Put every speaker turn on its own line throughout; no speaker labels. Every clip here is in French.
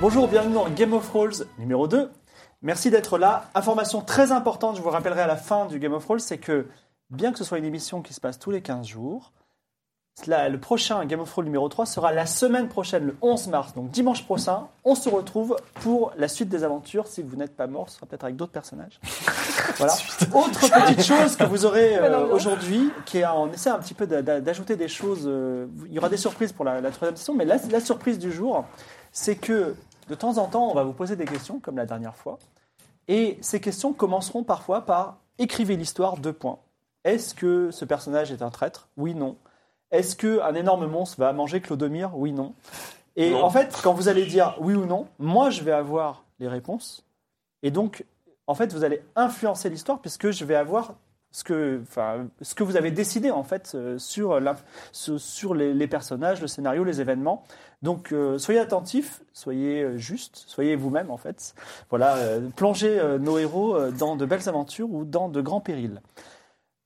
Bonjour, bienvenue dans Game of Rolls numéro 2. Merci d'être là. Information très importante, je vous rappellerai à la fin du Game of Rolls, c'est que bien que ce soit une émission qui se passe tous les 15 jours, la- le prochain Game of Rolls numéro 3 sera la semaine prochaine, le 11 mars. Donc dimanche prochain, on se retrouve pour la suite des aventures. Si vous n'êtes pas mort, ce sera peut-être avec d'autres personnages. voilà. Autre petite chose que vous aurez euh, aujourd'hui, qui est on essaie un petit peu d'a- d'a- d'ajouter des choses. euh, il y aura des surprises pour la, la troisième session, mais la, la surprise du jour, c'est que de temps en temps, on va vous poser des questions, comme la dernière fois. Et ces questions commenceront parfois par écrivez l'histoire, deux points. Est-ce que ce personnage est un traître Oui, non. Est-ce qu'un énorme monstre va manger Clodomir Oui, non. Et en fait, quand vous allez dire oui ou non, moi, je vais avoir les réponses. Et donc, en fait, vous allez influencer l'histoire puisque je vais avoir ce que, enfin, ce que vous avez décidé, en fait, euh, sur, l'inf- sur- sur les, les personnages, le scénario, les événements. Donc, euh, soyez attentifs, soyez euh, justes, soyez vous-même, en fait. Voilà, euh, plongez euh, nos héros euh, dans de belles aventures ou dans de grands périls.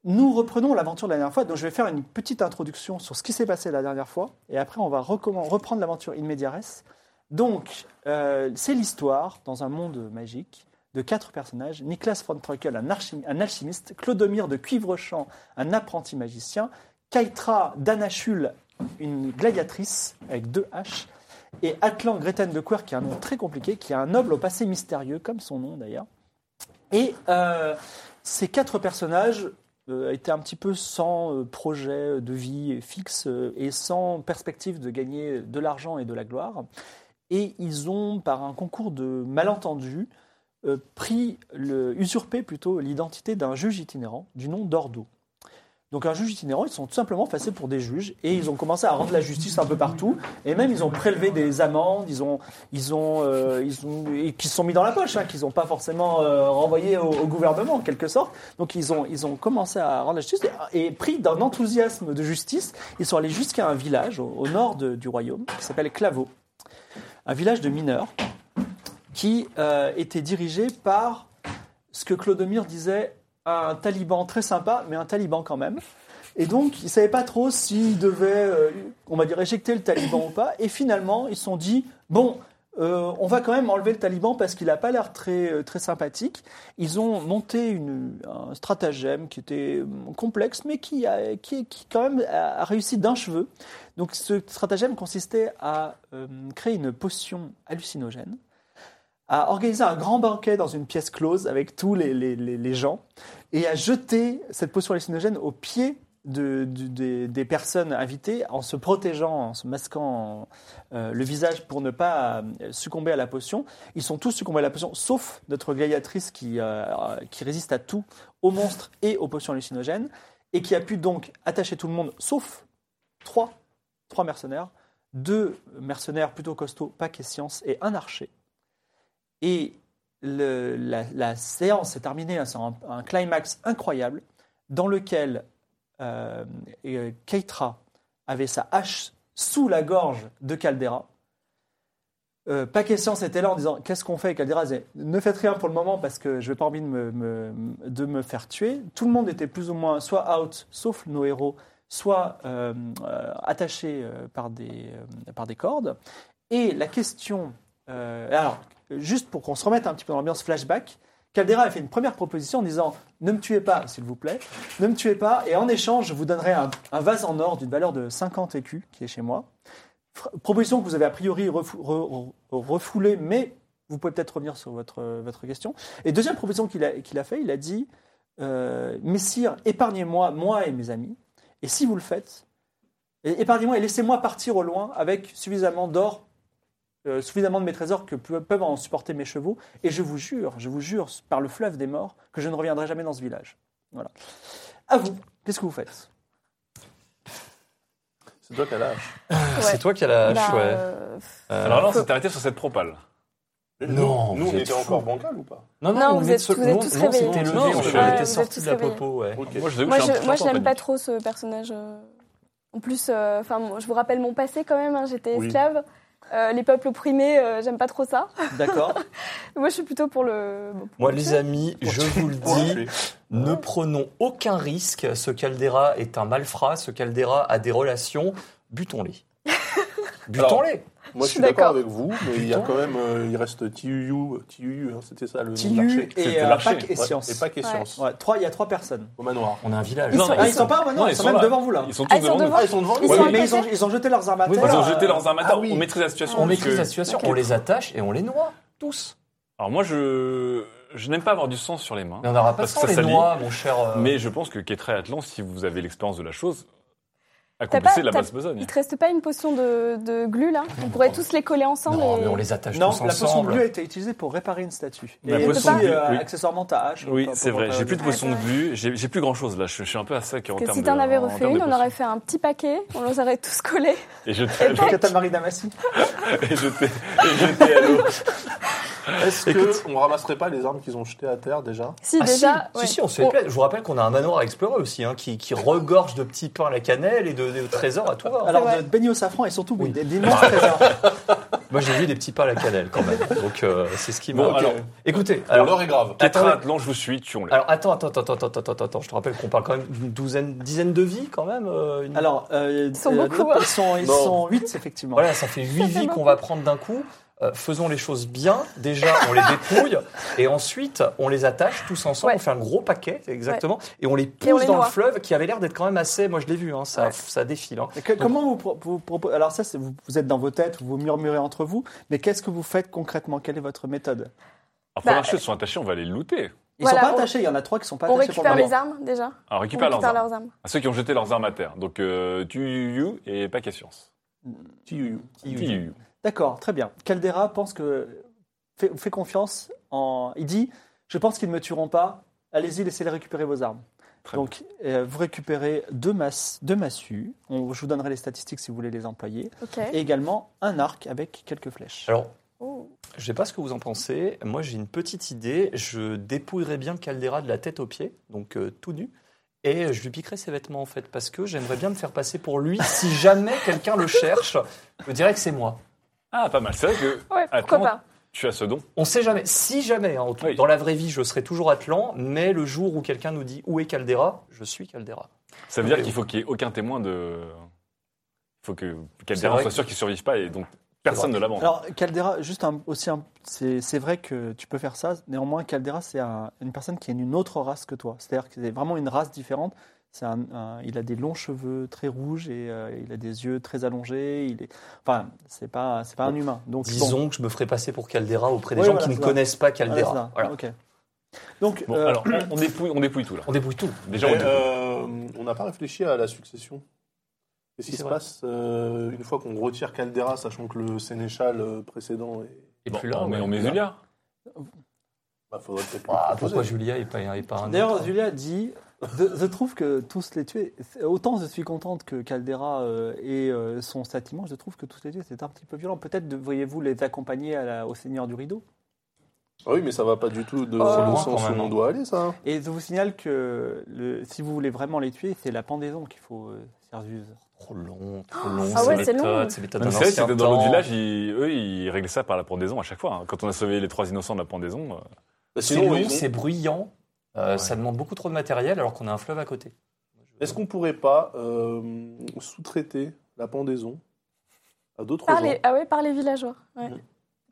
Nous reprenons l'aventure de la dernière fois, donc je vais faire une petite introduction sur ce qui s'est passé la dernière fois, et après on va recommen- reprendre l'aventure in mediares. Donc, euh, c'est l'histoire, dans un monde magique, de quatre personnages, Niklas von Treukel, un, archi- un alchimiste, Clodomir de Cuivrechamp, un apprenti magicien, Kaitra d'Anachul, une gladiatrice avec deux H, et Atlan Greten de Quer, qui a un nom très compliqué, qui a un noble au passé mystérieux, comme son nom d'ailleurs. Et euh, ces quatre personnages euh, étaient un petit peu sans euh, projet de vie fixe euh, et sans perspective de gagner de l'argent et de la gloire. Et ils ont, par un concours de malentendus, euh, pris, le, usurpé plutôt l'identité d'un juge itinérant du nom d'Ordo. Donc un juge itinérant, ils sont tout simplement passés pour des juges et ils ont commencé à rendre la justice un peu partout. Et même ils ont prélevé des amendes, ils ont, ils ont, euh, ils ont, et qui se sont mis dans la poche, hein, qu'ils n'ont pas forcément euh, renvoyé au, au gouvernement en quelque sorte. Donc ils ont, ils ont commencé à rendre la justice et, et pris d'un enthousiasme de justice, ils sont allés jusqu'à un village au, au nord de- du royaume qui s'appelle Claveau, un village de mineurs qui euh, était dirigé par ce que Clodomir disait un taliban très sympa, mais un taliban quand même. Et donc, ils ne savaient pas trop s'ils devaient, euh, on va dire, éjecter le taliban ou pas. Et finalement, ils se sont dit, bon, euh, on va quand même enlever le taliban parce qu'il n'a pas l'air très, euh, très sympathique. Ils ont monté une, un stratagème qui était euh, complexe, mais qui, a, qui, qui quand même a a réussi d'un cheveu. Donc, ce stratagème consistait à euh, créer une potion hallucinogène à organiser un grand banquet dans une pièce close avec tous les, les- les- les gens et à jeter cette potion hallucinogène au pied de- du- des, des personnes invitées en se protégeant, en se masquant euh, le visage pour ne pas euh, succomber à la potion. Ils sont tous succombés à la potion, sauf notre gladiatrice qui, euh, qui résiste à tout, aux monstres et aux potions hallucinogènes, et qui a pu donc attacher tout le monde, sauf trois, trois mercenaires, deux mercenaires plutôt costauds, pas et science, et un archer. Et le- la, la séance est terminée, hein, c'est un, un climax incroyable dans lequel euh, et, euh, Keitra avait sa hache sous la gorge de Caldera. Euh, Paquet Science était là en disant Qu'est-ce qu'on fait Et Caldera disait Ne faites rien pour le moment parce que je n'ai pas envie de me, me- de me faire tuer. Tout le monde était plus ou moins soit out, sauf nos héros, soit euh, euh, attachés euh, par, des, euh, par des cordes. Et la question. euh, alors, juste pour qu'on se remette un petit peu dans l'ambiance flashback, Caldera a fait une première proposition en disant Ne me tuez pas, s'il vous plaît, ne me tuez pas, et en échange, je vous donnerai un, un vase en or d'une valeur de 50 écus qui est chez moi. Fr- Proposition que vous avez a priori refou- re- re- refoulée, mais vous pouvez peut-être revenir sur votre, euh, votre question. Et deuxième proposition qu'il a, qu'il a fait, il a dit euh, Messire, épargnez-moi, moi et mes amis, et si vous le faites, et- épargnez-moi et laissez-moi partir au loin avec suffisamment d'or euh, suffisamment de mes trésors que peu- peuvent en supporter mes chevaux, et je vous jure, je vous jure, par le fleuve des morts, que je ne reviendrai jamais dans ce village. Voilà. À vous, qu'est-ce que vous faites
C'est toi qui as l'âge.
Ah, C'est toi qui as la
Bah,
hache, ouais.
euh,
Euh,
Alors là, on s'est arrêté sur cette propale.
Non,
Nous,
vous
on
êtes
était
fous.
encore bancal ou pas
Non,
Non,
on
vous
venait de
êtes-
se-
vous êtes
non,
tous
non,
réveillés.
c'était levé,
Ouais,
on
vous
était
êtes
sortis
tous
de la
réveillés.
popo, ouais.
Ok.
Moi, je, sais que
Moi,
je suis un
je,
petit
moi,
peu
je
en
n'aime
panique.
pas trop ce personnage. euh. En plus, euh, enfin, moi, je vous rappelle mon passé quand même. hein, J'étais
Oui.
esclave. Euh, les peuples opprimés, euh, j'aime pas trop ça.
D'accord
Moi, je suis plutôt pour le. bon, pour
Moi,
le
les
tuer.
amis, je vous le dis, ne prenons aucun risque. Ce Caldera est un malfrat, ce Caldera a des relations. Butons-les. Butons-les
Moi, je
suis
suis d'accord
d'accord.
avec vous, mais il y a quand même, euh, il reste TUU, TUU, hein, c'était ça le nom de
TUU
l'archer.
et,
C'était
euh,
l'archer,
Pâques et
ouais,
Sciences.
Et Pâques et
Ouais.
Sciences.
Ouais, trois, Il y a trois personnes.
Au manoir.
On a un village.
Ils
Non,
sont-
mais
Ah, ils sont pas maintenant,
Non,
ils
ils
sont
sont
même
là.
devant vous là.
Ils sont
Ah,
tous
ils sont
devant nous.
devant.
Ah, ils sont devant
Ils
nous
Oui,
sont à
mais ils ont,
côté
ils ont jeté leurs armateurs.
Ils ont
euh,
jeté leurs armateurs.
Ah oui.
On maîtrise la situation.
On
parce
maîtrise
que-
la situation, on les attache et on les noie, tous.
Alors moi, je, je n'aime pas avoir du sang sur les mains.
Mais on n'aura pas
Parce
sans
que ça
les
salit.
noix, mon cher. euh,
Mais je pense que Ketra et Atlan, si vous avez l'expérience de la chose,
pas-
accomplissez la
t'as-
basse besogne.
Il te reste pas une potion de, de glu là On pourrait tous les coller ensemble.
Non,
et-
mais on les attache
Non,
tous
la potion
ensemble.
bleue a été utilisée pour réparer une statue.
La
et aussi,
potion bleue,
euh,
oui.
accessoirement ta hache.
Oui,
pour-
c'est
pour
vrai.
réparer
J'ai plus
le-
de potions de vue. J'ai j'ai plus grand chose là. Je, je suis un peu à sec en
Parce que
termes
si
de-
t'en avais
en
refait
termes de
une, on
potions. Ah,
aurait fait un petit paquet, on les aurait tous collés.
Et jeté à l'eau.
Que ta Marie Damassi.
Et jeté- et jeté à l'eau.
Est-ce qu'on ramasserait pas les armes qu'ils ont jetées à terre déjà
Si,
Ah,
déjà.
si,
ouais. Oh.
si, si, on se fait plaisir. Je vous rappelle qu'on a un manoir à explorer aussi, hein, qui, qui regorge de petits pains à la cannelle et de, de trésors à tout va.
Alors,
vrai.
de beignets au safran et surtout
Oui.
des
Ah.
d'immenses trésors.
Moi, j'ai vu des petits pains à la cannelle quand même. Donc, euh, c'est ce qui m'a.
Bon, alors,
écoutez,
Alors,
alors,
l'heure est grave.
Ketra,
Attendez.
Atlan, je vous suis. Tuons-les.
alors, attends, attends, attends, attends, attends, attends, attends. Je te rappelle qu'on parle quand même d'une douzaine, dizaine de vies quand même. euh, une-
Alors, euh,
Ils sont
euh,
beaucoup, hein.
Ils sont, ils
Non.
sont 8, effectivement.
Voilà, ça fait huit vies qu'on va prendre d'un coup. Euh, faisons les choses bien. Déjà, on les dépouille et ensuite, on les attache tous ensemble.
Ouais.
On fait un gros paquet, exactement, et on les
Et on
pousse
les
dans
noie.
le fleuve qui avait l'air d'être quand même assez. Moi, je l'ai vu, hein, ça,
Ouais.
ça défile. hein.
Et que- comment vous, pro- vous proposez Alors ça, c'est- vous, vous êtes dans vos têtes, vous murmurez entre vous, mais qu'est-ce que vous faites concrètement Quelle est votre méthode
Alors,
Bah,
première chose, ils sont attachés, on va les looter.
Ils
Voilà,
sont pas
on-
attachés, il y en a trois qui sont pas
On
attachés pour
récupère
le
les
moment.
armes déjà.
Alors,
On
récupère leurs armes.
leurs armes.
À ceux qui ont jeté leurs armes à terre. Donc, euh, tu, you, et pas qu'à science.
TUU.
Tu, you.
D'accord, très bien. Caldera pense que fait, fait confiance en. Il dit, je pense qu'ils ne me tueront pas. Allez-y, laissez-les récupérer vos armes.
Très
Donc, euh, vous récupérez deux, masses, deux massues. On- je vous donnerai les statistiques si vous voulez les employer.
Ok.
Et également un arc avec quelques flèches.
Alors,
Oh.
je sais pas ce que vous en pensez. Moi, j'ai une petite idée. Je dépouillerai bien le Caldera de la tête aux pieds, donc euh, tout nu. Et je lui piquerai ses vêtements en fait, parce que j'aimerais bien me faire passer pour lui. Si jamais quelqu'un le cherche, je dirais que c'est moi.
Ah, pas mal. C'est vrai que
Ouais, pourquoi
Attends.
pas
tu as ce don.
On sait jamais. Si jamais, hein, en tout-
Oui.
dans la vraie vie, je serai toujours Atlan, mais le jour où quelqu'un nous dit où est Caldera, je suis Caldera.
Ça veut dire
Oui.
qu'il faut qu'il n'y ait aucun témoin de. Il faut que
C'est
Caldera
vrai.
soit sûr qu'il ne survive pas et donc personne
vrai.
ne l'abandonne.
Alors, Caldera, juste un- aussi, un- c'est c'est vrai que tu peux faire ça. Néanmoins, Caldera, c'est un- une personne qui est d'une autre race que toi. C'est-à-dire que c'est vraiment une race différente. C'est un, un- il a des longs cheveux très rouges et euh, il a des yeux très allongés. Il est, enfin, c'est pas, c'est pas un humain. Donc, bon,
Disons que je me ferai passer pour Caldera auprès des
Oui,
gens
voilà,
qui ne
c'est ça.
connaissent pas
voilà,
Caldera.
c'est ça.
Voilà.
Ok. Donc,
Bon,
euh,
alors, on, on dépouille, on dépouille tout là.
On débrouille tout.
Déjà, on
Mais,
dépouille.
euh, on n'a pas réfléchi à la succession. Qu'est-ce
C'est
qui se
vrai.
passe euh, une fois qu'on retire Caldera, sachant que le sénéchal euh, précédent est.
Et
Bon,
puis là,
on, met-
ouais,
on met
là.
Zulia.
Bah, faudrait peut-être lui
Ah,
proposer.
pourquoi Julia et pas, et pas un
D'ailleurs,
autre
Julia dit je, je trouve que tous les tuer, c'est- autant je suis contente que Caldera euh, ait euh, son châtiment, je trouve que tous les tuer, c'est un petit peu violent. Peut-être devriez-vous les accompagner à la- au Seigneur du Rideau.
Ah oui, mais ça va pas du tout de dans
Oh.
le
C'est loin,
sens
quand
où
même,
on
hein.
doit aller, ça.
Et je vous signale que le- si vous voulez vraiment les tuer, c'est la pendaison qu'il faut, euh, Sergius.
Trop long, trop long.
ah ouais, c'est
c'est
long.
méthode, c'est méthode
Mais
d'un
Bah, C'est vrai que
ancien
c'était dans l'autre
temps.
village, ils- eux, ils réglaient ça par la pendaison à chaque fois. hein. Quand on a sauvé les trois innocents de la pendaison, euh,
Bah,
C'est
sinon,
long,
ils ont-
c'est bruyant. euh, Ça demande beaucoup trop de matériel alors qu'on a un fleuve à côté.
Est-ce qu'on pourrait pas euh, sous-traiter la pendaison à d'autres
Par
gens
les- Ah ouais, par les villageois. ouais.
oh, Mm.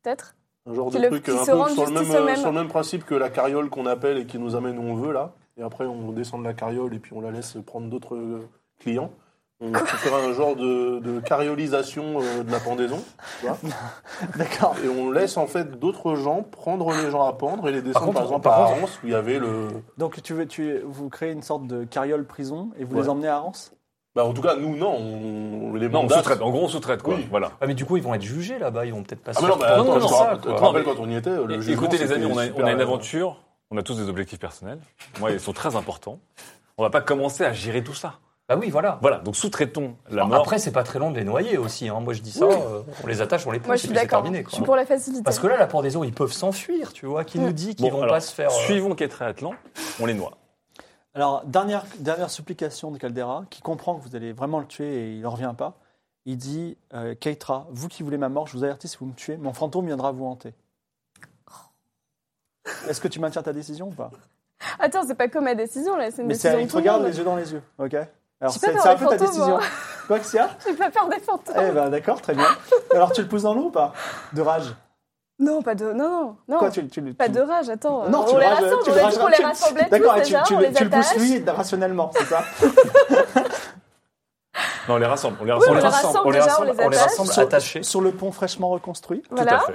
Peut-être.
Un genre
Qui
de
le-
truc
qui
un
se
peu
rendent
sur le,
justice
même, euh,
eux-mêmes.
sur le même principe que la carriole qu'on appelle et qui nous amène où on veut là. Et après on descend de la carriole et puis on la laisse prendre d'autres euh, clients. On fera un genre de, de carriolisation euh, de la pendaison. tu vois.
D'accord.
Et on laisse en fait d'autres gens prendre les gens à pendre et les descendre
contre,
par, exemple
par
à
contre-
Arance où il y avait le.
Donc tu veux, tu, vous créez une sorte de carriole prison et vous les
Ouais.
emmenez à Arance
Bah en tout cas nous non, on, on- les
Non, on
mandats-
sous-traite. En gros, on sous-traite, quoi.
Oui.
Voilà.
Ah, mais du coup, ils vont être jugés là-bas, ils vont peut-être pas
Ah
se
mais non,
faire
bah,
mais
prendre
attends,
pour
je te
ça,
rappelle-
quoi.
je te rappelle quand on y était, le jugement,
Écoutez, les amis,
c'était
on a, on
super,
a une
euh,
aventure. On a tous des objectifs personnels. Moi, ils sont très importants. On va pas commencer à gérer tout ça.
Bah oui, voilà.
Voilà, donc sous-traitons la
Alors,
mort.
Après, c'est pas très long de les noyer aussi. hein. Moi, je dis ça,
Oui.
euh, on les attache, on les pousse,
Moi, je suis
et puis c'est
d'accord.
terminé.
Je
quoi.
suis pour la facilité.
Parce que là, la pendaison, ils peuvent s'enfuir, tu vois. Qui nous dit qu'ils
Bon,
vont
alors,
pas se faire. euh,
Suivons Ketré Atlan, on les noie.
Alors, dernière, dernière supplication de Caldera, qui comprend que vous allez vraiment le tuer et il n'en revient pas. Il dit euh, Keitra, vous qui voulez ma mort, je vous avertis si vous me tuez, mon fantôme viendra vous hanter. Est-ce que tu maintiens ta décision ou pas
Attends, c'est pas comme ma décision là, c'est une
Mais c'est-
décision.
il
de
te
tout le
regarde
monde.
les yeux dans les yeux, ok Alors,
J'ai pas
c'est
peur
c'est un
des
peu ta
fantômes,
décision.
moi.
Quoi qu'il y a
J'ai pas peur des
Eh
fantômes.
ben d'accord, très bien. Alors, tu le pousses dans l'eau ou pas De rage.
Non, pas de. Non, non, non.
Quoi, tu, tu, tu-
Pas de rage, attends.
Non,
on
tu le
les
rages-
rassemble,
tu
on
le
a dit qu'on
rageras-
les
tu-
rassemblait tous
D'accord, et tu,
déjà,
tu
on
le-
les
tu le pousses
attache.
lui rationnellement, c'est ça
Non, on les rassemble. On les
on
rassemble.
les rassemble
on les
déjà, on
rassemble,
les
on les
attache.
rassemble
Sur-
attachés.
Sur le pont fraîchement reconstruit,
Voilà,
Tout à fait.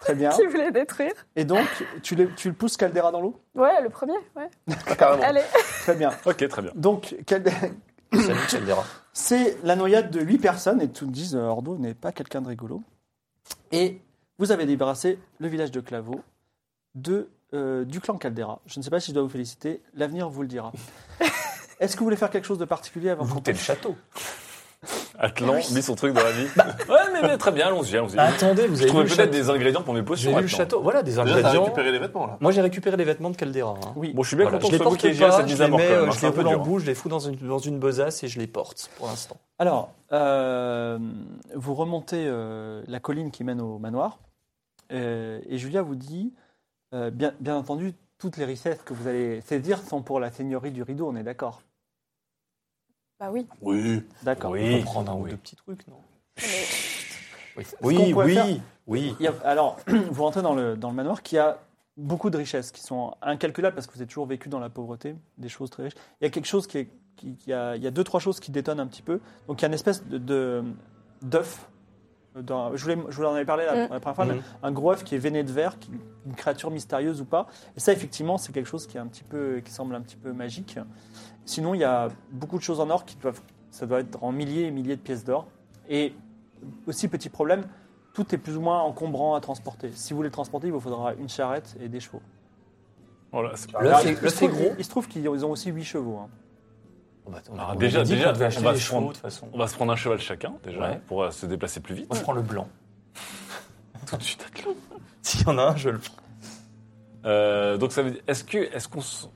très bien.
qui voulait détruire.
Et donc, tu le, tu le pousses Caldera dans l'eau
Ouais, le premier, ouais.
Ah, carrément.
Allez.
Très bien.
Ok, très bien.
Donc, Calde-
Salut, Caldera.
c'est la noyade de 8 personnes, et tout disent euh, Ordo n'est pas quelqu'un de rigolo. Et vous avez débarrassé le village de Claveau de, euh, du clan Caldera. Je ne sais pas si je dois vous féliciter, l'avenir vous le dira. Est-ce que vous voulez faire quelque chose de particulier avant qu'on
Looter le château.
Atlan mit son truc dans la vie. ouais, mais, mais très bien, allons-y, allons-y.
Attendez, Bah. Ah, vous
Je
avez vu
trouvais
le
peut-être
château.
des ingrédients pour mes
J'ai
potions.
vu le
Atlan.
château. Voilà, des
Déjà, t'as
ingrédients.
récupéré les vêtements là.
Moi, j'ai récupéré les vêtements de Caldera. hein.
Oui,
Bon, je suis bien
Voilà,
content
je
que
les
ce soit vous
porte
qui ayez géré
pas,
cette
je
mise
les
à mort
mets,
quand même.
euh,
hein,
je
c'est
les
un peu
roule en
dur.
boule, je les fous dans une, dans une besace et je les porte pour l'instant.
Alors, euh, vous remontez euh, la colline qui mène au manoir, euh, et Julia vous dit, euh, bien, bien entendu, toutes les richesses que vous allez saisir sont pour la seigneurie du rideau, on est d'accord
Bah oui.
Oui.
D'accord.
On
Oui,
peut prendre un ou
oui.
deux petits trucs, non
Mais-
Oui,
qu'on
oui,
pourrait
oui.
faire-
oui.
Il y a- alors, vous rentrez dans le, dans le manoir qui a beaucoup de richesses qui sont incalculables parce que vous avez toujours vécu dans la pauvreté, des choses très riches. Il y a quelque chose qui est. qui- qui a, il y a deux, trois choses qui détonnent un petit peu. Donc, il y a une espèce de- de d'œuf. euh, dans- Je, voulais- je vous en avais parlé la,
Mm.
la première fois.
Mhm.
Un gros œuf qui est veiné de verre, qui- une créature mystérieuse ou pas. Et ça, effectivement, c'est quelque chose qui, est un petit peu, qui semble un petit peu magique. Sinon, il y a beaucoup de choses en or qui doivent. Ça doit être en milliers et milliers de pièces d'or. Et aussi, petit problème, tout est plus ou moins encombrant à transporter. Si vous voulez le transporter, il vous faudra une charrette et des chevaux.
Voilà, c'est-
Le
Alors,
fait-
il-
le
il se
fait
trouve-
gros.
Il se trouve qu'ils ont ils ont aussi 8 chevaux. hein.
Bon, bah, attends,
Alors,
on
déjà-
avait dit
déjà,
qu'on devait
on
acheter
va
des
se
chevaux,
prendre-
de toute façon.
On va se prendre un cheval chacun, déjà,
Ouais.
pour euh, se déplacer plus vite.
Moi, je prends le blanc.
tout de suite, Atlan.
S'il y en a un, je le prends.
Euh, donc ça veut dire, est-ce que, est-ce qu'on s-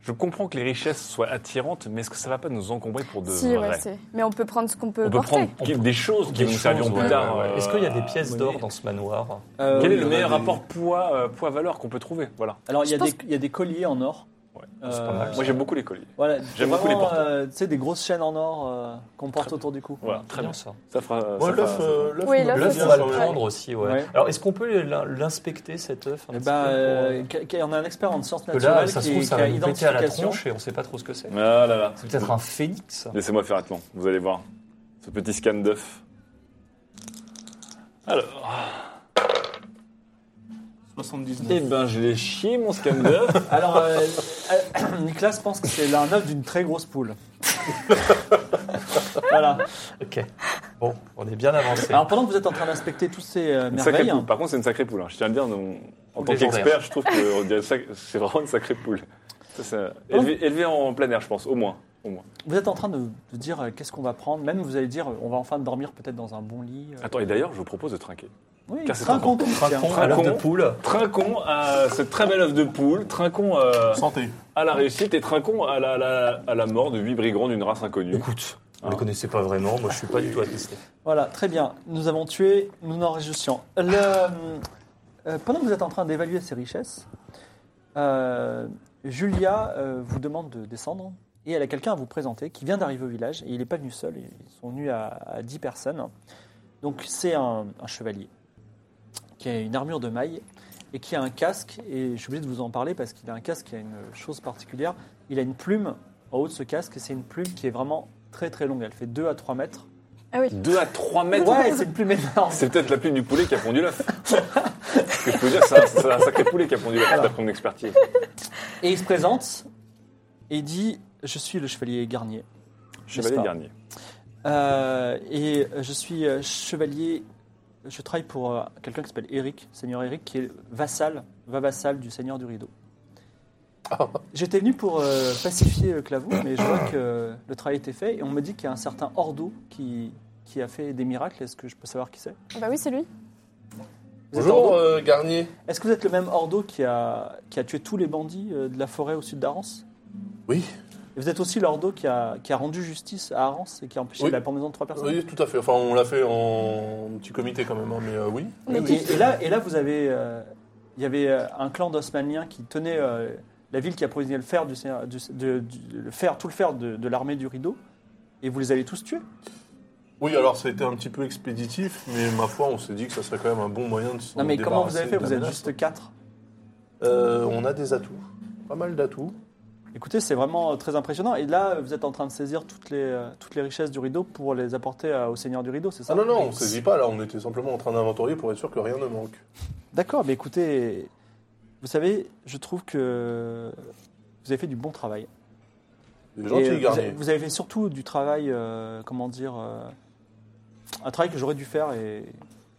Je comprends que les richesses soient attirantes, mais est-ce que ça va pas nous encombrer pour de
Si,
vrai
ouais, c'est. Mais on peut prendre ce qu'on peut
On peut
porter.
prendre des choses qui
Des
nous
choses,
serviront plus
ouais,
tard.
ouais, ouais.
euh,
Est-ce qu'il y a des pièces
oui.
d'or dans ce manoir
Quel
Euh,
est le
Oui,
meilleur
on a des-
rapport poids, euh, poids-valeur qu'on peut trouver Voilà.
Alors, il y, a
Je pense
des, il y a des colliers en or.
Ouais,
Euh,
c'est pas mal, ça.
Moi j'aime beaucoup les colliers.
Voilà,
J'aime beaucoup
vraiment,
les porter.
euh, tu sais, des grosses chaînes en or euh, qu'on porte autour du cou.
Voilà, très bien.
ça.
Ça fera. ça
Moi
fera-
l'œuf,
ça fera-
euh, l'œuf,
Oui,
il me
l'œuf,
L'œuf,
plaît
c'est
bien,
on va
ça,
le
quand même.
prendre aussi, ouais.
Ouais.
Alors, est-ce qu'on peut l'in- l'inspecter, cet œuf un
Eh
petit
ben,
peu,
euh,
pour-
que- que- on a un expert en sciences
Parce que là,
naturelles
ça se
qui,
trouve, ça
qui a
va nous péter à la
identification.
tronche et on sait pas trop ce que c'est.
Ah là là.
C'est peut-être un phénix.
Laissez-moi faire Atlan, vous allez voir. Ce petit scan d'œuf. Alors,
79.
eh ben je l'ai chié mon scan d'œuf.
Alors, euh, euh, Nicolas pense que c'est un œuf d'une très grosse poule. voilà.
Ok. Bon, on est bien avancé.
Alors, pendant que vous êtes en train d'inspecter tous ces euh,
Une sacrée
merveilles,
poule. Par contre, c'est une sacrée poule. hein. Je tiens à le dire, nous, en tant
Légendaire.
qu'expert, je trouve que on dirait sac- c'est vraiment une sacrée poule. Ça, c'est, euh, élevé, élevé en plein air, je pense, au moins. Au moins.
vous êtes en train de, de dire euh, qu'est-ce qu'on va prendre. Même vous allez dire, euh, on va enfin dormir peut-être dans un bon lit. euh.
Attends, et d'ailleurs, je vous propose de trinquer.
Oui,
car c'est
trinquons tous, tiens.
Trinquons à l'œuf de
Trinquons.
poule.
Trinquons à cette très belle œuf de poule, trinquons euh,
Santé.
à la réussite et trinquons à la, la- à la mort de huit brigands d'une race inconnue.
Écoute, on les connaissait pas vraiment. Moi, je suis pas du tout attesté.
Voilà, très bien. Nous avons tué, nous nous en réjouissons. Le, euh, pendant que vous êtes en train d'évaluer ces richesses, euh, Julia euh, vous demande de descendre et elle a quelqu'un à vous présenter qui vient d'arriver au village et il n'est pas venu seul, ils sont venus à, à 10 personnes. Donc c'est un, un chevalier qui a une armure de maille et qui a un casque. Et je suis obligé de vous en parler parce qu'il a un casque qui a une chose particulière. Il a une plume en haut de ce casque et c'est une plume qui est vraiment très très longue. Elle fait 2 à 3 mètres.
Ah oui.
2 à 3 mètres
Ouais, c'est une plume énorme.
C'est peut-être la plume du poulet qui a pondu l'œuf. Ce que je peux dire, c'est un, c'est un sacré poulet qui a pondu l'œuf, d'après mon expertise.
Et il se présente et il dit Je suis le chevalier Garnier.
Chevalier
N'est-ce pas
dernier.
Euh, et euh, je suis euh, chevalier. Je travaille pour euh, quelqu'un qui s'appelle Eric, seigneur Eric, qui est vassal, va vassal du seigneur du rideau. J'étais venu pour euh, pacifier euh, Clavou, mais je vois que euh, le travail était fait et on me dit qu'il y a un certain Ordo qui, qui a fait des miracles. Est-ce que je peux savoir qui c'est
Ah Bah oui, c'est lui.
Vous êtes
Bonjour
Ordo
euh, Garnier.
Est-ce que vous êtes le même Ordo qui a, qui a tué tous les bandits euh, de la forêt au sud d'Arance
Oui,
Et vous êtes aussi l'Ordo qui a, qui a rendu justice à Arance et qui a empêché
Oui.
la pendaison de trois personnes
oui, tout à fait. Enfin, on l'a fait en petit comité quand même, hein, mais euh, oui.
Mais
oui, oui.
Et, et là, et là, vous avez, euh, il y avait euh, un clan d'Osmanliens qui tenait euh, la ville qui approvisionnait le fer, du, seigneur- du- de- du- le fer, tout le fer de, de l'armée du rideau, et vous les avez tous tués.
Oui, alors ça a été un petit peu expéditif, mais ma foi, on s'est dit que ça serait quand même un bon moyen de s'en
Non, mais comment vous
débarrasser
avez fait
de la
Vous êtes
menace.
juste quatre.
Euh, on a des atouts, pas mal d'atouts.
Écoutez, c'est vraiment euh, très impressionnant. Et là, vous êtes en train de saisir toutes les, euh, toutes les richesses du rideau pour les apporter euh, au seigneur du rideau, c'est ça
Ah non, non, on ne saisit pas là, on était simplement en train d'inventorier pour être sûr que rien ne manque.
D'accord, mais écoutez, vous savez, je trouve que vous avez fait du bon travail.
Des
Et, euh,
gentils
vous,
Garnier.
avez, vous avez fait surtout du travail, euh, comment dire, euh, un travail que j'aurais dû faire et,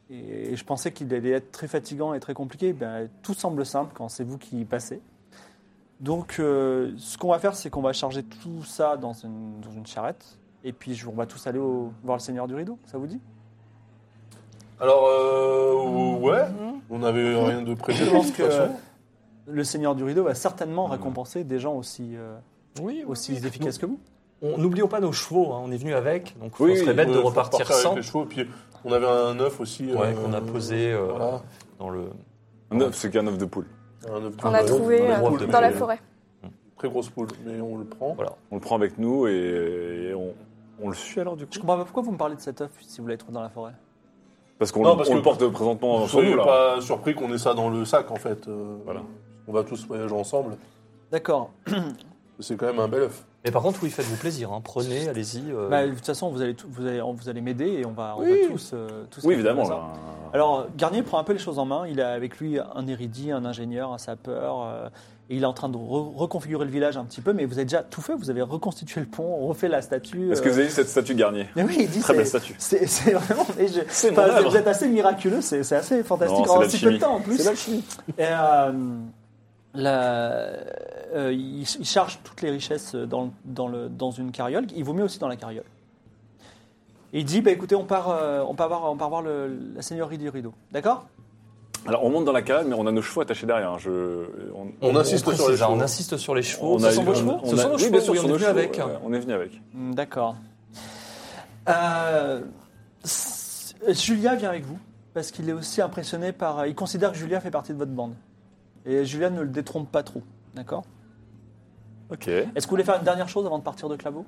et- et je pensais qu'il allait être très fatigant et très compliqué. Ben, tout semble simple quand c'est vous qui y passez. Donc, euh, ce qu'on va faire, c'est qu'on va charger tout ça dans une, dans une charrette et puis je- on va tous aller au- voir le Seigneur du Rideau. Ça vous dit
Alors, euh, ouais, on n'avait rien de prévu.
Je
de
pense
toute
que Mmh.
façon.
le Seigneur du Rideau va certainement récompenser des gens aussi, euh,
Oui,
aussi efficaces que vous.
On- N'oublions pas nos chevaux, hein, on est venu avec, donc
Oui,
on serait bête
Ouais,
de
faut
repartir
avec
sans.
les chevaux, puis on avait un œuf aussi.
Ouais,
euh,
qu'on a posé euh,
voilà,
dans le.
Un œuf, c'est qu'un œuf de poule.
un œuf
On
de-
l'a
de-
trouvé
de
euh,
gros,
poule,
dans la
mais-
forêt.
Très grosse poule, mais on le prend.
Voilà.
On le prend avec nous et, et on, on le suit alors du
Je
coup.
comprends pas pourquoi vous me parlez de cet œuf si vous l'avez trouvé dans la forêt.
Parce qu'on
Non, parce
on
que-
le porte présentement sur
Soyez
nous là.
pas surpris qu'on ait ça dans le sac en fait. euh,
Voilà.
On va tous voyager ensemble.
D'accord.
C'est quand même un bel œuf.
Mais par contre, oui, faites-vous plaisir, hein, prenez, allez-y. euh,
Bah, de toute façon, vous allez, tout- vous allez, vous allez m'aider et on va, on va tous, euh, tous.
Oui,
répondre à
évidemment.
ça.
Là.
hein.
Alors, Garnier prend un peu les choses en main. Il a avec lui un érudit, un ingénieur, un sapeur. euh, et il est en train de re- reconfigurer le village un petit peu. Mais vous avez déjà tout fait. Vous avez reconstitué le pont, refait la statue.
Est-ce que
euh,
vous avez vu cette statue de Garnier
Mais oui, il dit
Très
c'est-
belle statue.
C'est c'est vraiment. mais je-
C'est mon
enfin,
œuvre.
vous êtes assez miraculeux, c'est c'est assez fantastique
Non, c'est
en si peu de
l'alchimie.
temps en plus. C'est l'alchimie. Et euh, la- euh, il, il charge toutes les richesses dans, dans, le, dans une carriole. Il vous met aussi dans la carriole. Et il dit bah, écoutez, on part, euh, on part voir, on part voir le- la seigneurie du rideau. D'accord
Alors on monte dans la cale, mais on a nos chevaux attachés derrière. hein. Je, on,
On insiste
précise,
sur les
hein,
chevaux.
On insiste sur les chevaux.
a
Ce sont
eu-
vos
on-
chevaux
on
Ce
a-
sont nos
oui,
chevaux,
bien sûr,
oui,
sur
on est
nos
venu
chevaux,
avec.
ouais, On est venu avec.
Hmm, D'accord. Euh, s- Julia vient avec vous parce qu'il est aussi impressionné par. euh, Il considère que Julia fait partie de votre bande. Et Julia ne le détrompe pas trop. D'accord
Ok.
Est-ce que vous voulez faire une dernière chose avant de partir de Claveau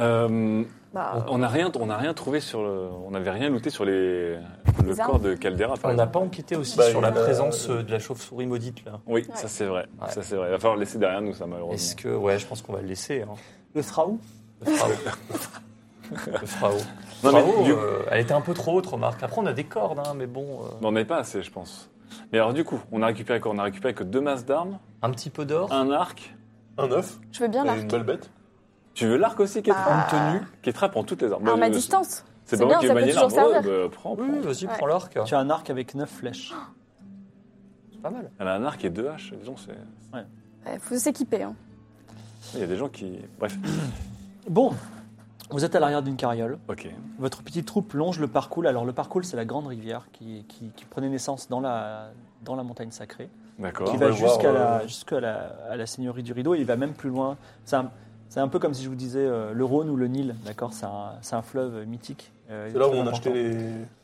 Euh,
Bah,
on n'a rien, on n'a rien trouvé sur le, on n'avait rien looté sur les, le
Les armes.
corps de Caldera. par
On n'a
exemple.
pas enquêté aussi
Bah,
sur
il
la
a-
présence euh, de la chauve-souris maudite là.
Oui, ça c'est vrai.
Ouais.
Ça c'est vrai. Il va falloir le laisser derrière nous, ça malheureusement.
Est-ce que. Ouais, je pense qu'on va le laisser. hein.
Le Sraou
Le frao. le frao.
Non, mais
Frao,
du-
euh, elle était un peu trop haute, remarque. Après, on a des cordes, hein, mais bon. euh,
Non, on n'en est pas assez, je pense. Mais alors du coup, on a récupéré quoi On a récupéré que deux masses d'armes,
Un petit peu d'or.
un arc.
Un œuf
je veux bien
et
l'arc.
une belle bête.
Tu veux l'arc aussi, Kétra
Ah.
Une tenue. Kétra prend toutes les armes.
Arme
Bah,
à
euh,
distance. C'est
C'est pas moi
bien,
qui ai
ça peut
manié l'arme.
toujours
Ouais,
servir.
bah, prends,
Oui,
prends.
vas-y,
Ouais.
prends l'arc.
Tu as un arc avec neuf flèches.
C'est pas mal.
Elle a un arc et deux haches. Disons, c'est.
Ouais, faut s'équiper. hein.
Il y a des gens qui. Bref.
Bon, vous êtes à l'arrière d'une carriole.
Ok.
Votre petite troupe longe le parcours. Alors, le parcours, c'est la grande rivière qui, qui- qui prenait naissance dans la, dans la montagne sacrée.
D'accord. Bah,
qui
On va
va
le voir,
jusqu'à
euh,
la, jusqu'à la, à la seigneurie du rideau et il va même plus loin. C'est un, c'est un peu comme si je vous disais euh, le Rhône ou le Nil, d'accord C'est un, c'est un fleuve mythique. euh,
C'est là où
très
on a
important.
acheté les,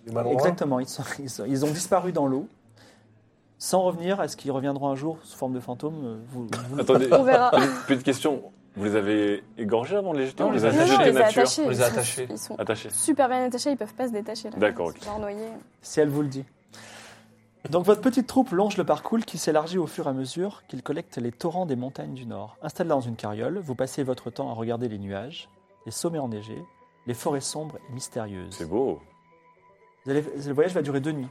les malandrins.
Exactement, ils, sont- ils sont- ils ont disparu dans l'eau. Sans revenir, est-ce qu'ils reviendront un jour sous forme de fantôme euh, vous, vous-
Attendez.
On verra.
Petite, petite question. Vous les avez égorgés avant de les jeter
Non,
ou
on
vous les
les a-
avez
non,
jetés
non, on les a
nature
On les
Ils
a
sont-
attachés.
Ils sont
Attachés.
super bien attachés, ils peuvent pas se détacher. là.
D'accord, ok.
Ils sont genre noyés.
si elle vous le dit. Donc votre petite troupe longe le parcours qui s'élargit au fur et à mesure qu'il collecte les torrents des montagnes du nord. Installée dans une carriole, vous passez votre temps à regarder les nuages, les sommets enneigés, les forêts sombres et mystérieuses.
C'est beau.
Vous allez- le voyage va durer deux nuits.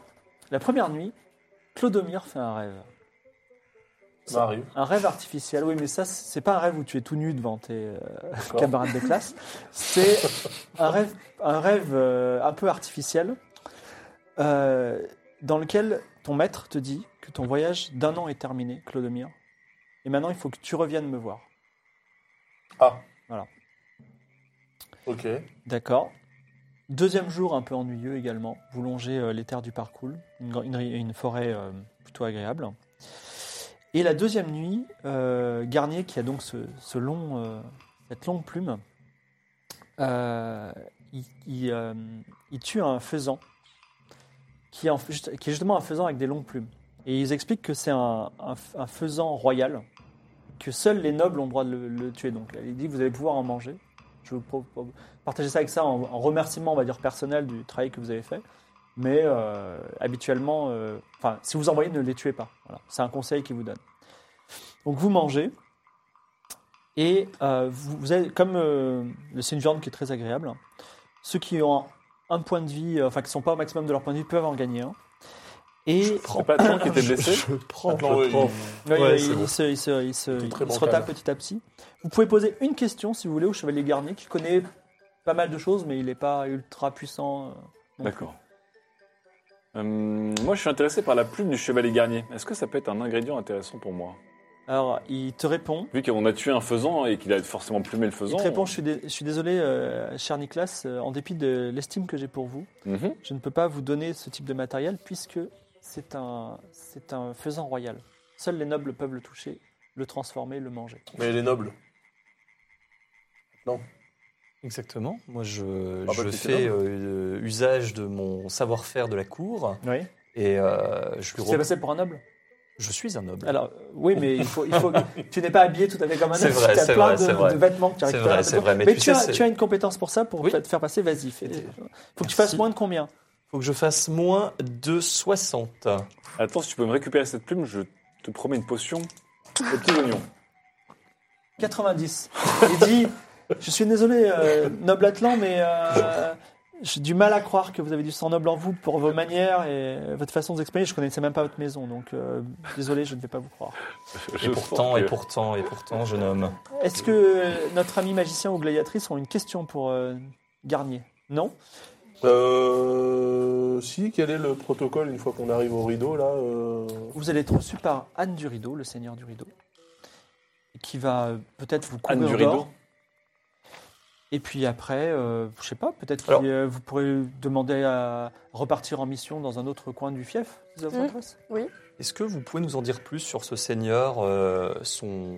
La première nuit, Clodomir fait un rêve.
Ça arrive.
Un rêve artificiel, oui, mais ça, c'est pas un rêve où tu es tout nu devant tes euh,
D'accord.
camarades de classe. C'est un rêve, un rêve euh, un peu artificiel euh, dans lequel ton maître te dit que ton voyage d'un an est terminé, Clodomir. Et maintenant, il faut que tu reviennes me voir.
Ah.
Voilà.
Ok.
D'accord. Deuxième jour un peu ennuyeux également. Vous longez euh, les terres du parcours, une, gra- une ri- une forêt euh, plutôt agréable. Et la deuxième nuit, euh, Garnier, qui a donc ce, ce long, euh, cette longue plume, euh, il, il, euh, il tue un faisan, qui est, en- juste- qui est justement un faisan avec des longues plumes. Et ils expliquent que c'est un, un f- un faisan royal, que seuls les nobles ont le droit de le, le tuer. Donc là, il dit, vous allez pouvoir en manger. Je vous propose, partager ça avec ça en, en remerciement, on va dire, personnel du travail que vous avez fait. Mais euh, habituellement, euh, enfin, si vous envoyez, ne les tuez pas. Voilà. C'est un conseil qu'il vous donne. Donc vous mangez. Et euh, vous, vous avez, comme euh, le- c'est une viande qui est très agréable, hein, ceux qui ont un point de vie, euh, enfin qui ne sont pas au maximum de leur point de vie, peuvent en gagner un. Et
C'est pas toi qui étais blessé
Je prends,
Attends,
je
ouais,
prends.
Ouais,
Ouais,
il-
c'est
il,
bon.
se, il se- il se-
Tout très
il se
bancal.
retape petit à petit. Vous pouvez poser une question, si vous voulez, au chevalier Garnier, qui connaît pas mal de choses, mais il n'est pas ultra puissant. euh, non
D'accord. Euh, moi, je suis intéressé par la plume du chevalier garnier. Est-ce que ça peut être un ingrédient intéressant pour moi
plus. Alors, il te répond.
Vu qu'on a tué un faisan et qu'il a forcément plumé le
Il
faisan.
te répond, je suis, dé- je suis désolé, euh, cher Nicolas, euh, en dépit de l'estime que j'ai pour vous,
Mhm.
je ne peux pas vous donner ce type de matériel puisque c'est un, c'est un faisan royal. Seuls les nobles peuvent le toucher, le transformer, le manger.
Mais les nobles.
Exactement. Moi, je,
Ah bah,
je
t'es
fais euh, usage de mon savoir-faire de la cour
Oui.
et euh, je lui
Tu t'es
rep-
passé pour un noble
Je suis un noble.
Alors, euh, oui, mais il faut, il faut que- tu n'es pas habillé tout à fait comme un homme.
C'est vrai,
tu as
c'est
plein
vrai,
de,
c'est vrai.
de vêtements que tu
C'est
récupères
vrai,
à la
c'est
maison.
vrai, mais tu
tu,
sais,
as,
c'est-
tu as une compétence pour ça, pour
Oui.
te te faire passer, vas-y. fais-
euh,
Faut que tu
Merci.
fasses moins de combien
Faut que je fasse moins de 60.
Attends, si tu peux me récupérer cette plume, je te promets une potion aux petits oignons.
90. Il dit Je suis désolé, euh, noble Atlan, mais euh, j'ai du mal à croire que vous avez du sang noble en vous pour vos manières et votre façon de vous exprimer. Je connaissais même pas votre maison, donc euh, désolé, je ne vais pas vous croire.
Je
Et
sens
pourtant,
que-
et pourtant, et pourtant, jeune homme.
Est-ce que euh, notre ami magicien ou gladiatrice ont une question pour euh, Garnier Non
Euh, si, quel est le protocole une fois qu'on arrive au rideau là euh,
Vous allez être reçu par Anne du Rideau, le seigneur du Rideau, qui va euh, peut-être vous
Anne
couvrir
du
d'or.
rideau.
Et puis après, euh, je sais pas, peut-être
Alors-
que euh, vous pourrez demander à repartir en mission dans un autre coin du fief, si ça vous
Mm.
intéresse.
Est-ce que vous pouvez nous en dire plus sur ce seigneur, euh, son,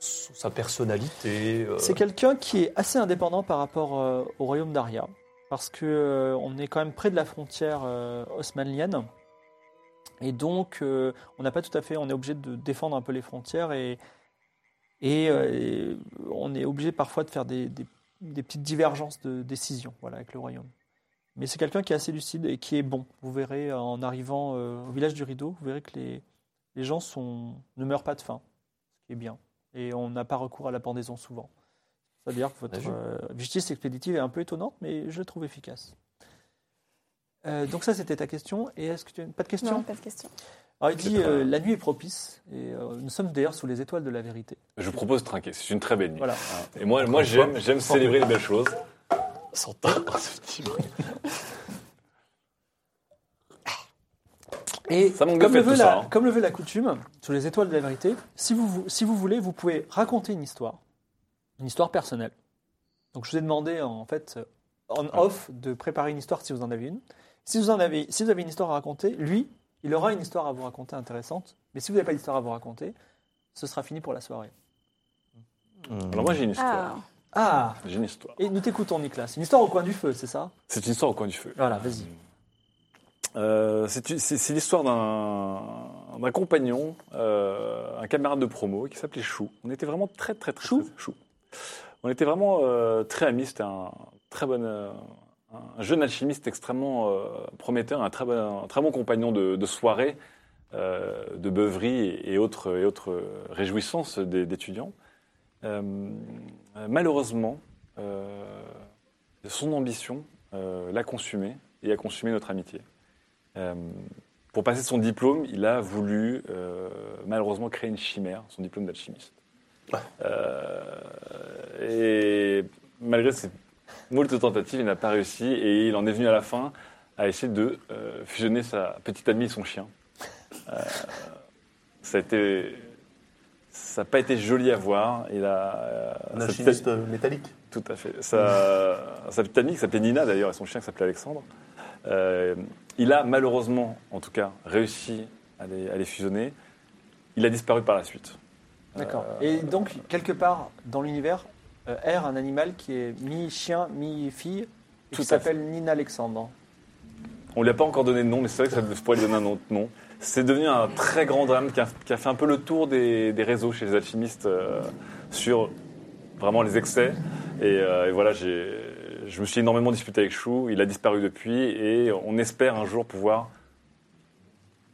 son- sa personnalité euh,
C'est quelqu'un qui est assez indépendant par rapport euh, au royaume d'Aria, parce que euh, on est quand même près de la frontière euh, osmanlienne, et donc euh, on n'a pas tout à fait, on est obligé de défendre un peu les frontières et et, euh, et on est obligé parfois de faire des, des- des petites divergences de décision, voilà, avec le royaume. Mais c'est quelqu'un qui est assez lucide et qui est bon. Vous verrez en arrivant euh, au village du Rideau, vous verrez que les, les gens sont, ne meurent pas de faim, ce qui est bien. Et on n'a pas recours à la pendaison souvent. C'est-à-dire que
On a
votre
vu.
euh, justice expéditive est un peu étonnante, mais je la trouve efficace. Euh, donc ça, c'était ta question. Et est-ce que tu as une- pas de question
Non, pas de question.
Alors il
C'est
dit
pas-
euh, la nuit est propice et euh, nous sommes d'ailleurs sous les étoiles de la vérité.
Je propose de trinquer. C'est une très belle nuit.
Voilà.
Et moi, moi j'aime, j'aime célébrer les belles choses.
son
Et
Ça manque de
comme le,
fête,
veut
tout
la,
ça. hein.
comme le veut la coutume, sous les étoiles de la vérité, si vous, vou- si vous voulez, vous pouvez raconter une histoire, une histoire personnelle. Donc je vous ai demandé en fait euh, en off de préparer une histoire si vous en avez une. Si vous en avez, si vous avez une histoire à raconter, lui, il aura une histoire à vous raconter intéressante. Mais si vous n'avez pas d'histoire à vous raconter, ce sera fini pour la soirée.
Alors
Hmm.
moi, j'ai une histoire.
Ah
Ah,
J'ai une histoire.
Et nous t'écoutons, Nicolas. C'est une histoire au coin du feu, c'est ça
C'est une histoire au coin du feu.
Voilà, vas-y.
Euh, c'est une- c'est c'est l'histoire d'un d'un compagnon, euh, un camarade de promo qui s'appelait Chou. On était vraiment très très très
Chou
très- Chou. On était vraiment euh, très amis. C'était un très bon, euh, un jeune alchimiste extrêmement euh, prometteur, un très bon, un très bon compagnon de, de soirée, euh, de beuverie et, et autres, et autres euh, réjouissances des- d'étudiants. Euh, euh, malheureusement, euh, son ambition euh, l'a consumé et a consumé notre amitié. Euh, pour passer son diplôme, il a voulu euh, malheureusement créer une chimère, son diplôme d'alchimiste. Euh, et malgré ses moult tentatives, il n'a pas réussi et il en est venu à la fin à essayer de euh, fusionner sa petite amie et son chien. Euh, ça a été. Ça n'a pas été joli à voir. Il a, euh,
Un
sa petite-
alchimiste euh, métallique.
tout à fait. Sa, sa petite amie qui s'appelait Nina d'ailleurs et son chien qui s'appelait Alexandre. Euh, il a malheureusement, en tout cas, réussi à les, à les fusionner. Il a disparu par la suite.
D'accord. Euh, Et donc, quelque part dans l'univers, euh, R, un animal qui est mi-chien, mi-fille, et
Tout
qui
à
s'appelle Nina Alexandre.
On lui a pas encore donné de nom, mais c'est vrai que ça pourrait lui donner un autre nom. C'est devenu un très grand drame qui a, qui a fait un peu le tour des, des réseaux chez les alchimistes euh, sur vraiment les excès. Et, euh, et voilà, j'ai, je me suis énormément disputé avec Chou. Il a disparu depuis et on espère un jour pouvoir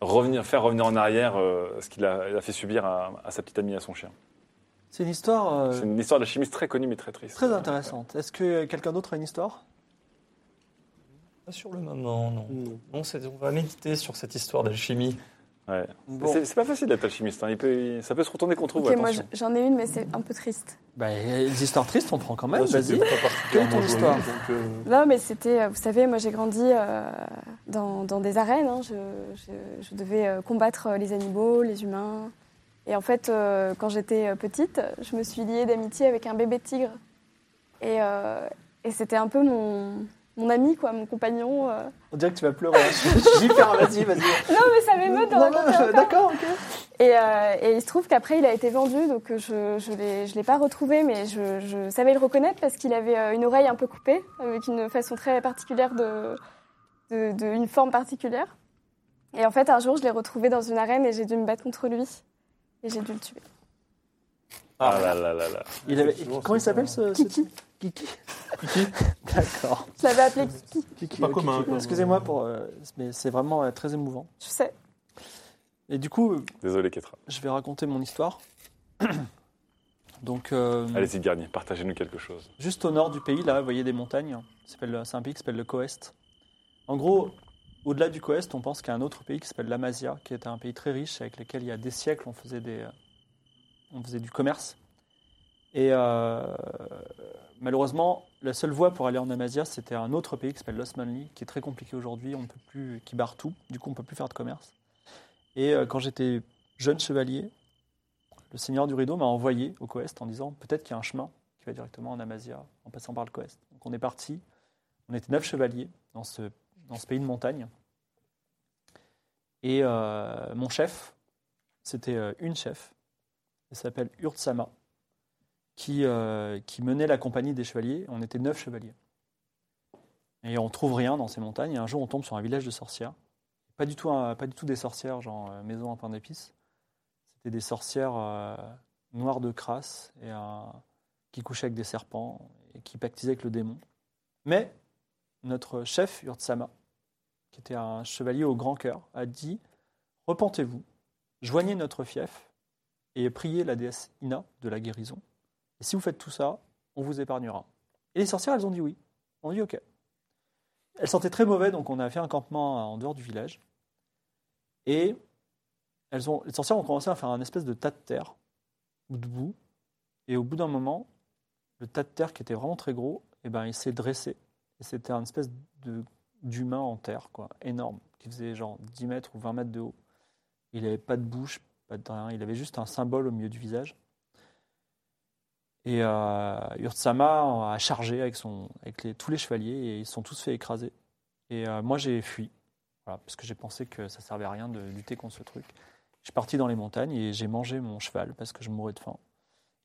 revenir, faire revenir en arrière euh, ce qu'il a, il a fait subir à, à sa petite amie et à son chien.
C'est une histoire euh,
C'est une histoire d'alchimiste très connue mais très triste.
très intéressante. Est-ce que quelqu'un d'autre a une histoire
Pas sur le moment, non. Non, c'est- on va méditer sur cette histoire d'alchimie.
Ouais.
Bon.
C'est, c'est pas facile d'être alchimiste. hein. Il peut- ça peut se retourner contre vous.
Ok, moi
attention.
j'en ai une, mais c'est un peu triste.
Bah, les histoires tristes, on prend quand même.
Ça,
Vas-y.
c'était pas particulièrement
Quelle est ton
joyeux,
histoire
donc, euh,
Non, mais c'était, euh, vous savez, moi j'ai grandi euh, dans, dans des arènes. hein. Je, je- je devais euh, combattre euh, les animaux, les humains. Et en fait, euh, quand j'étais euh, petite, je me suis liée d'amitié avec un bébé tigre. Et, euh, et c'était un peu mon, mon ami, quoi, mon compagnon. euh.
On dirait que tu vas pleurer. J'y perds, vas-y, vas-y.
Non, mais ça m'émeut de
Non,
raconter
non,
encore.
D'accord, ok.
Et, euh, et il se trouve qu'après, il a été vendu, donc euh, je ne l'ai, je l'ai pas retrouvé, mais je, je savais le reconnaître parce qu'il avait euh, une oreille un peu coupée, avec une façon très particulière de, de- de- une forme particulière. Et en fait, un jour, je l'ai retrouvé dans une arène et j'ai dû me battre contre lui. Et j'ai dû le tuer.
Ah là là là là.
Il avait...
Effectivement,
Comment il
c'est
s'appelle ce, ce
Kiki.
Kiki Kiki D'accord.
Je l'avais appelé Kiki,
Kiki.
Pas
euh,
commun,
Kiki.
quoi.
Excusez-moi pour. euh, mais c'est vraiment euh, très émouvant.
je sais.
Et du coup, euh,
Désolé, Ketra.
je vais raconter mon histoire. Donc, euh,
Allez-y, Garnier, partagez-nous quelque chose.
juste au nord du pays, là, vous voyez des montagnes. Ça s'appelle- C'est un pays qui s'appelle le Coest. En gros, au-delà du Coest, on pense qu'il y a un autre pays qui s'appelle l'Amazia, qui est un pays très riche avec lequel il y a des siècles on faisait, des, euh, on faisait du commerce. Et euh, malheureusement, la seule voie pour aller en Amazia, c'était un autre pays qui s'appelle l'Osmanli, qui est très compliqué aujourd'hui, on ne peut plus, qui barre tout, du coup on ne peut plus faire de commerce. Et euh, quand j'étais jeune chevalier, le seigneur du rideau m'a envoyé au Coest en disant peut-être qu'il y a un chemin qui va directement en Amazia, en passant par le Coest. Donc on est parti, on était neuf chevaliers dans ce, dans ce pays de montagne. Et euh, mon chef, c'était euh, une chef, elle s'appelle Urtsama, qui, euh, qui menait la compagnie des chevaliers. On était neuf chevaliers. Et on trouve rien dans ces montagnes. Et un jour, on tombe sur un village de sorcières. Pas du tout, un- pas du tout des sorcières, genre euh, maison en pain d'épices. C'était des sorcières euh, noires de crasse et un- qui couchaient avec des serpents et qui pactisaient avec le démon. Mais notre chef, Urtsama, qui était un chevalier au grand cœur, a dit Repentez-vous, joignez notre fief et priez la déesse Ina de la guérison. Et si vous faites tout ça, on vous épargnera. Et les sorcières, elles ont dit oui. On dit ok. Elles sentaient très mauvais, donc on a fait un campement en dehors du village. Et elles ont, les sorcières ont commencé à faire un espèce de tas de terre, ou de boue. Et au bout d'un moment, le tas de terre qui était vraiment très gros, eh ben, il s'est dressé. Et c'était un espèce de- d'humain en terre, quoi, énorme, qui faisait genre 10 mètres ou 20 mètres de haut. Il n'avait pas de bouche, pas de rien. Il avait juste un symbole au milieu du visage. Et euh, Urtsama a chargé avec, son, avec les- tous les chevaliers et ils se sont tous fait écraser. Et euh, moi, j'ai fui. Voilà, parce que j'ai pensé que ça servait à rien de lutter contre ce truc. Je suis parti dans les montagnes et j'ai mangé mon cheval parce que je mourais de faim.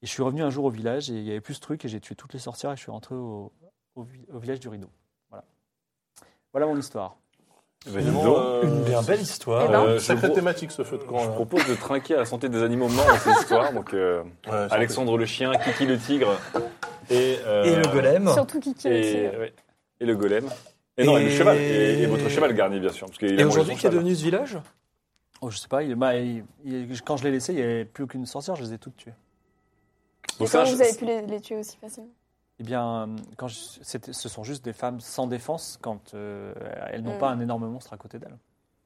Et je suis revenu un jour au village et il y avait plus ce truc et j'ai tué toutes les sorcières et je suis rentré au, au vi- au village du rideau. Voilà. Voilà mon histoire.
Eh ben, dis
Finalement,
donc,
euh,
Une bien belle histoire.
Eh ben.
euh, je,
Sacrée
pro-
thématique ce feu de camp.
je
là.
propose de trinquer à la santé des animaux morts dans cette histoire. Donc, euh,
Ouais, ça
Alexandre le chien, Kiki le tigre et, euh,
Et le golem.
Surtout Kiki le
Et,
tigre.
ouais. Et le golem. Et, non, et le
Et-
cheval. Et, et votre cheval garni, bien sûr. Parce
Et aujourd'hui, qui est devenu ce village
Oh, je sais pas, il, bah, il- il- quand je l'ai laissé, il n'y avait plus aucune sorcière, je les ai toutes tuées.
Et Comment vous avez pu les, les tuer aussi facilement
Eh bien, quand je- c'était- ce sont juste des femmes sans défense quand euh, elles n'ont
Mm.
pas un énorme monstre à côté d'elles.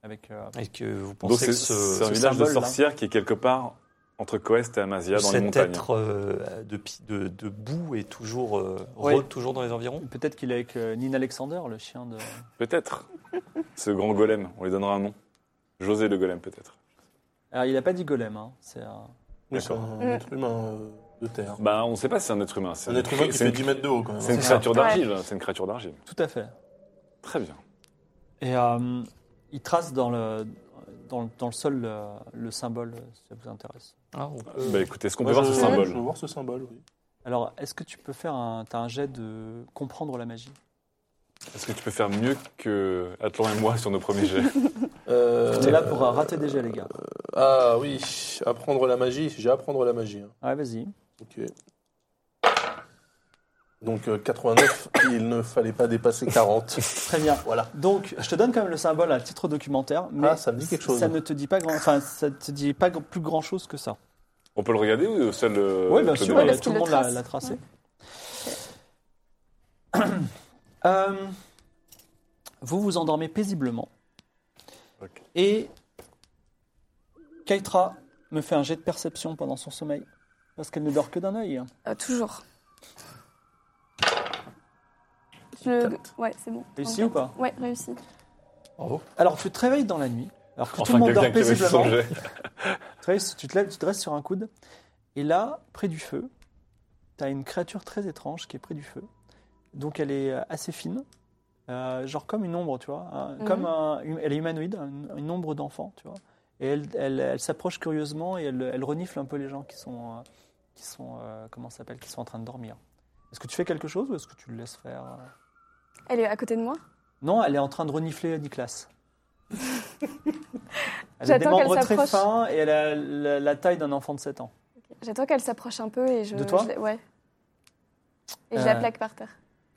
Avec, euh,
Et que vous
Donc,
pensez
c'est
que ce,
c'est un
euh, ce
village de
symbole-là,
sorcières qui est quelque part entre Coest et Amazia dans les
cet
montagnes.
être euh, de, pi- de, de boue est toujours, euh,
Ouais.
rôde toujours dans les environs
Peut-être qu'il est avec euh, Nina Alexander, le chien de.
Peut-être. Ce grand golem, on lui donnera un nom. José le golem, peut-être.
Alors, il n'a pas dit golem, hein. c'est un-
Oui, c'est
D'accord.
un être humain euh, de terre.
Bah, on ne sait pas si c'est un être humain. C'est
Un être humain qui
c'est
fait
une-
10 mètres de haut quand même.
C'est une
hein.
C'est ça.
créature d'argile. hein, C'est une créature d'argile.
Tout à fait.
Très bien.
Et euh, il trace dans le, dans, le- dans le sol le, le symbole, euh, si ça vous intéresse.
Ah, on peut-
Bah, écoutez, est-ce qu'on peut
Moi,
voir ce
je- Je
symbole
veux voir ce symbole, oui.
Alors, est-ce que tu peux faire un, t'as un jet de comprendre la magie
Est-ce que tu peux faire mieux que Atlan et moi sur nos premiers jets
On est là pour euh, rater des jets, les gars.
Ah oui, apprendre la magie. J'ai apprendre la magie. hein.
Ouais, vas-y.
Ok. Donc euh, 89, il ne fallait pas dépasser 40.
Très bien.
Voilà.
Donc, je te donne quand même le symbole à titre documentaire, mais
Ah, ça me dit quelque chose.
ça ne te dit pas grand, enfin, ça te dit pas gr- plus grand chose que ça.
On peut le regarder ou seul euh,
oui, bien
Claude
sûr,
Bernard
il a-
parce
tout le
qu'il le
monde l'a
trace.
l'a tracé. Euh, vous vous endormez paisiblement.
Ok.
Et Keitra me fait un jet de perception pendant son sommeil, parce qu'elle ne dort que d'un œil.
Euh, Toujours. Je- Ouais, c'est bon.
Réussi ou pas
Ouais, réussi.
Alors, tu te réveilles dans la nuit, alors que tout
Enfin,
le monde
quelqu'un
dort
qui avait fait son
paisiblement.
jet.
Tu te, restes- tu te lèves, tu te dresses sur un coude, et là, près du feu, tu as une créature très étrange qui est près du feu. Donc elle est euh, assez fine, euh, genre comme une ombre, tu vois. hein,
Mhm.
comme un- une- elle est humanoïde, un- une ombre d'enfant, tu vois. Et elle, elle- elle s'approche curieusement et elle, elle renifle un peu les gens qui sont, euh, qui sont, euh, comment ça s'appelle, qui sont en train de dormir. Est-ce que tu fais quelque chose ou est-ce que tu le laisses faire euh
Elle est à côté de moi.
non, elle est en train de renifler Niklas. elle a des
J'attends qu'elle
membres très
s'approche.
fins et elle a la, la taille d'un enfant de 7 ans.
J'attends qu'elle s'approche un peu et je.
De toi
je la- Ouais. Et je la
Euh.
plaque par terre.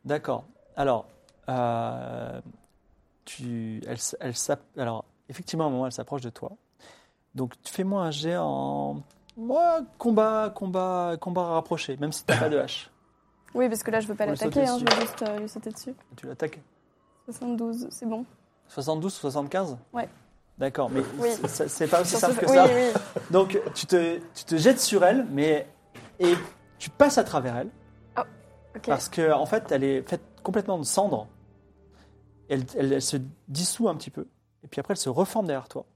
D'accord. Alors, euh, tu, elle, s- elle s'app- alors, effectivement, à un moment, elle s'approche de toi. Donc, tu fais-moi un jet en moi, combat, combat, combat rapproché, même si tu n'as pas de hache.
Oui, parce que là, je veux pas
Faut lui
l'attaquer,
sauter
hein, je
dessus.
veux juste euh, lui sauter dessus.
Tu l'attaques
72, c'est bon.
72 ou 75
Ouais.
D'accord, mais
Oui.
c'est- c'est- c'est pas aussi
Surtout-
simple que
oui,
ça.
oui.
Donc tu te, tu te jettes sur elle, mais et tu passes à travers elle
Ok.
parce que en fait elle est faite complètement de cendres. Elle, elle- elle se dissout un petit peu et puis après elle se reforme derrière toi.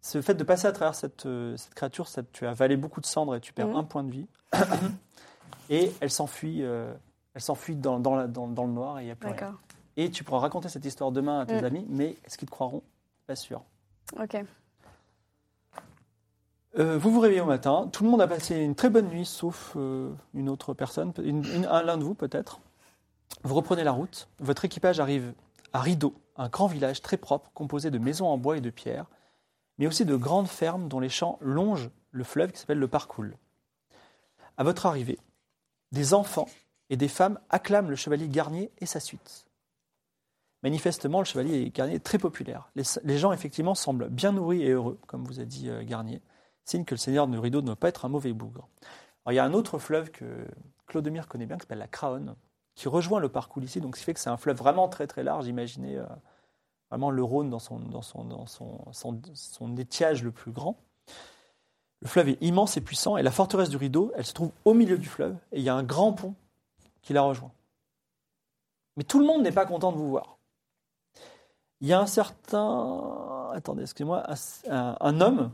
Ce fait de passer à travers cette, euh, cette créature, ça- tu as avalé beaucoup de cendres et tu perds
Mhm.
un point de vie. et elle s'enfuit, euh, elle s'enfuit dans, dans la- dans- dans le noir et il n'y a plus rien.
D'accord.
Et tu pourras raconter cette histoire demain à tes
Mhm.
amis, mais est-ce qu'ils te croiront Pas sûr.
Ok.
Euh, vous vous réveillez au matin. Tout le monde a passé une très bonne nuit, sauf euh, une autre personne, peut- une- une- un- l'un de vous peut-être. Vous reprenez la route. Votre équipage arrive à Rideau, un grand village très propre, composé de maisons en bois et de pierre, mais aussi de grandes fermes dont les champs longent le fleuve qui s'appelle le Parcoul. À votre arrivée, des enfants et des femmes acclament le chevalier Garnier et sa suite. Manifestement, le chevalier Garnier est très populaire. Les, les gens, effectivement, semblent bien nourris et heureux, comme vous a dit euh, Garnier signe que le seigneur de Rideau ne doit pas être un mauvais bougre. Alors, il y a un autre fleuve que Clodemire connaît bien, qui s'appelle la Craonne, qui rejoint le parcours ici, donc ce qui fait que c'est un fleuve vraiment très très large, imaginez euh, vraiment le Rhône dans, son, dans, son, dans son, son- son étiage le plus grand. Le fleuve est immense et puissant, et la forteresse du Rideau, elle se trouve au milieu du fleuve, et il y a un grand pont qui la rejoint. Mais tout le monde n'est pas content de vous voir. Il y a un certain... Attendez, excusez-moi, un- un- un homme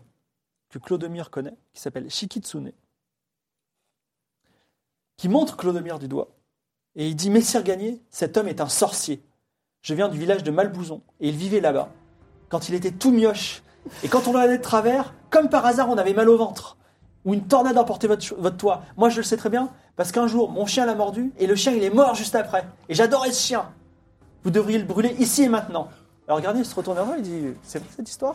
que Clodomir connaît, qui s'appelle Shikitsune, qui montre Clodomir du doigt, et il dit Messire Gagné, cet homme est un sorcier. Je viens du village de Malbouzon, et il vivait là-bas, quand il était tout mioche. Et quand on allait de travers, comme par hasard, on avait mal au ventre. Ou une tornade a emporté votre, cho- votre toit. Moi, je le sais très bien, parce qu'un jour, mon chien l'a mordu, et le chien, il est mort juste après. Et j'adorais ce chien. Vous devriez le brûler ici et maintenant. Alors Garnier se retourne vers moi et dit C'est vrai cette histoire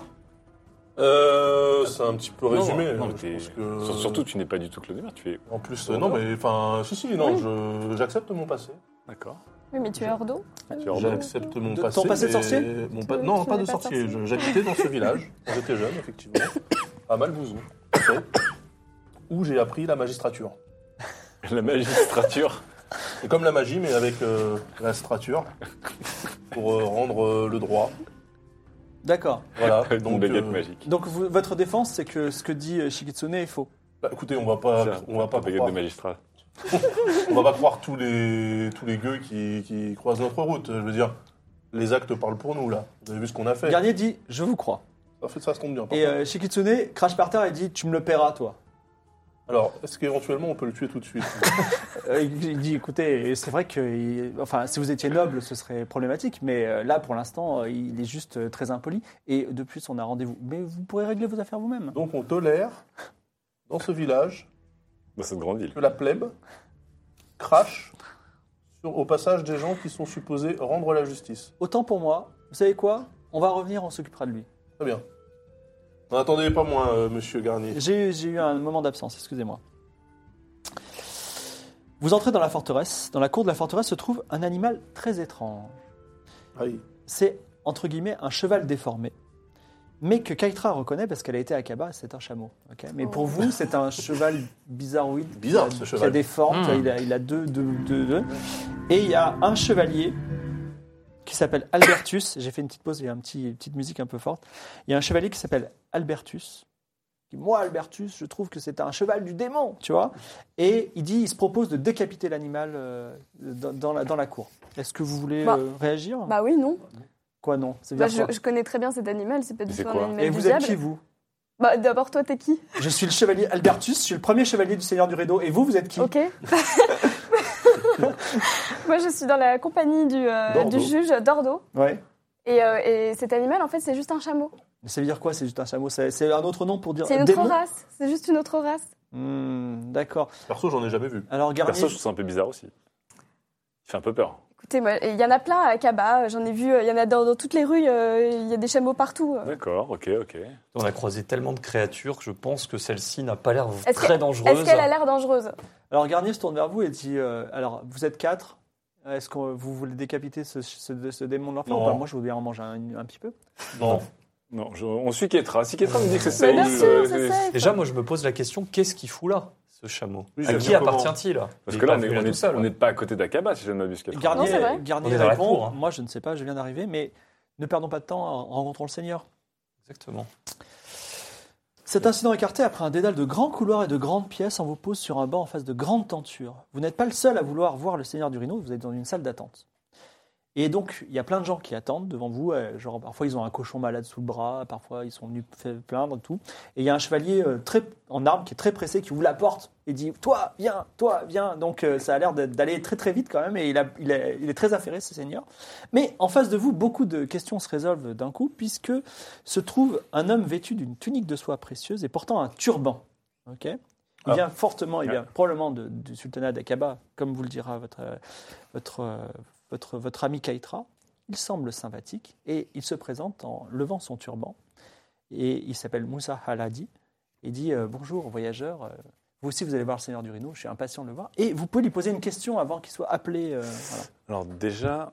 Euh, c'est un petit peu résumé. hein.
Non, non,
euh, je
mais
pense
t'es-
que-
sur- Surtout, tu n'es pas du tout Clodomir. Tu es.
En plus, euh, non, mais enfin, si, si, non,
Oui.
je- j'accepte mon passé.
D'accord.
Oui, mais tu es hors d'eau.
Ah,
Tu es hors d'eau.
J'accepte mon
De-
passé.
ton passé de
mais-
sorcier
mon pa-
Tu-
Non,
tu
pas
n'es
de
pas
sorcier.
sorcier.
Je- J'habitais dans ce village quand j'étais jeune, effectivement, à Malbouzou, où j'ai appris la magistrature.
La magistrature.
C'est comme la magie, mais avec euh, la strature pour euh, rendre euh, le droit.
D'accord.
Voilà.
Avec une
Donc,
baguette
euh,
magique.
Donc vous- votre défense, c'est que ce que dit euh, Shikitsune est faux.
bah, écoutez, on va pas,
Ça,
on va
ta
pas
baguette
croire,
de magistrat.
on va pas croire tous les tous les gueux qui, qui croisent notre route. Je veux dire, les actes parlent pour nous là. Vous avez vu ce qu'on a fait.
Garnier dit Je vous crois.
En fait, ça se tombe bien. par
Et
contre.
euh, Shikitsune crache par terre et dit Tu me le paieras, toi.
Alors, est-ce qu'éventuellement on peut le tuer tout de suite
Euh, il il dit Écoutez, c'est vrai que il- enfin, si vous étiez noble, ce serait problématique, mais euh, là, pour l'instant, euh, il est juste euh, très impoli. Et de plus, on a rendez-vous. Mais vous pourrez régler vos affaires vous-même.
Donc, on tolère dans ce village
Dans cette grande île.
que la plèbe crache sur- au passage des gens qui sont supposés rendre la justice.
Autant pour moi, vous savez quoi On va revenir, on s'occupera de lui.
Très bien. N'en attendez pas moins, euh, monsieur Garnier.
J'ai j'ai eu un moment d'absence, excusez-moi. Vous entrez dans la forteresse. Dans la cour de la forteresse se trouve un animal très étrange.
Aïe.
C'est, entre guillemets, un cheval déformé, mais que Kaitra reconnaît parce qu'elle a été à Kaba, c'est un chameau. ok mais pour vous, c'est un cheval bizarroïde.
Bizarre,
qui a-
ce cheval.
Qui a des formes, tu vois, il, a, il a deux, deux, deux, deux. Et il y a un chevalier qui s'appelle Albertus. J'ai fait une petite pause, il y a un petit, une petite musique un peu forte. Il y a un chevalier qui s'appelle Albertus. qui dit, Moi, Albertus, je trouve que c'est un cheval du démon, tu vois. Et il dit, il se propose de décapiter l'animal euh, dans, dans la, dans la cour. Est-ce que vous voulez
Bah.
euh, réagir
Bah oui, non.
Quoi, non C'est
Bah,
bien
je,
quoi
je connais très bien cet animal, c'est pas du
C'est
tout un
quoi
animal
Et
du
vous êtes
diable.
qui, vous
Bah d'abord toi t'es qui
Je suis le chevalier Albertus, je suis le premier chevalier du Seigneur du Rideau. Et vous, vous êtes qui
Ok. Moi je suis dans la compagnie du, euh,
Dordo.
du juge Dordo.
Ouais.
Et, euh, et cet animal en fait c'est juste un chameau.
Mais ça veut dire quoi C'est juste un chameau C'est c'est un autre nom pour dire
C'est une autre
démon
race. C'est juste une autre race.
Hmm, D'accord.
Perso, j'en ai jamais vu.
Alors, Garnier,
Perso, je trouve ça un peu bizarre aussi. Il fait un peu peur.
Écoutez, moi, il y en a plein à Kaba. J'en ai vu. euh, Il y en a dans, dans toutes les rues. euh, Il y a des chameaux partout. euh.
D'accord, ok, ok.
On a croisé tellement de créatures que je pense que celle-ci n'a pas l'air
Est-ce
très
que-
dangereuse.
Est-ce qu'elle a l'air dangereuse
alors Garnier se tourne vers vous et dit euh, Alors, vous êtes quatre est-ce que vous voulez décapiter ce, ce- ce démon de l'enfer ou
Non.
pas Moi, je veux bien en manger un, un petit peu.
Non.
Non, je- on suit Ketra. Si Ketra me dit que c'est
Mais
safe,
bien
euh,
sûr, c'est safe.
Déjà, moi, je me pose la question qu'est-ce qu'il fout là, ce chameau
Oui,
À
c'est
qui
bien comment
appartient-il
Parce
Il
que là,
pas
on est-
venu
on
tout
est-
seul.
on n'est pas à côté d'Akaba, si je ne m'abuse, Ketra.
Garnier,
Non, c'est vrai.
Garnier
On est dans la
répond,
cour, hein.
Moi, je ne sais pas, je viens d'arriver, mais ne perdons pas de temps, rencontrons le Seigneur.
Exactement.
Cet incident écarté, après un dédale de grands couloirs et de grandes pièces, on vous pose sur un banc en face de grandes tentures. Vous n'êtes pas le seul à vouloir voir le Seigneur du Rhino, vous êtes dans une salle d'attente. Et donc, il y a plein de gens qui attendent devant vous. euh, Genre, parfois, ils ont un cochon malade sous le bras, parfois, ils sont venus faire plaindre et tout. Et il y a un chevalier euh, très, en armes qui est très pressé, qui ouvre la porte et dit Toi, viens, toi, viens. Donc, euh, ça a l'air d'être- d'aller très, très vite quand même. Et il, a- il a- il est très affairé, ce Seigneur. Mais en face de vous, beaucoup de questions se résolvent d'un coup, puisque se trouve un homme vêtu d'une tunique de soie précieuse et portant un turban. Ok il
Ah.
vient fortement, il
Ouais.
vient probablement de- du sultanat d'Aqaba, comme vous le dira votre, euh, votre, euh, votre, votre ami Kaitra. Il semble sympathique et il se présente en levant son turban. Et il s'appelle Moussa Haladi. Il dit euh, Bonjour, voyageur. euh, vous aussi, vous allez voir le Seigneur du Rhino. Je suis impatient de le voir. Et vous pouvez lui poser une question avant qu'il soit appelé. euh, voilà.
Alors déjà,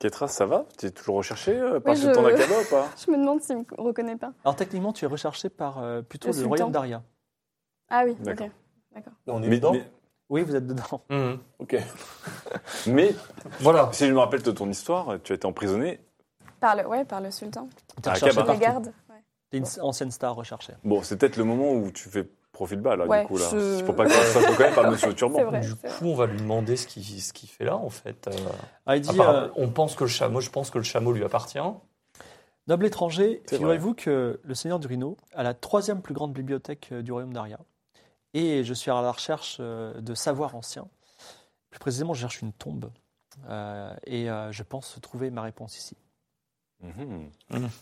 Ketra, ça va Tu es toujours recherché euh, par
Oui,
le sultan
je-
d'Aqaba ou pas
Je me demande s'il me reconnaît pas.
Alors, techniquement, tu es recherché par euh, plutôt
Le
le,
sultan.
royaume d'Aria.
Ah oui.
D'accord.
ok.
On est
mais,
dedans
mais-
Oui, vous êtes dedans.
Mhm.
Ok.
mais
Voilà.
si je me rappelle de ton histoire, tu as été emprisonné.
Par le, ouais, par le sultan.
T'es
Ah,
recherché
Akaba.
partout.
Les gardes. ouais.
T'es une ancienne star recherchée.
Bon, c'est peut-être le moment où tu fais profil bas, là,
Ouais,
du coup. Là.
je-
C'est pour pas que ça se reconnaisse par monsieur le
C'est
turban.
vrai.
Du
c'est vrai.
coup, on va lui demander ce qu'il ce qu'il fait là, en fait. Euh,
Ah, il dit,
apparemment,
euh,
on pense que le chameau, je pense que le chameau lui appartient.
noble étranger,
C'est
figurez-vous que le Seigneur du Rhino a la troisième plus grande bibliothèque euh, du royaume d'Aria. Et je suis à la recherche euh, de savoirs anciens. Plus précisément, je cherche une tombe. Euh, et euh, je pense trouver ma réponse ici.
Mhm.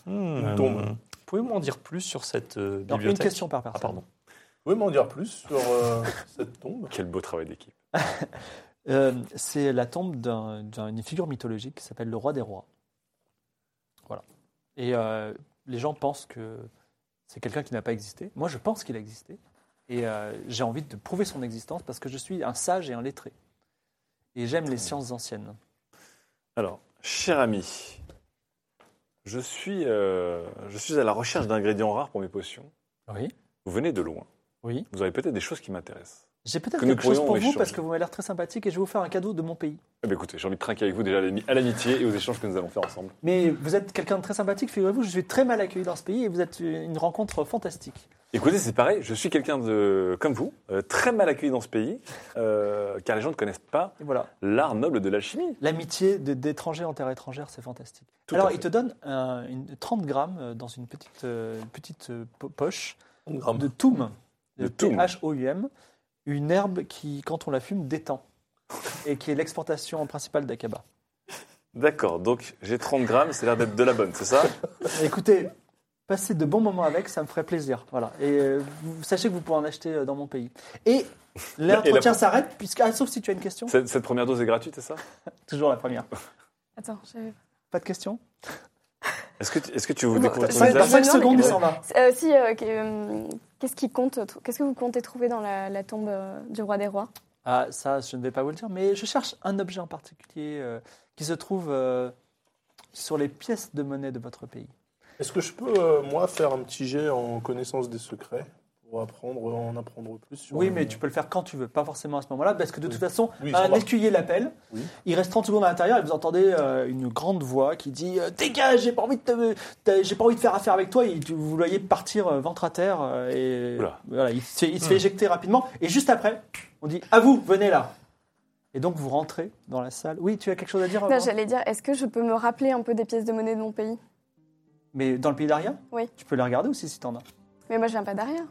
Une
tombe.
Mmh. Pouvez-vous m'en dire plus sur cette euh,
Alors,
bibliothèque
une question par
Ah,
personne.
pardon.
Vous pouvez m'en dire plus sur euh, cette tombe
Quel beau travail d'équipe.
Euh, c'est la tombe d'un- d'une figure mythologique qui s'appelle le roi des rois. Et euh, les gens pensent que c'est quelqu'un qui n'a pas existé. Moi, je pense qu'il a existé. Et euh, j'ai envie de prouver son existence parce que je suis un sage et un lettré. Et j'aime les sciences anciennes.
Alors, cher ami, je suis, euh, je suis à la recherche d'ingrédients rares pour mes potions.
Oui.
Vous venez de loin.
Oui.
Vous avez peut-être des choses qui m'intéressent.
J'ai peut-être
Que nous
quelque chose
pourrions
pour vous
échanger.
parce que vous m'avez l'air très sympathique et je vais vous faire un cadeau de mon pays.
Eh bien, écoutez, j'ai envie de trinquer avec vous déjà à l'ami- à l'amitié et aux échanges que nous allons faire ensemble.
Mais vous êtes quelqu'un de très sympathique, figurez-vous, je suis très mal accueilli dans ce pays et vous êtes une rencontre fantastique.
Écoutez, c'est pareil, je suis quelqu'un de, comme vous, euh, très mal accueilli dans ce pays, euh, car les gens ne connaissent pas
Et voilà,
l'art noble de l'alchimie.
l'amitié de- d'étrangers en terre étrangère, c'est fantastique.
Tout à
Alors,
fait.
il te donne un- une, 30 grammes euh, dans une petite, euh, petite euh, po- poche de toum,
De toum.
T-H-O-U-M, une herbe qui, quand on la fume, détend et qui est l'exportation principale d'Akaba.
D'accord, donc j'ai 30 grammes, c'est l'air d'être de la bonne, c'est ça
Écoutez, passez de bons moments avec, ça me ferait plaisir. Voilà. Et euh, vous- sachez que vous pouvez en acheter euh, dans mon pays. Et
Et la-
l'entretien s'arrête, puisque, ah, sauf si tu as une question.
cette, cette première dose est gratuite, c'est ça
Toujours la première.
Attends, j'avais-
Pas de question
Est-ce que, tu- est-ce que tu voulais
Non,
qu'on
attends,
utilise
ça-
la-
ça-
5
Cinq
secondes,
secondes,
il
il
s'en
s'en
va.
Euh, si, euh, qu'- euh, qu'est-ce qui compte trou- Qu'est-ce que vous comptez trouver dans la, la tombe euh, du roi des rois
Ah, ça, je ne vais pas vous le dire, mais je cherche un objet en particulier euh, qui se trouve euh, sur les pièces de monnaie de votre pays.
Est-ce que je peux, euh, moi, faire un petit jet en connaissance des secrets pour apprendre, en apprendre plus sur
Oui,
le-
mais tu peux le faire quand tu veux, pas forcément à ce moment-là, parce que de
Oui.
toute façon,
Oui, ça
un
va.
écuyer l'appelle,
Oui.
il reste 30 secondes à l'intérieur et vous entendez euh, une grande voix qui dit euh, Dégage, j'ai pas, envie de te- te- j'ai pas envie de faire affaire avec toi. Et tu- vous le voyez partir euh, ventre à terre euh, et
Oula.
voilà, il, se,
Hmm.
il se fait éjecter rapidement. Et juste après, on dit À vous, venez là. Et donc vous rentrez dans la salle. Oui, tu as quelque chose à
Oh,
dire
Non,
avant
j'allais dire, est-ce que je peux me rappeler un peu des pièces de monnaie de mon pays
Mais dans le pays d'Aria
Oui.
Tu peux les regarder aussi si t'en as.
Mais moi, je viens pas d'arrière.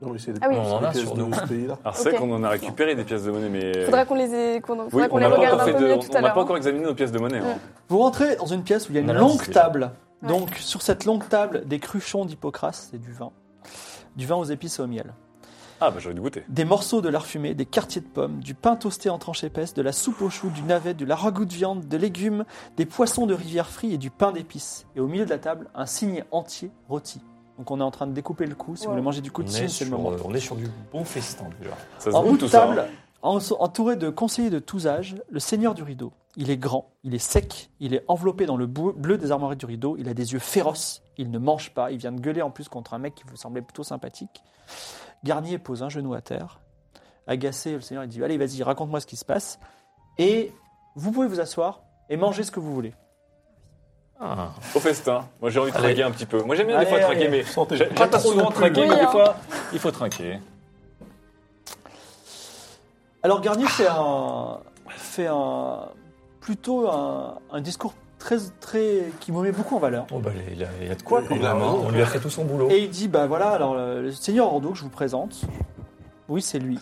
Non, mais c'est des
Ah oui.
c'est
On
en
des
a
pièces
sur
de
nous.
ce pays-là.
Alors c'est vrai
Ok.
qu'on en a récupéré des pièces de monnaie, mais euh,
Faudra qu'on les, ait- qu'on-
oui,
faudra qu'on
on
les
n'a pas
regarde
encore
un
fait
peu
de-
mieux
on-
tout
on
à
n'a
l'heure.
pas encore examiné nos pièces de monnaie. hein.
Vous rentrez dans une pièce où il y a
On
une
a la
longue
liste déjà.
table.
Ouais.
Donc, sur cette longue table, des cruchons d'Hippocrate, c'est du vin. Du vin aux épices et au miel.
Ah bah j'aurais dû goûter.
Des morceaux de lard fumé, des quartiers de pommes, du pain toasté en tranches épaisses, de la soupe aux choux, du navet, de la ragoût de viande, des légumes, des poissons de rivière frits et du pain d'épices. Et au milieu de la table, un cygne entier rôti. Donc on est en train de découper le cou. Si vous
Wow.
voulez manger du cou
On
de
est,
cygne, c'est
sur,
le moment.
euh, on est sur du bon festin déjà.
Ça se
En
goûte
haut de
tout ça.
table,
hein.
en- entouré de conseillers de tous âges, le seigneur du rideau. Il est grand, il est sec, il est enveloppé dans le bou- bleu des armoiries du rideau, il a des yeux féroces, il ne mange pas, il vient de gueuler en plus contre un mec qui vous semblait plutôt sympathique. Garnier pose un genou à terre. Agacé, le seigneur il dit Allez, vas-y, raconte-moi ce qui se passe. Et vous pouvez vous asseoir et manger ce que vous voulez.
Ah.
Au festin. Moi j'ai envie de
Allez.
trinquer un petit peu. Moi j'aime bien des
Allez,
fois
allez.
trinquer, mais
Santé.
j'ai- j'aime pas souvent trinquer,
Oui,
mais des
hein.
fois il faut trinquer.
Alors Garnier fait un, fait un plutôt un, un discours très très qui me met beaucoup en valeur.
Oh, bah, il, a, il a de quoi quand
Il a
même, hein.
raison.
On lui a fait tout son boulot.
Et il dit, bah voilà, alors le le seigneur Ordo que je vous présente, oui c'est lui.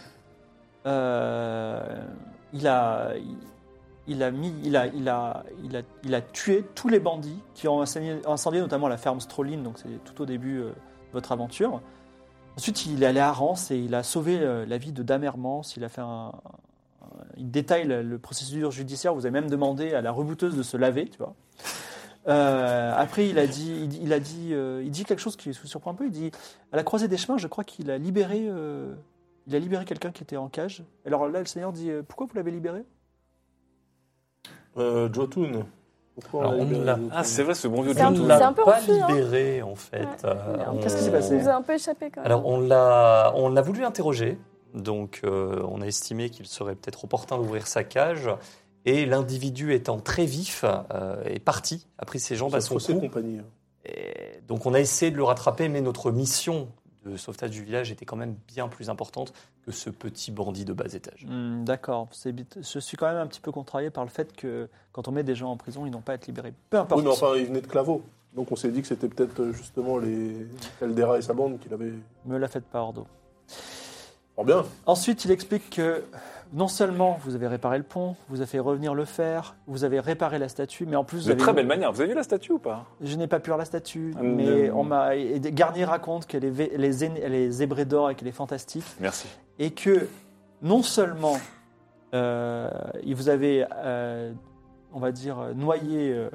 Euh, il a, il, il a mis, il a, il a, il a, il a tué tous les bandits qui ont incendié, incendié notamment la ferme Stroline, donc c'est tout au début euh, de votre aventure. Ensuite, il est allé à Rance et il a sauvé euh, la vie de Dame Hermance. Il a fait un, un- il détaille le, le processus judiciaire. Vous avez même demandé à la rebouteuse de se laver, tu vois. Euh, après, il a dit, il, dit- il a dit, euh, il dit quelque chose qui vous surprend un peu. Il dit, à la croisée des chemins, je crois qu'il a libéré, euh, il a libéré quelqu'un qui était en cage. Alors là, le Seigneur dit, euh, pourquoi vous l'avez libéré
Euh, Jotun. Pourquoi
Alors, on
libéré
l'a-
Jotun
Ah c'est vrai, ce bon vieux
C'est un-
On
John.
l'a
c'est un peu
pas
reçu, hein.
libéré en fait.
Ouais.
Euh, on-
Qu'est-ce qui s'est passé
Ça nous a un peu échappé quand même.
Alors on l'a, on l'a voulu interroger, donc euh, on a estimé qu'il serait peut-être opportun d'ouvrir sa cage. Et l'individu étant très vif euh, est parti, a pris ses jambes à son
Faussée
cou.
compagnie.
Et donc on a essayé de le rattraper, mais notre mission de sauvetage du village était quand même bien plus importante que ce petit bandit de bas étage.
Hmm, D'accord, c'est bit- je suis quand même un petit peu contrarié par le fait que quand on met des gens en prison, ils n'ont pas à être libérés. Peu importe.
Oui, mais enfin, il venait de Claveau. Donc on s'est dit que c'était peut-être euh, justement les Caldera et sa bande qu'il avait.
Me la faites pas, Ordo.
Fort bien.
Ensuite, il explique que non seulement vous avez réparé le pont, vous avez fait revenir le fer, vous avez réparé la statue, mais en plus vous
De
avez
très belle manière. Vous avez vu la statue ou pas
Je n'ai pas pu voir la statue,
Ah,
mais
non.
on m'a. et Garnier raconte qu'elle est vé- les, zé- elle est zébrée d'or et qu'elle est fantastique,
Merci.
et que non seulement euh, il vous avez, euh, on va dire, euh, noyé euh,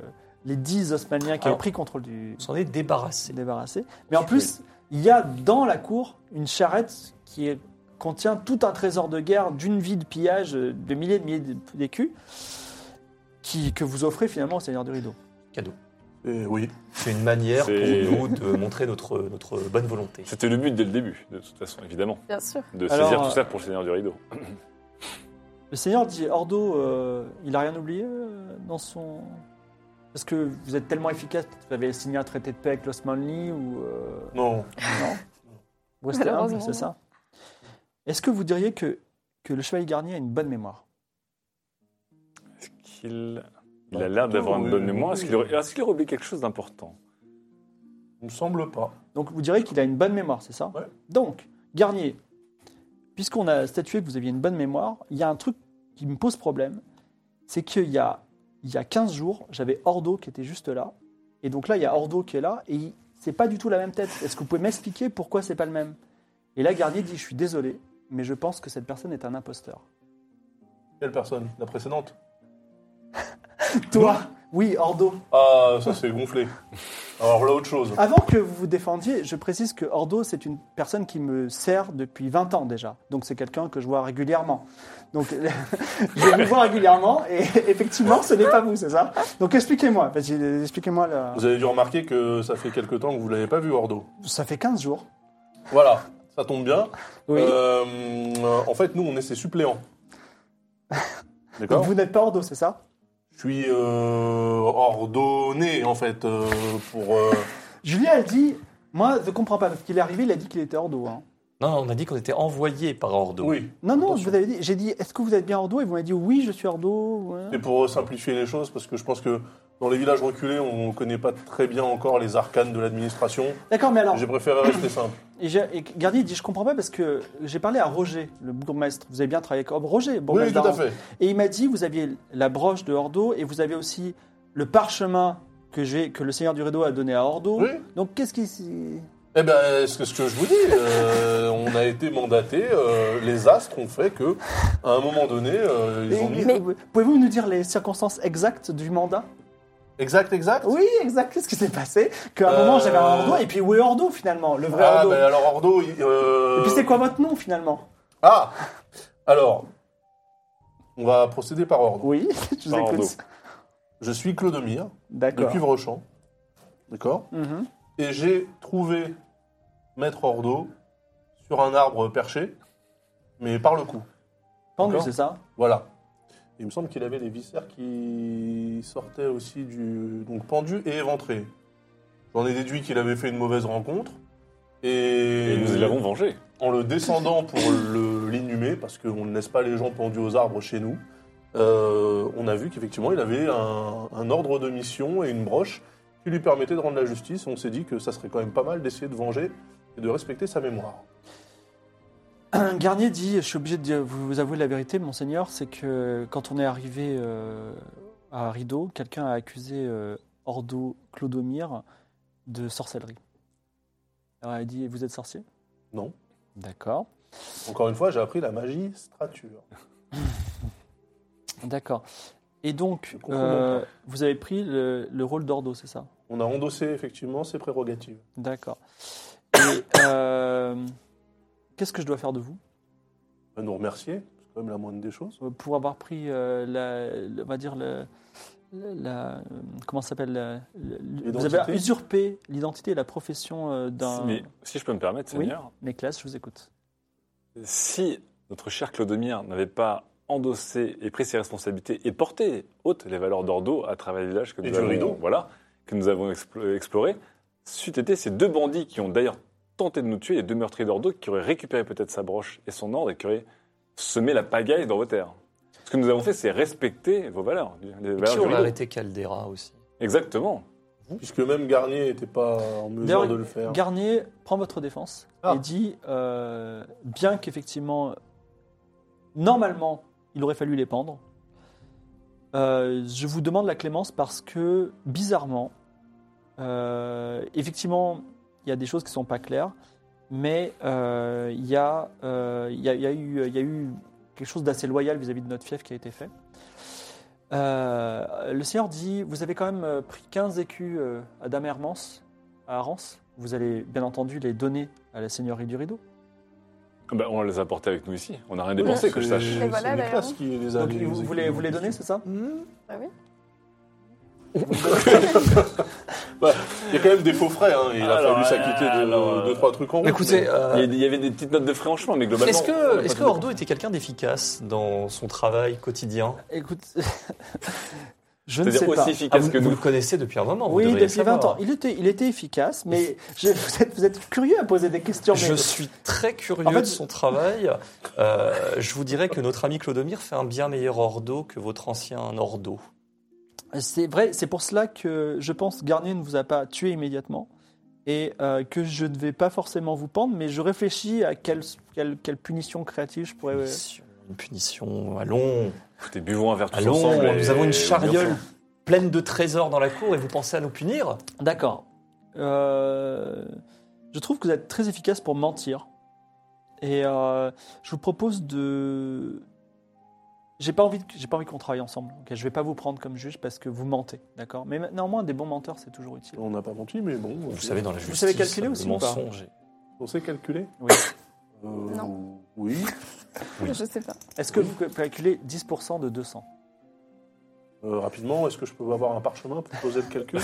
les 10 Osmaniens qui
Alors,
avaient pris contrôle du.
On s'en est débarrassé.
débarrassé. Mais en plus, il y a dans la cour une charrette qui est- contient tout un trésor de guerre d'une vie de pillage euh, de milliers et de milliers de- d'écus qui, que vous offrez finalement au Seigneur du Rideau.
Et oui.
C'est une manière pour
C'est-
nous de montrer notre, notre bonne volonté.
C'était le but dès le début, de toute façon, évidemment,
Bien sûr.
de
Alors,
saisir
euh,
tout ça pour le Seigneur du Rideau.
Le Seigneur dit Ordo, euh, il a rien oublié euh, dans son. Parce que vous êtes tellement efficace, vous avez signé un traité de paix avec l'Osmanli ou. euh,
Non.
Non. Vous restez humble,
Malheureusement,
c'est
non.
ça. Est-ce que vous diriez que, que le chevalier Garnier a une bonne mémoire
Est-ce qu'il il a l'air d'avoir une bonne mémoire Est-ce qu'il aurait- est-ce qu'il aurait oublié quelque chose d'important
Il me semble pas.
Donc vous direz qu'il a une bonne mémoire, c'est ça
Ouais.
Donc, Garnier, puisqu'on a statué que vous aviez une bonne mémoire, il y a un truc qui me pose problème, c'est qu'il y a, il y a 15 jours, j'avais Ordo qui était juste là, et donc là, il y a Ordo qui est là, et il- c'est pas du tout la même tête. Est-ce que vous pouvez m'expliquer pourquoi c'est pas le même Et là, Garnier dit, je suis désolé, mais je pense que cette personne est un imposteur.
Quelle personne La précédente
Toi Oui, Ordo.
Ah, ça c'est gonflé. Alors là, autre chose.
Avant que vous vous défendiez, je précise que Ordo, c'est une personne qui me sert depuis 20 ans déjà. Donc c'est quelqu'un que je vois régulièrement. Donc je vous vois régulièrement et effectivement, ce n'est pas vous, c'est ça Donc expliquez-moi. vas-y, Expliquez-moi. la-
Vous avez dû remarquer que ça fait quelque temps que vous l'avez pas vu, Ordo.
Ça fait 15 jours.
Voilà, ça tombe bien.
Oui.
Euh, euh, en fait, nous, on est ses suppléants.
D'accord
Donc vous n'êtes pas Ordo, c'est ça
Je suis euh, ordonné, en fait, euh, pour... euh,
Julien, elle dit Moi, je comprends pas. Parce qu'il est arrivé, il a dit qu'il était Ordo. hein.
Non, non, on a dit qu'on était envoyé par Ordo.
Oui,
Non, non, je
Attention.
vous avais dit J'ai dit Est-ce que vous êtes bien Ordo Et vous m'avez dit Oui, je suis Ordo. ouais.
c'est pour simplifier les choses, parce que je pense que dans les villages reculés, on connaît pas très bien encore les arcanes de l'administration.
D'accord, mais alors.
J'ai préféré rester simple.
Et, j'ai- et Garnier dit Je comprends pas parce que j'ai parlé à Roger, le bourgmestre. Vous avez bien travaillé avec oh, Roger,
Oui,
bourgmestre
tout à
d'Arras.
fait.
Et il m'a dit, vous aviez la broche de Ordo et vous avez aussi le parchemin que, j'ai, que le Seigneur du Rideau a donné à Ordo.
Oui.
Donc qu'est-ce qui... s'y-
Eh ben, ce que, ce que je vous dis, euh, on a été mandaté. euh, les astres ont fait que, à un moment donné, euh, ils ont mis.
Et- Pouvez-vous nous dire les circonstances exactes du mandat
Exact, exact.
Oui, exact. Qu'est-ce qui s'est passé Qu'à un
Euh,
moment j'avais un Ordo et puis où est Ordo finalement Le vrai
Ah,
Ordo
ben alors Ordo. il- euh,
Et puis c'est quoi votre nom finalement
Ah, alors, on va procéder par ordre.
Oui, je vous
Par
écoute.
Ordo.
Je suis Clodomir de
D'accord.
Cuivrechamp, d'accord,
Mhm.
et j'ai trouvé Maître Ordo sur un arbre perché, mais par le cou.
Pendu,
D'accord.
c'est ça
Voilà. Il me semble qu'il avait les viscères qui sortaient aussi du. Donc pendu et éventré. J'en ai déduit qu'il avait fait une mauvaise rencontre. Et,
Et nous l'avons vengé.
En le descendant pour le- l'inhumer, parce qu'on ne laisse pas les gens pendus aux arbres chez nous, euh, on a vu qu'effectivement il avait un, un ordre de mission et une broche qui lui permettait de rendre la justice. On s'est dit que ça serait quand même pas mal d'essayer de venger et de respecter sa mémoire.
Garnier dit, je suis obligé de dire- vous, vous avouer la vérité, monseigneur, c'est que quand on est arrivé euh, à Rideau, quelqu'un a accusé euh, Ordo Clodomir de sorcellerie. Alors elle dit, vous êtes sorcier
Non.
D'accord.
Encore une fois, j'ai appris la magistrature.
D'accord. Et donc,
Je comprends
euh,
pas.
vous avez pris le, le rôle d'Ordo, c'est ça
On a endossé effectivement ses prérogatives.
D'accord. Et euh, qu'est-ce que je dois faire de vous
va nous remercier, c'est quand même la moindre des choses.
Euh, pour avoir pris euh, la, le- on va dire le- le- la, euh, comment ça s'appelle la- le- le- vous
L'identité.
avez usurpé l'identité et la profession euh, d'un
Mais si je peux me permettre,
Oui.
Seigneur,
Nicolas, je vous écoute.
si notre cher Clodomir n'avait pas endossé et pris ses responsabilités et porté haute les valeurs d'Ordo à travers les villages que
Et du
nous
rideau.
avons, voilà, que nous avons explo- explorés, c'eût été ces deux bandits qui ont d'ailleurs tenté de nous tuer, les deux meurtriers d'Ordo, qui auraient récupéré peut-être sa broche et son ordre et qui auraient semé la pagaille dans vos terres. Ce que nous avons fait, c'est respecter vos valeurs. les
Et
valeurs
Qui
du
on a
rideau.
arrêté Caldera aussi.
Exactement.
Puisque même Garnier n'était pas en mesure
D'ailleurs,
de le faire.
Garnier prend votre défense
Ah.
et dit euh, bien qu'effectivement normalement il aurait fallu les pendre. euh, je vous demande la clémence parce que bizarrement, euh, effectivement, il y a des choses qui sont pas claires, mais euh, il y, a, euh, il y, a, il y a eu- il y a eu quelque chose d'assez loyal vis-à-vis de notre fief qui a été fait. Euh, le Seigneur dit, vous avez quand même euh, pris 15 écus euh, à Dame Hermance, à Arance. Vous allez bien entendu les donner à la Seigneurie du Rideau.
Bah, on les a portés avec nous ici. On n'a rien dépensé, que je
C'est-
sache.
Et voilà,
c'est
d'ailleurs.
Nicolas qui les a
Donc,
les-
vous, vous les, vous les donnez, c'est ça
Bah
Il y a quand même des faux frais, hein. il a
Alors, euh,
fallu s'acquitter de
alors,
deux, trois trucs en route.
Écoutez,
mais-
Il y a-
euh,
il y avait des petites notes de franchement, mais globalement.
est-ce
on n'a
que,
pas
est-ce que
de-
Ordo était quelqu'un d'efficace dans son travail quotidien
Écoute, je ne sais
C'est-à-dire
pas.
aussi efficace
Ah, vous,
que
vous
nous.
le connaissez depuis un moment. vous
Oui,
devriez
depuis 20
savoir.
ans. Il était, il était efficace, mais je- vous, êtes, vous êtes curieux à poser des questions.
Je
mais-
suis très curieux
En fait,
de son travail. Euh, je vous dirais que notre ami Clodomir fait un bien meilleur Ordo que votre ancien Ordo.
C'est vrai, c'est pour cela que je pense Garnier ne vous a pas tué immédiatement et euh, que je ne vais pas forcément vous pendre, mais je réfléchis à quelle, quelle, quelle punition créative je pourrais.
Punition, Une punition, allons,
Écoutez, buvons un verre tous
allons.
ensemble. et-
nous avons une
et-
chariole pleine de trésors dans la cour et vous pensez à nous punir
D'accord. Euh, je trouve que vous êtes très efficace pour mentir. Et euh, je vous propose de. J'ai pas envie, de- j'ai pas envie qu'on travaille ensemble. ok je vais pas vous prendre comme juge parce que vous mentez, d'accord. Mais néanmoins, des bons menteurs, c'est toujours utile.
On n'a pas menti, mais bon, euh,
Vous savez, dans la justice,
savez calculer
le
aussi ou pas
mensonge. est-
on sait calculer
Oui.
Euh,
Non.
Oui.
Je sais pas.
Est-ce que vous pouvez calculer 10% de 200
Euh, rapidement, est-ce que je peux avoir un parchemin pour poser le calcul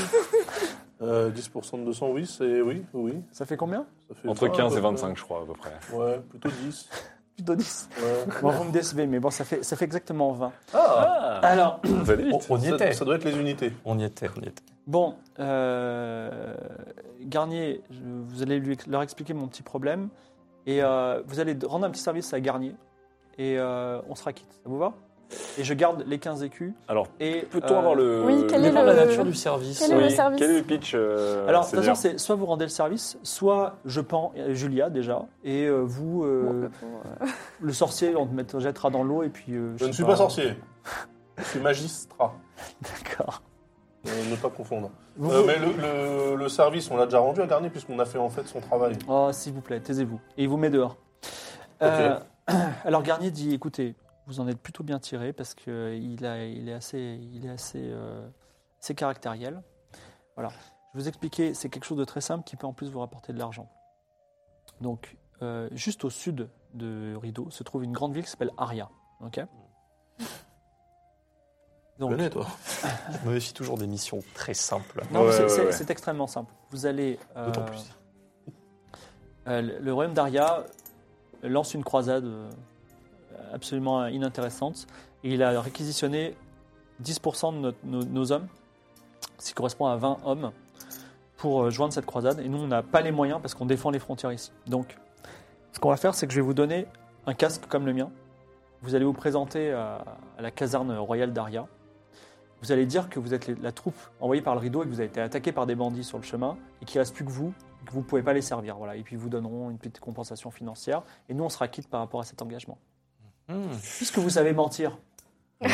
Euh, 10% de 200, oui, c'est oui, oui.
Ça fait combien
ça fait
Entre
ça,
15 et
à peu
25, je crois, à peu près.
près. Ouais, plutôt 10.
Plutôt 10.
Ouais.
Bon, vous me décevez, mais bon, ça fait, ça fait exactement 20.
Ah,
Alors,
Vous allez
on,
vite.
on y
ça,
était.
ça doit être les unités.
On y était, on y était.
bon, euh, Garnier, je- vous allez lui, leur expliquer mon petit problème. Et euh, vous allez rendre un petit service à Garnier. Et euh, on sera quitte. Ça vous va Et je garde les 15 écus.
Alors,
Et,
peut-on
euh,
avoir le.
oui, quel
Quelle est
est
le-
la
le-
nature du service
quel est le
Oui,
service
Quel est le pitch euh,
Alors, de toute
Césaire
façon, c'est soit vous rendez le service, soit je pends euh, Julia déjà, et euh, vous, euh,
Bon, bah, pour, euh,
le sorcier, on te met- te jettera dans l'eau, et puis. euh,
Je ne
sais
suis pas sorcier. Je suis magistrat.
D'accord.
Euh, ne pas confondre.
Vous-
Euh, mais le, le- le service, on l'a déjà rendu à Garnier puisqu'on a fait en fait son travail.
Oh, s'il vous plaît, taisez-vous. Et il vous met dehors. Euh, alors Garnier dit, écoutez, vous en êtes plutôt bien tiré parce qu'il il est assez, il est assez, euh, assez caractériel. Voilà. Je vais vous expliquer, c'est quelque chose de très simple qui peut en plus vous rapporter de l'argent. Donc, euh, juste au sud de Rideau se trouve une grande ville qui s'appelle Aria. Ok Donc,
toi.
Je me méfie toujours des missions très simples.
non,
Ouais,
c'est-
ouais,
c'est
ouais.
c'est extrêmement simple. Vous allez. euh,
D'autant plus.
euh, le, le royaume d'Aria lance une croisade euh, absolument inintéressante. Et il a réquisitionné 10% de notre- nos, nos hommes, ce qui correspond à 20 hommes, pour euh, joindre cette croisade. Et nous, on n'a pas les moyens parce qu'on défend les frontières ici. Donc, ce qu'on va faire, c'est que je vais vous donner un casque comme le mien. Vous allez vous présenter à, à la caserne royale d'Aria. Vous allez dire que vous êtes les- la troupe envoyée par le rideau et que vous avez été attaqué par des bandits sur le chemin et qu'il ne reste plus que vous et que vous ne pouvez pas les servir. Voilà. Et puis ils vous donneront une petite compensation financière et nous on sera quitte par rapport à cet engagement.
Hmm,
Puisque vous savez mentir,
oui.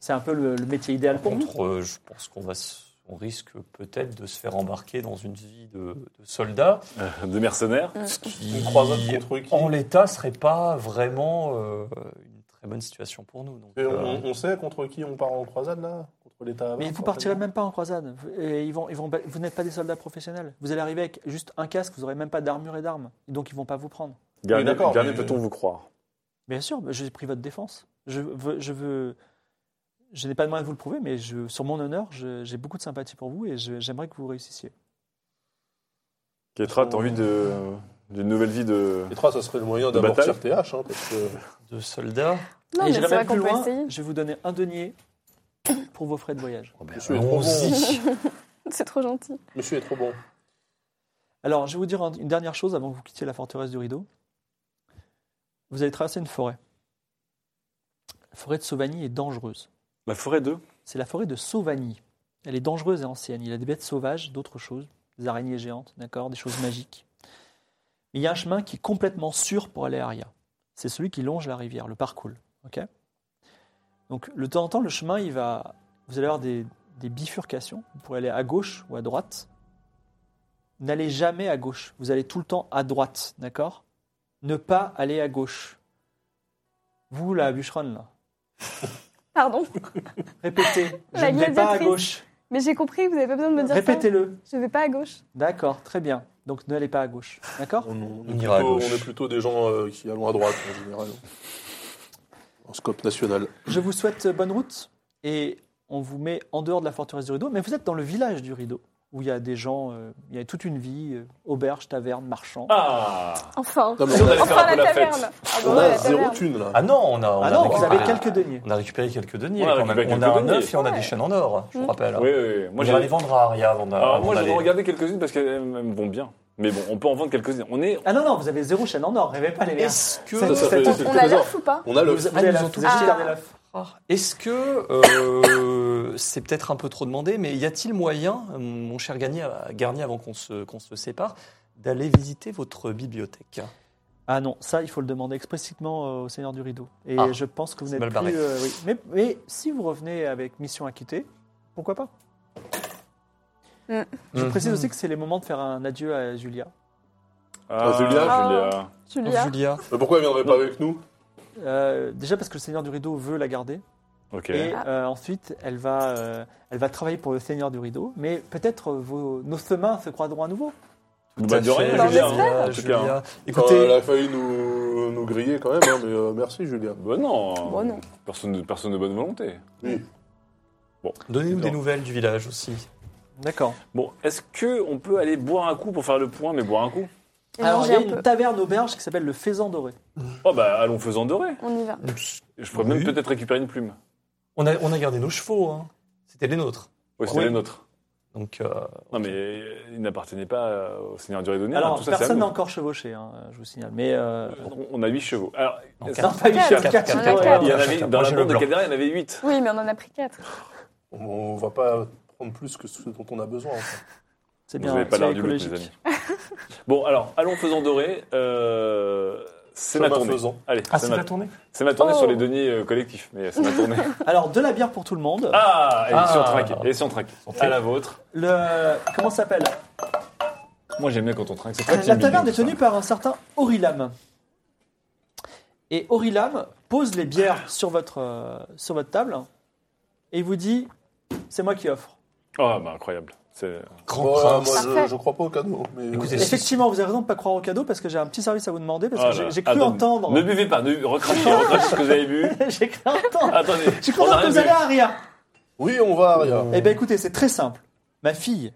c'est un peu le, le métier idéal
Par
pour vous.
contre, euh, je pense qu'on va se- on risque peut-être de se faire embarquer dans une vie de, de soldat,
Euh, De mercenaires
ce qui,
Une croisade contre qui
en l'état, serait pas vraiment euh, une très bonne situation pour nous. Donc,
Et on,
euh,
on sait contre qui on part en croisade là Contre l'État
Mais
avare,
vous partirez
certainement.
même pas en croisade. Et ils vont, ils vont, vous n'êtes pas des soldats professionnels. Vous allez arriver avec juste un casque, vous n'aurez même pas d'armure et d'armes. Donc ils vont pas vous prendre.
Garnier,
d'accord,
Garnier,
mais-
peut-on vous croire
Bien sûr, bah, j'ai pris votre défense. Je veux, je veux, je n'ai pas de moyen de vous le prouver, mais je, sur mon honneur, je- j'ai beaucoup de sympathie pour vous et je- j'aimerais que vous réussissiez.
Kétra, t'as envie de- d'une nouvelle vie de.
Les trois, ça serait le moyen
De
d'amortir TH. Hein, parce que...
de soldats.
Non,
et
mais c'est
j'irai
vrai
même plus
qu'on peut
loin.
essayer.
Je vais vous donner un denier pour vos frais de voyage.
Monsieur est trop bon.
Allons-y.
C'est trop gentil.
Monsieur est trop bon.
Alors, je vais vous dire un- une dernière chose avant que vous quittiez la forteresse du Rideau. Vous allez traverser une forêt. La forêt de Sauvagny est dangereuse.
La forêt 2
C'est la forêt de Sauvagny. Elle est dangereuse et ancienne. Il y a des bêtes sauvages, d'autres choses, des araignées géantes, d'accord, des choses magiques. Mais il y a un chemin qui est complètement sûr pour aller à Aria. C'est celui qui longe la rivière, le parcours. ok Donc, de temps en temps, le chemin, il va... vous allez avoir des, des bifurcations. Vous pourrez aller à gauche ou à droite. N'allez jamais à gauche. Vous allez tout le temps à droite, d'accord Ne pas aller à gauche. Vous, la bûcheronne, là.
Pardon.
Répétez. Je
La
ne vais pas à
gladiatrice.
gauche.
Mais j'ai compris, vous n'avez pas besoin de me dire
Répétez-le.
ça. Je vais pas à gauche.
D'accord, très bien. Donc ne allez pas à gauche. D'accord
On, on est
On ira à
plutôt-
gauche.
on est plutôt des gens euh, qui allons à droite, en général. En scope national.
Je vous souhaite euh, bonne route et on vous met en dehors de la forteresse du rideau. Mais vous êtes dans le village du rideau où il y a des gens, euh, il y a toute une vie, euh, auberge, taverne, marchand.
Ah
Enfin.
Non, mais
Si on allait
on a,
faire
Enfin,
un
la
peu la
taverne.
fête.
Ah bon,
on
ouais,
a
la
zéro
taverne.
thune, là.
Ah non, on a, on
ah
a
non, vous
récupéré,
avez quelques deniers.
on a récupéré quelques deniers.
On a
quand même.
récupéré
on a
quelques
un
deniers.
œuf et on a des chaînes en or. hein, Je vous
Mm.
rappelle.
Oui, oui, oui.
Moi, Ah,
Moi,
on
j'ai
ira les vendre à Aria avant d'a-
Alors,
avant
moi, j'en ai
d'aller.
regardé quelques-unes parce qu'elles me vont bien. Mais bon, on peut en vendre quelques-unes. On est.
Ah non, non, vous avez zéro chaîne en or, rêvez pas les gars.
Est-ce que.
Eh Ça,
euh,
ça
fait-
vous-
c'est
On
le
a
trésor.
l'œuf ou pas
On a le.
vous
Ah,
avez
ils nous
la-
ont
vous
tous
avez
dit.
gardé l'œuf.
oh. Est-ce que euh, c'est peut-être un peu trop demandé, mais y a-t-il moyen, euh, mon cher Garnier, Garnier avant qu'on se, qu'on se sépare, d'aller visiter votre bibliothèque
Ah non, ça, il faut le demander explicitement euh, au Seigneur du Rideau. Et
Ah,
je pense que vous
c'est
n'êtes
mal
plus...
barré.
euh, oui. mais, mais si vous revenez avec mission acquittée, pourquoi pas Je
Mhm.
précise aussi que c'est les moments de faire un adieu à Julia.
Ah, Julia.
Julia.
Julia.
Julia.
Mais pourquoi elle viendrait pas avec nous
Euh, déjà parce que le Seigneur du Rideau veut la garder.
Ok.
Et
Ah.
euh, ensuite, elle va, euh, elle va travailler pour le Seigneur du Rideau. Mais peut-être euh, vos- nos chemins se croiseront à nouveau.
Bah, de
Tout à
rien,
fait,
Julia,
hein, en tout cas.
Julia.
Enfin, Elle
Écoutez,
a failli nous, nous griller quand même, hein, mais euh, merci Julia.
Bah non.
Bon, non.
Personne, de- personne de bonne volonté.
donnez-nous des
D'accord.
nouvelles du village aussi.
D'accord.
Bon, est-ce que on peut aller boire un coup pour faire le point, mais boire un coup
Et
Alors, il y
manger
a
un
une
peu.
taverne auberge qui s'appelle le Faisan Doré.
Oh bah allons faisant doré.
On y va.
Je pourrais
Oui.
même peut-être récupérer une plume.
On a, on a gardé nos chevaux, hein. c'était les nôtres.
Oui, c'était
Oui.
les nôtres.
Donc, euh,
Non mais euh, il n'appartenait pas euh, au Seigneur du Rédonné.
Alors,
ça, c'est à
personne
nous.
n'a encore chevauché, hein, je vous signale. Mais euh,
On- On a 8 chevaux. Alors,
Non,
ça-
non, pas huit,
Quatre,
quatre,
quatre,
quatre,
quatre,
ouais.
quatre.
il y en
Moi,
avait
j'ai
dans la
le
bande de
blanc.
Cadera, il y en avait 8.
Oui, mais on en a pris quatre.
On, on va pas prendre plus que ce dont on a besoin. en fait.
C'est
Vous
bien,
n'avez pas
c'est
l'air du lot, mes amis.
écologique.
Bon, alors, allons faisant doré. Euh, c'est ma
Chemin
tournée.
faisant.
Allez,
ah,
c'est
c'est
ma,
la tournée
c'est ma tournée
Oh.
sur les deniers euh, collectifs, mais c'est ma tournée.
Alors, de la bière pour tout le monde.
ah, et si on
Ah.
trinque Et si on trinque À la vôtre.
Le, comment ça s'appelle
Moi, j'aime bien quand on trinque. C'est
Ah, La taverne est tenue par un certain Orilam. Et Orilam pose les bières sur votre, euh, sur votre table et il vous dit c'est moi qui offre.
Ah, bah incroyable. C'est-
Grand
Bon, euh,
prince.
moi, je-
Parfait.
je, crois pas au cadeau. Mais, euh,
Écoutez, si-
Effectivement, vous avez raison de ne pas croire au cadeau parce que j'ai un petit service à vous demander parce
Ah
que j'ai-
là.
j'ai cru
Attends,
entendre.
Ne buvez pas, ne recrachez, recrachez ce que vous avez bu.
j'ai cru entendre.
Attendez.
J'ai cru
on a
entendre que
rien
vous
bu.
allez à Aria.
oui, on va Aria.
Eh bien écoutez, c'est très simple. Ma fille,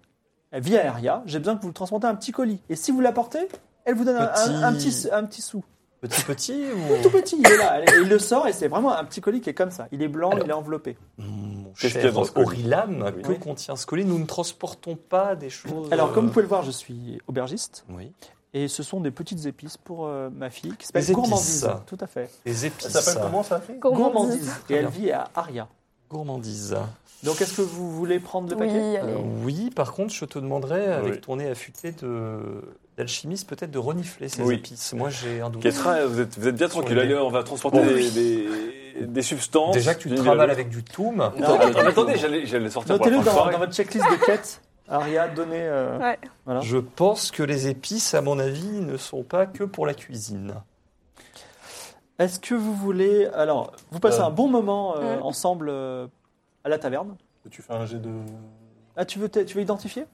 elle vit à Aria. J'ai besoin que vous le transportez un petit colis. Et si vous l'apportez, elle vous donne un- un- un
Petit.
petit, un petit sou.
Petit petit
Tout
ou
petit, il est là. Et il le sort et c'est vraiment un petit colis qui est comme ça. Il est blanc,
Alors.
il est enveloppé.
Mon
Qu'est-ce qu'il y a
cher
dans ce colis
Orilam, que
Oui.
contient ce colis Nous ne transportons pas des choses.
Alors, comme vous
euh,
pouvez le voir, je suis aubergiste
Oui.
et ce sont des petites épices pour euh, ma fille qui s'appelle
Des épices.
Gourmandise. Tout à fait.
Des
Ça
épices.
s'appelle comment ça fait
Gourmandise.
Et elle
Très
vit à Aria.
Gourmandise.
Donc, est-ce que vous voulez prendre le paquet
Oui,
Euh,
allez.
oui, par contre, je te demanderais, avec
Oui.
ton nez affûté de- d'alchimiste, peut-être de renifler ces
Oui.
épices. Moi, j'ai un doute.
Ketra, vous êtes, vous êtes bien tranquille.
les-
Allez, on va transporter
Bon.
des, des- des substances.
Déjà que tu
d'une ville à
travailles
l'autre.
avec du toum.
Non,
Attends, attendez, j'allais j'allais sortir. pour la
Notez-le
fin de
dans,
soirée.
dans votre checklist de quêtes. Aria, donnez. euh,
Ouais.
voilà.
Je pense que les épices, à mon avis, ne sont pas que pour la cuisine.
Est-ce que vous voulez. Alors, vous passez
Euh.
un bon moment euh,
Mm.
ensemble euh, à la taverne.
Tu fais un jet de.
Ah, tu veux, t- tu veux identifier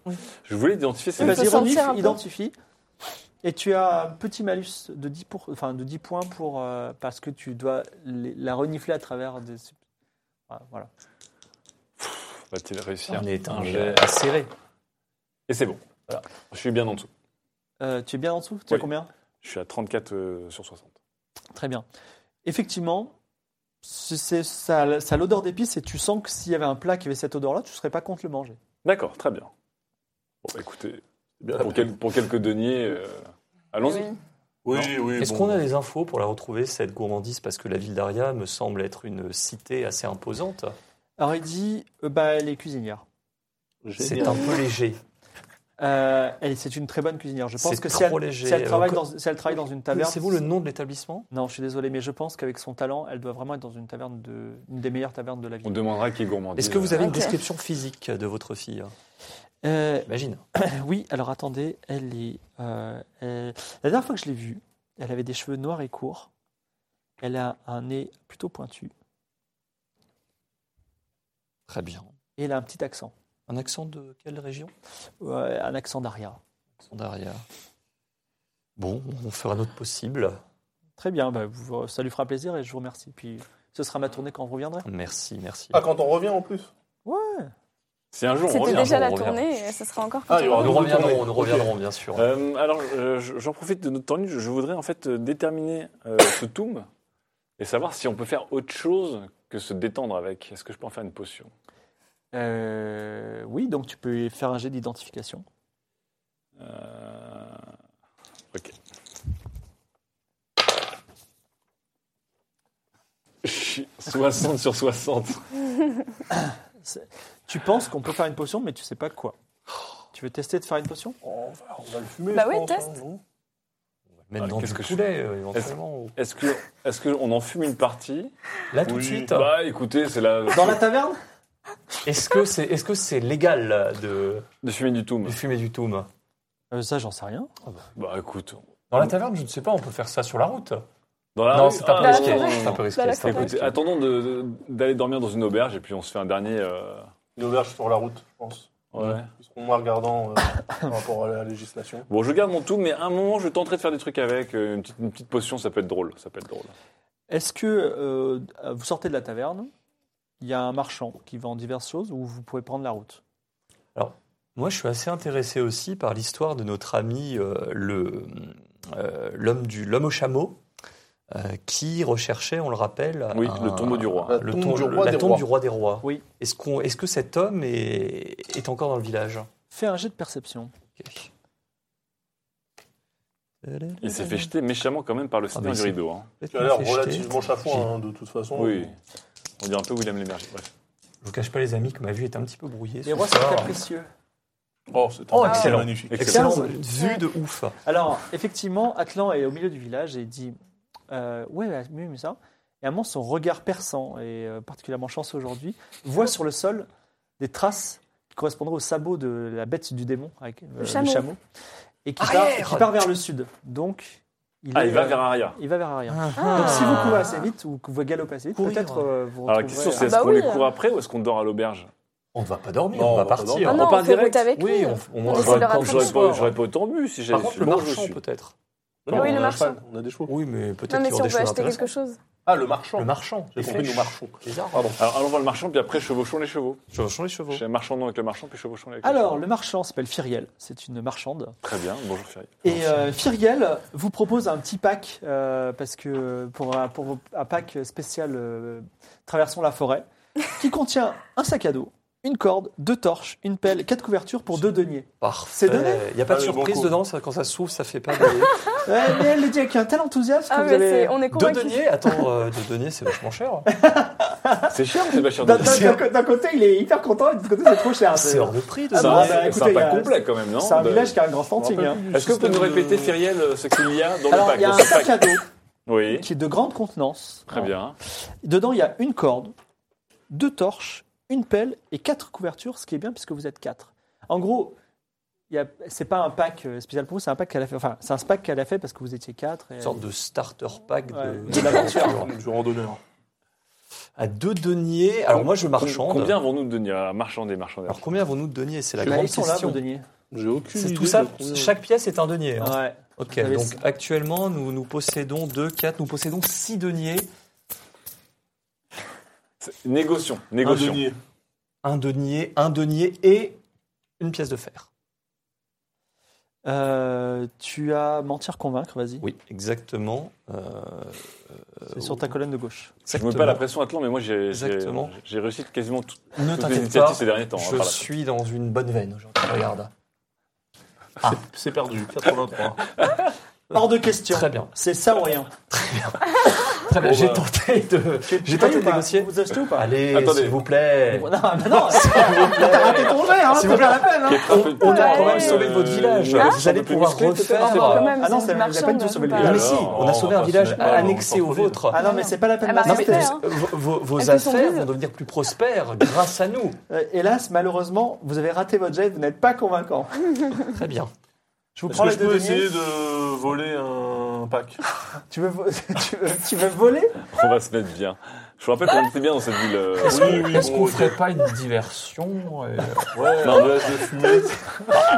Je voulais identifier ces
Oui, parce
Vas-y,
peut
renifle,
sentir un peu.
identifie. Et tu as un petit malus de 10, pour, enfin, de 10 points pour, euh, parce que tu dois les- la renifler à travers des. sub- Voilà, Voilà.
Va-t-il réussir
On est un
jet.
jet acéré.
Et c'est bon. Voilà. Je suis bien en dessous.
Euh, tu es bien en dessous Tu as
Oui.
combien
Je suis à 34 euh, sur 60.
Très bien. Effectivement, c'est- c'est- ça, a- ça a l'odeur d'épices et tu sens que s'il y avait un plat qui avait cette odeur-là, tu ne serais pas contre le manger.
D'accord, très bien. Bon, écoutez,
Bien
pour, quel- pour quelques deniers, euh, allons-y.
Oui.
Oui, oui.
Est-ce
bon.
qu'on a des infos pour la retrouver, cette gourmandise Parce que la ville d'Aria me semble être une cité assez imposante.
Alors il dit euh, bah, elle est cuisinière.
C'est un peu léger.
Euh, elle- c'est une très bonne cuisinière. Je pense
C'est
que
trop
si elle,
léger.
si elle travaille
Euh,
dans, si elle travaille dans une taverne.
Connaissez-vous le nom de l'établissement
Non, je suis désolé, mais je pense qu'avec son talent, elle doit vraiment être dans une taverne de, une des meilleures tavernes de la
On
ville.
demandera qui est gourmandise.
Est-ce que vous avez une
Ok.
description physique de votre fille
Euh,
Imagine.
oui, alors attendez, elle est. euh, elle- La dernière fois que je l'ai vue, elle avait des cheveux noirs et courts. Elle a un nez plutôt pointu.
Très bien.
Et il a un petit accent,
Un accent de quelle région
Ouais, un accent d'Aria.
Accent d'Aria. Bon, on fera notre possible.
Très bien, bah, vous- ça lui fera plaisir et je vous remercie. Puis ce sera ma tournée quand vous reviendrez.
Merci, merci.
Ah, quand on revient en plus
Si un jour on
C'était
revient.
déjà
on
la
revient.
tournée, et ce sera encore
Ah,
quand
il y
on
aura
revient.
Nous
Pardon,
reviendrons,
tournée.
nous reviendrons, bien sûr.
Euh, alors, euh, je- j'en profite de notre temps libre. Je voudrais en fait euh, déterminer euh, ce tomb et savoir si on peut faire autre chose que se détendre avec. Est-ce que je peux en faire une potion
Euh, oui, donc tu peux faire un jet d'identification.
Euh, Ok. Chi- 60 sur 60.
Tu penses qu'on peut faire une potion, mais tu sais pas quoi. Tu veux tester de faire une potion
on va, on va le fumer.
Bah
je
oui,
pense,
teste.
hein, non
Même
Ah,
dans
qu'est-ce
du
que je
poulet, euh, éventuellement. ou-
Est-ce que est-ce qu'on en fume une partie
Là, tout de
Oui.
suite.
Bah écoutez, c'est la
Dans la taverne
Est-ce que c'est est -ce légal là, de,
de fumer du toum.
de fumer du toum
Euh, Ça, j'en sais rien.
Bah écoute.
Dans la taverne, je ne sais pas, on peut faire ça sur la route.
Dans la
non,
rue-
c'est un, peu
Ah,
risqué.
non, non,
C'est un peu
non.
risqué.
Bah,
c'est un peu
Écoutez,
risqué.
attendons de- de- d'aller dormir dans une auberge et puis on se fait un dernier. euh,
Une auberge sur la route, je pense.
ouais.
Ils seront moins regardants euh, par rapport à la législation.
Bon, je garde mon tout, mais à un moment, je tenterai de faire des trucs avec. euh, Une petite, une petite potion, ça peut être drôle. Ça peut être drôle.
Est-ce que euh, vous sortez de la taverne Il y a un marchand qui vend diverses choses ou vous pouvez prendre la route
Moi, je suis assez intéressé aussi par l'histoire de notre ami euh, le euh, l'homme du l'homme au chameau. euh, qui recherchait, on le rappelle,
Oui, le tombeau du roi.
le tombe du roi, la
des
tombe
rois.
du roi des rois.
Oui.
Est-ce qu'on, est-ce que cet homme est, est encore dans le village
Fais un jet de perception.
Ok.
Il s'est fait jeter méchamment quand même par le
Ah,
Seigneur
mais
du
c'est-
rideau. hein.
Je
Tu as l'air
me fais jeter.
relativement
J'ai-
chafouin, hein, de toute façon.
Oui. On dirait un peu William Lémergie. Bref.
Je vous cache pas les amis que ma vue est un petit peu brouillée.
Les
ce
rois sont
soir.
capricieux.
Oh, c'est
Oh,
un-
excellent.
c'est magnifique.
Excellent,
Quinze.
vue de ouf.
Alors, effectivement, Atlan est au milieu du village et il dit euh, Ouais, ouais, oui, mais ça. Et à un moment, son regard perçant, et euh, particulièrement chanceux aujourd'hui, voit sur le sol des traces qui correspondraient aux sabots de la bête du démon, avec euh, le,
chameau.
et qui part,
Arrière
qui part vers le sud. Donc,
Ah,
est,
il va
euh,
vers Aria.
il va vers Aria.
Ah.
Donc, si vous courez assez vite ou que vous galopez assez vite,
Courir.
peut-être euh, vous
Alors,
retrouverez-
la question, Ah, c'est est-ce
Bah
qu'on
oui.
les court après ou est-ce qu'on dort à l'auberge
On ne va pas dormir,
Non,
on, va
on va pas
partir.
dormir.
Ah non,
on
on
part
fait
direct.
route avec
Oui,
lui. On
on, on
essaie de le
J'aurais
rattraper.
j'aurais pas, j'aurais pas autant bu si j'avais
Par contre,
su.
le
Bon, je
marchand
suis.
peut-être.
Non,
oui,
on
le
a
marchand.
un cheval, On a des chevaux.
Oui, mais peut-être
Non, mais
qu'il
si
y aura
on
des
peut
choses
acheter quelque
intéressantes.
chose.
Ah, le marchand.
Le marchand.
J'ai compris, nous marchons. Ah,
Bizarre.
Pardon.
Alors, allons voir le marchand, puis après, chevauchons les chevaux.
Chevauchons les chevaux.
J'ai marchandons avec le marchand, puis chevauchons avec
Alors,
le
le marchand s'appelle Firiel. C'est une marchande.
chevaux. Très bien. Bonjour, Ferry.
Et euh, Firiel vous propose un petit pack, euh, parce que pour, un- pour un pack spécial euh, Traversons la forêt, qui contient un sac à dos, une corde, deux torches, une pelle, quatre couvertures pour deux deniers.
Parfait.
C'est donné.
Il n'y a pas de
Allez, bon
surprise
coup.
dedans, ça, quand ça s'ouvre, ça fait pas de...
Ouais, mais elle le dit avec un tel enthousiasme que
Ah,
vous
mais
avez...
c'est- on est
Deux
convaincus.
deniers Attends, euh, deux deniers, c'est vachement cher. hein.
Ah, C'est cher ou c'est pas cher de
D'un- D'un d'un- d'un côté, il est hyper content, et de l'autre côté, c'est trop cher.
C'est hors de prix, de
Ah
C'est
bon
un-
bah,
c'est
écoutez,
un
il y a-
pack complet quand même, non
C'est un
de-
village qui a un grand fronting. hein.
Est-ce que vous pouvez nous répéter, Feriel, ce qu'il y a dans le
Alors,
pack
il y a
dans
un
ce
sac
pack
à dos
Oui,
qui est de grande contenance.
très bien.
Dedans, il y a une corde, deux torches, une pelle et quatre couvertures, ce qui est bien puisque vous êtes quatre. En gros, il y a- c'est pas un pack euh, spécial pour vous, c'est un pack qu'elle a fait. Enfin, c'est un pack qu'elle a fait parce que vous étiez quatre. et-
Une sorte de starter pack de,
Ouais.
de l'aventure.
Du randonneur.
À deux deniers. Alors moi, je marchande.
Combien avons-nous de deniers Ah, Marchandez, marchandez.
Alors combien avons-nous de deniers C'est la
Bah,
grande
ils sont là, vos
question.
deniers.
J'ai aucune
C'est
idée.
tout ça,
de combien-
chaque pièce est un denier. hein.
Ouais.
Ok,
Vous avez
donc
ça.
actuellement, nous, nous possédons 2, 4, nous possédons 6 deniers.
C'est- Négocions,
Un
négocions.
denier.
Un denier, un denier et une pièce de fer.
Euh, tu as mentir convaincre, vas-y.
Oui, exactement. Euh,
C'est sur ta colonne de gauche.
Je me mets pas la pression, Atlan, mais moi j'ai j'ai-
Exactement.
j'ai réussi quasiment tout-
Ne
toutes les
t'inquiète
initiatives
pas,
ces derniers temps. hein,
je
par là.
suis dans une bonne veine aujourd'hui. Regarde.
C'est perdu. 83.
Hors de question.
Très bien.
C'est ça ou rien.
Très bien,
Bon,
j'ai
bah.
tenté de, j'ai
Tu payes
tenté
ou
de
pas
négocier.
Vous achetez ou pas
Allez,
Attendez.
s'il vous plaît.
Non, mais non, t'as raté ton jet, hein,
Si
c'est
vous-
bien la peine. hein.
Quelqu'un peut-
On a quand
Ouais.
même sauvé votre village.
Euh,
Vous allez
un peu plus
pouvoir
musclé, peut-être,
refaire.
je sais pas.
Quand même,
Ah non,
c'est
ça
une
n'a pas du
marchande,
tout sauvé le
c'est
Ah,
pas-
village.
mais si,
Alors,
on a sauvé
on
un
va
village
se mettre
pas
annexé
dans
au
le centre-ville.
vôtre.
Ah non, mais c'est pas la peine
Elle m'a
Non,
d'insister.
mais
Respect, hein.
vos- vos, vos
Elle fait son
affaires
bise.
vont devenir plus prospères grâce à nous.
Euh, Hélas, malheureusement, vous avez raté votre jet, vous n'êtes pas convaincant.
Très bien.
Je vous
Est-ce
prends
que
les
je peux
deux
essayer
deniers.
de voler un pack
Tu veux, vo- tu, veux, tu veux voler
On va se mettre bien. Je vous rappelle qu'on était bien dans cette ville. euh,
Est-ce qu'on
oui,
est-ce
bon,
qu'on
ok.
ferait pas une diversion euh,
Ouais,
Non, mais-
euh, de fumée.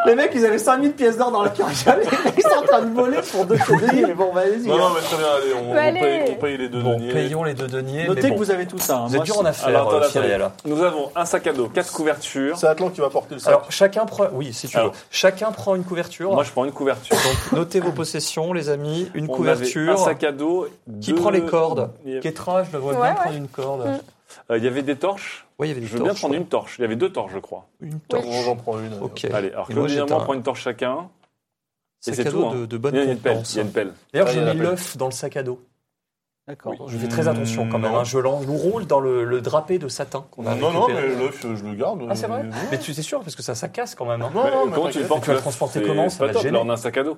Les mecs, ils avaient 5000 pièces d'or dans la carriole. Ils sont en train de voler pour deux deniers. Mais bon, bah, allez-y.
Non, non, mais très bien, allez, on,
Faut
on
aller.
paye, on paye les deux
Bon,
deniers.
payons les deux deniers.
Notez
mais
que
bon.
vous avez tout ça. hein.
Vous êtes
Moi,
dur
c'est-
en affaires,
Alors, attends,
euh,
attends.
Fieriella.
Nous avons un sac à dos, quatre couvertures.
C'est Atlan qui va porter le sac.
Alors, chacun prend. Oui, si tu veux.
Alors.
Chacun prend une couverture.
Moi, je prends une couverture.
Donc, notez vos possessions, les amis. Une
On avait
couverture.
un sac à dos.
Qui
deux-
prend les cordes
Il y avait-
Kétra, je le vois
Ouais,
bien
ouais.
prendre une corde.
Mm.
euh, il y avait des torches.
Oui, il y avait des
Je veux bien
torches.
prendre une torche. Il y avait deux torches, je crois.
Une
Oui.
torche.
Bon, J'en prends une. allez.
Ok.
Allez, alors
Et moi,
Claude et
j'ai
moi,
un-
on prend une torche chacun.
Sac
c'est
à
tout,
dos
hein.
de, de
Il y a
bonne
une pelle.
compétence.
Il y a une pelle. Mmh.
D'ailleurs, j'ai
Ah, il y a
mis
la pelle.
l'œuf dans le sac à dos.
D'accord.
Je fais très attention quand même.
Non.
hein. Je, l'en- je le roule dans le, le drapé de satin qu'on a
Non, non, mais
récupéré.
l'œuf, je le garde.
Ah, c'est vrai
Non,
Mais tu es sûr Parce que ça, ça casse quand même. hein.
non,
Mais
non, mais
comment tu le
t'inquiète.
portes
Tu vas
l'œuf
transporter
C'est
comment Ça
pas
va te
top.
gêner.
Là, on a un sac à dos.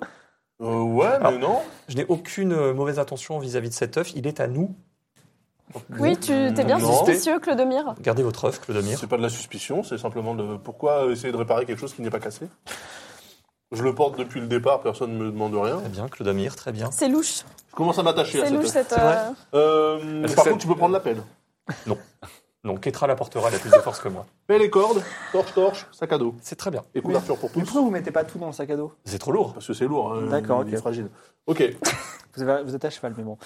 Euh, Ouais,
Ah.
mais non.
Je n'ai aucune euh, mauvaise attention vis-à-vis de cet œuf. Il est à nous.
Oui, tu t'es bien
Non.
suspicieux, Clodomir.
Gardez votre œuf, Clodomir.
C'est pas de la suspicion, c'est simplement de pourquoi essayer de réparer quelque chose qui n'est pas cassé. Je le porte depuis le départ, personne ne me demande rien.
Très bien, Clodomir, très bien.
C'est louche.
Je commence à m'attacher à
C'est
cette
louche
œuf.
cette.
C'est vrai.
euh,
Euh,
Est-ce que
Par
c'est-
contre, tu peux prendre la pelle.
Non, Ketra l'apportera, elle a plus de force que moi.
Pelle les cordes, torche, torche, sac à dos.
C'est très bien.
Et couverture pour
Mais
tous.
pourquoi vous mettez pas tout dans le sac à dos
C'est trop lourd.
Parce que c'est lourd, hein,
D'accord,
il est
ok.
fragile. Ok,
vous, avez- vous êtes à cheval, mais bon.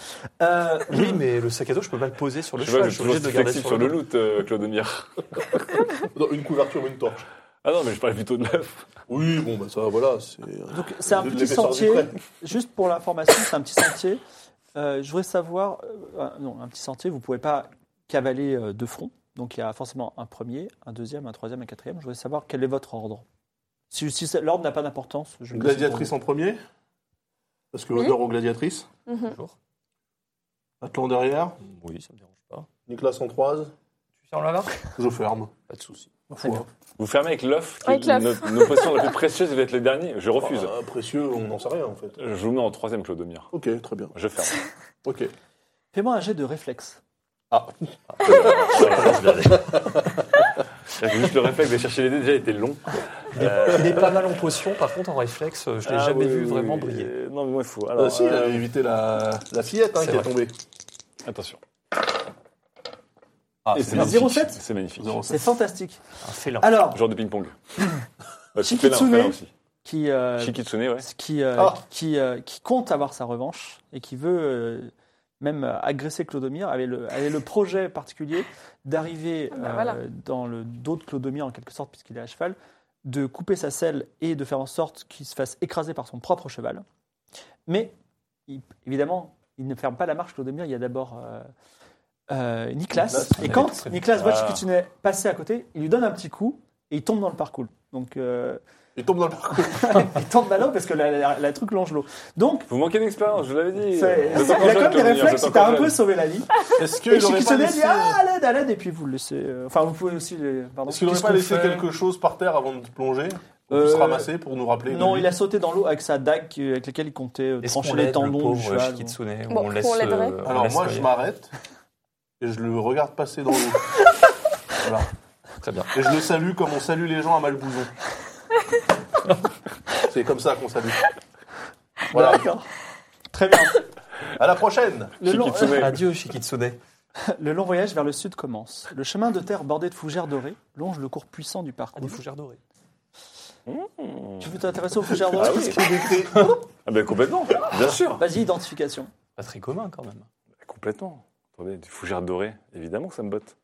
Euh,
Oui, mais le sac à dos, je peux pas le poser sur le
Mmh. Je sais pas,
cheval.
je
Je
suis
suis
toujours
obligé de le garder
flexible
sur
sur
le
le
dos.
loot, euh, Claude Mire.
Non, une couverture, une torche.
Ah non, mais je parlais plutôt de l'œuf.
Oui, bon, bah ça, voilà. c'est-
donc, c'est un
De
petit
l'épaisseur du
sentier.
trait.
Juste pour l'information, c'est un petit sentier. Euh, je voudrais savoir. euh, ah, non, un petit sentier, vous pouvez pas cavaler euh, de front. Donc, il y a forcément un premier, un deuxième, un troisième, un quatrième. Je voudrais savoir quel est votre ordre. Si, si ça- l'ordre n'a pas d'importance, je le laisse
Gladiatrice en premier. Parce que
Oui.
honneur aux gladiatrices.
mhm.
Bonjour.
Atlan derrière,
Oui, ça me dérange pas.
Nicolas en croise,
Tu fermes la barre
je ferme.
Pas de souci.
pour vous. D'accord.
Vous fermez avec l'œuf. qui
Avec
est
l'œuf.
Notre notre possession la plus précieuse, vous êtes les derniers. Je refuse.
Ah, précieux, on n'en sait rien en fait.
Euh, Je vous mets en troisième, Claude Mire.
Ok, très bien.
Je ferme.
Ok.
Fais-moi un jet de réflexe.
J'ai Juste le réflexe de chercher les dés déjà était long.
Il est, il est pas mal en potion, par contre, en réflexe, euh, je l'ai
Ah,
jamais
oui,
vu
oui,
vraiment
oui.
briller.
Euh, Non, mais moi, il faut.
Ah,
Alors,
si, il
euh,
avait évité la, la fillette hein,
C'est
qui est
vrai.
tombée.
attention.
Ah,
Et
c'est
bien.
c'est
un,
magnifique.
0,7?
C'est magnifique.
C'est fantastique.
un félin.
Alors,
Genre de ping-pong. Ouais, c'est
Shikitsune.
félin, félin aussi.
qui, euh,
Shikitsune, ouais.
qui, euh,
Oh.
Ah.
qui, euh, qui compte avoir sa revanche et qui veut euh, même euh, agresser Clodomir, avait le, avait le projet particulier d'arriver
Ah bah
euh,
voilà.
dans le dos de Clodomir en quelque sorte, puisqu'il est à cheval, de couper sa selle et de faire en sorte qu'il se fasse écraser par son propre cheval. Mais il- évidemment, il ne ferme pas la marche, Clodomir, il y a d'abord... euh, euh, Niklas. Et
Niklas, on avait
quand
très bien.
Niklas voit
Ah.
Chiquitune passer à côté, il lui donne un petit coup et il tombe dans le parcours. Donc, euh,
Il tombe dans le parcours.
il tombe ballon parce que la, la- la truc longe l'eau. Donc,
Vous manquez d'expérience, je vous l'avais dit.
euh,
c'est-
Vous êtes
c'est- il
encore
a quand
jeune,
même des
Claude Mire,
réflexes,
vous
il
êtes
t'a
encore
un peu
jeune.
sauvé la vie.
Est-ce
Et
qu'il aurait pas
Chiquitune
laissé, euh,
dit Ah, à l'aide, à l'aide, et puis vous le laissez. euh, Enfin, vous pouvez aussi. les- Pardon.
est-ce qu'il aurait
Qu'est-ce
pas
qu'on
laissé
fait
quelque chose par terre avant de plonger Pour
Euh,
se ramasser pour nous rappeler de
Non,
lui
il a sauté dans l'eau avec sa dague qui- avec laquelle il comptait euh,
Est-ce
trancher
qu'on
les
l'aide, le
tendons
pauvre
du cheval.
Shikitsune, ou
Bon,
on
on
laisse,
l'aiderait.
euh, on
Alors
laisse
moi, je
aller
m'arrête et je le regarde passer dans l'eau. voilà.
Très bien.
Et je le salue comme on salue les gens à Malbouzon. C'est comme ça qu'on salue. Voilà.
D'accord. Très bien.
À la prochaine.
Le long,
Shikitsune.
Adieu, Shikitsune.
le long voyage vers le sud commence. Le chemin de terre bordé de fougères dorées longe le cours puissant du parcours.
des fougères dorées.
Tu veux t'intéresser aux fougères dorées
Ah oui. Ah ben complètement, bien sûr.
Vas-y, identification.
Pas très commun quand même.
Bah, Complètement. Attendez, des fougères dorées, évidemment que ça me botte.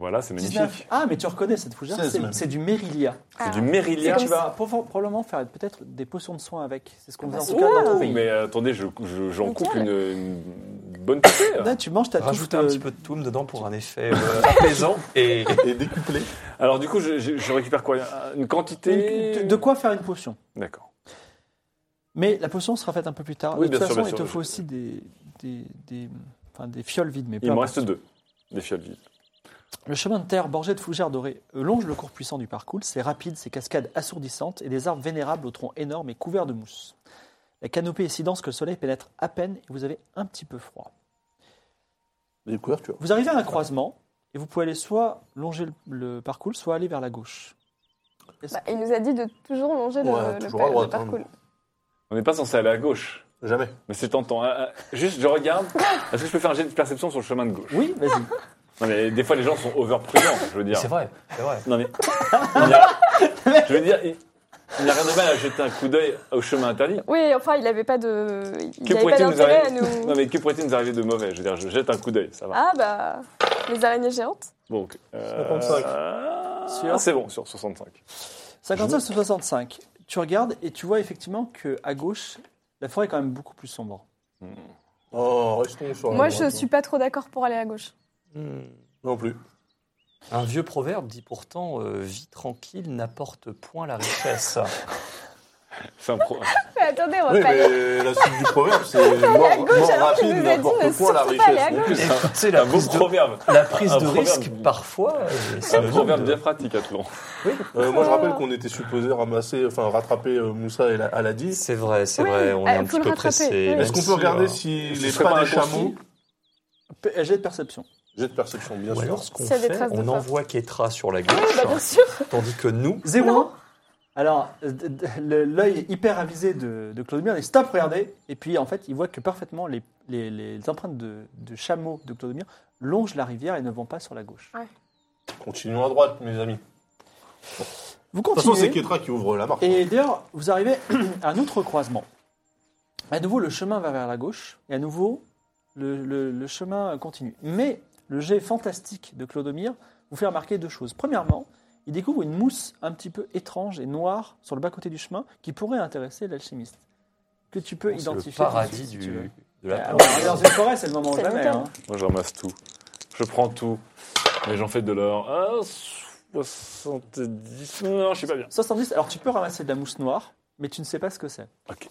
Voilà, c'est magnifique.
19. Ah, mais tu reconnais cette fougère,
16
c'est
même.
c'est du Mérilia.
Ah.
C'est du
Et
Mérilia.
tu vas provo- probablement faire peut-être des potions de soins avec. C'est ce qu'on faisait en tout
Bah, Ouh,
cas dans ton pays.
mais euh, attendez, je- je- j'en
Nickel.
coupe une, une bonne poupée.
Là, tu manges ta touffe euh,
Rajouter un
de-
petit peu de toum dedans pour un effet euh, apaisant et
Et décuplé.
Alors du coup, je, je- je récupère quoi Une quantité
une- de quoi faire une potion.
D'accord.
Mais la potion sera faite un peu plus tard.
Oui,
de toute
bien sûr,
façon,
bien
il te
sûr.
faut aussi des, des, des- enfin, des fioles vides. Mais peu
Il me
importe.
reste deux. Des fioles vides.
Le chemin de terre borgé de fougères dorées euh, longe le cours puissant du parcours, ses rapides, ses cascades assourdissantes et des arbres vénérables au tronc énorme et couvert de mousse. La canopée est si dense que le soleil pénètre à peine et vous avez un petit peu froid.
Des couvertures.
Vous arrivez à un croisement et vous pouvez aller soit longer le, le parcours, soit aller vers la gauche.
Bah, il nous a dit de toujours longer le,
Ouais,
le
toujours
pa-
à droite,
le parcours.
hein.
On n'est pas censé aller à gauche.
Jamais.
Mais c'est tentant. Euh, euh, Juste, je regarde. Est-ce que je peux faire un jet de perception sur le chemin de gauche
Oui, vas-y.
Non, mais des fois, les gens sont over-prudents, je veux dire.
C'est vrai, c'est vrai.
Non, mais. il y a- je veux dire, il il n'y a rien de mal à jeter un coup d'œil au chemin interdit.
Oui, enfin, il n'avait pas de. Il
Que
n'avait pas
pourrait-il nous
d'intérêt à
arriver
nous.
Non, mais que pourrait-il nous arriver de mauvais Je veux dire, je jette un coup d'œil, ça va.
Ah bah. Les araignées géantes.
Donc. euh,
55.
ah, C'est bon, sur 65.
55 sur 65. Tu regardes et tu vois effectivement que à gauche, la forêt est quand même beaucoup plus sombre.
Hmm.
Oh, restons sur la
Moi,
droite,
je suis pas trop d'accord pour aller à gauche.
Hmm.
Non plus.
Un vieux proverbe dit pourtant euh, Vie tranquille n'apporte point la richesse.
C'est un pro-
Mais attendez, on va
Oui,
pas aller.
mais la suite du proverbe, c'est mort,
à gauche,
mort
alors
rapide,
qu'il nous a dit ne
n'importe quoi, la
surtout pas aller à
richesse. non
En plus,
plus.
c'est un-
C'est
un
la
beau
prise de,
proverbe.
la prise
un
de
proverbe.
risque, parfois. euh, c'est
Un
le
proverbe
nom de-
bien pratique à Toulon.
Euh, moi, je rappelle qu'on était supposé ramasser, enfin, rattraper euh, Moussa et la, Aladi.
C'est vrai, c'est
Oui,
vrai, on
ah,
est un
faut
petit
le
peu
rattraper,
pressé.
oui.
Est-ce
même
qu'on
si,
peut regarder
euh,
si
ce
les
serait
pas
pas
des
un consigne
chameaux...
P- J'ai de perception.
J'ai de perception, bien
Ou
sûr.
alors, ce qu'on
S'il y a des
fait,
traces de
on
pas.
envoie Ketra sur la
Oui,
gauche,
bah bien sûr.
tandis que nous,
0 Alors, euh, d- d- le- l'œil hyper avisé de, de Claude Mire, il stop, regardez. Et puis, en fait, il voit que parfaitement les, les- les empreintes de, de chameaux de Claude Mire longent la rivière et ne vont pas sur la gauche.
Continuons à droite, mes amis. De
Vous
toute façon, c'est
continuez.
Ketra qui ouvre la marque.
Et d'ailleurs, vous arrivez à un autre croisement. À nouveau, le chemin va vers la gauche. Et à nouveau, le, le- le chemin continue. Mais le jet fantastique de Clodomir vous fait remarquer deux choses. Premièrement, il découvre une mousse un petit peu étrange et noire sur le bas-côté du chemin qui pourrait intéresser l'alchimiste. Que tu peux
c'est le
identifier. tout de
paradis
suite, si tu veux.
du, de
Ah,
la
bah, on est dans une forêt, c'est le moment ou
C'est
jamais.
nickel.
hein.
Moi, je ramasse tout. Je prends tout. Et j'en fais de l'or. Ah, 70. Non, je suis pas bien.
70, alors tu peux ramasser de la mousse noire, mais tu ne sais pas ce que c'est.
Ok.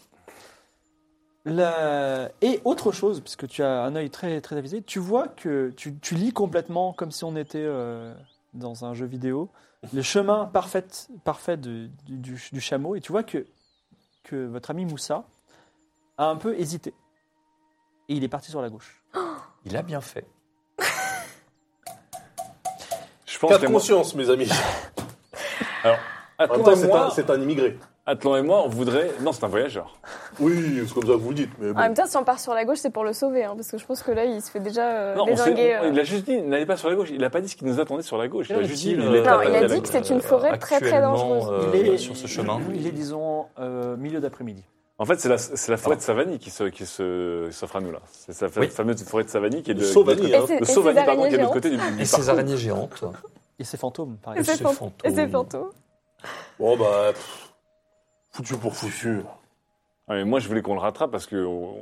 La- Et autre chose, puisque tu as un œil très, très avisé, tu vois que tu, tu lis complètement comme si on était euh, dans un jeu vidéo le chemin parfait, parfait de- du, du- du chameau et tu vois que, que votre ami Moussa a un peu hésité. Et il est parti sur la gauche.
Il a bien fait.
Je pense
Quatre
que moi-
conscience, mes amis. En même
Atlan
temps,
et,
c'est
moi,
un, c'est un immigré.
Atlan et moi, on voudrait. Non, c'est un voyageur.
Oui, c'est comme ça que vous dites, mais
En même
bon.
temps, si on part sur la gauche, c'est pour le sauver, hein, parce que je pense que là, il se fait déjà euh,
Non, on s'est-
dézinguer.
on-
euh.
il a juste dit hein. n'allez pas sur la gauche. Il a pas dit ce qui nous attendait sur la gauche. Il a juste dit
Qu'en est-il,
il est
euh,
Non, il a
attaqué
dit
à la
que
gauche.
c'est une forêt très, très
actuellement,
dangereuse.
euh,
Il est-
sur ce chemin.
Il est, disons, euh, milieu d'après-midi.
En fait, c'est la, c'est la forêt de Savanie qui s'offre qui se, s'offre à nous là. C'est sa fa-
Ah. Oui.
fameuse forêt de Savanie qui est de,
De Sauvanie,
de-
hein.
Et c'est-
de Sauvanie,
ces
pardon, qui est de
araignées
l'autre côté du, du
Et ces
parcours.
araignées géantes.
Et ses fantômes,
Ah,
par
Et
exemple.
ses
ses
fantômes. Et ses fantômes.
Bon, bah... pff, Foutu pour foutu.
Ah, mais moi, je voulais qu'on le rattrape parce que on-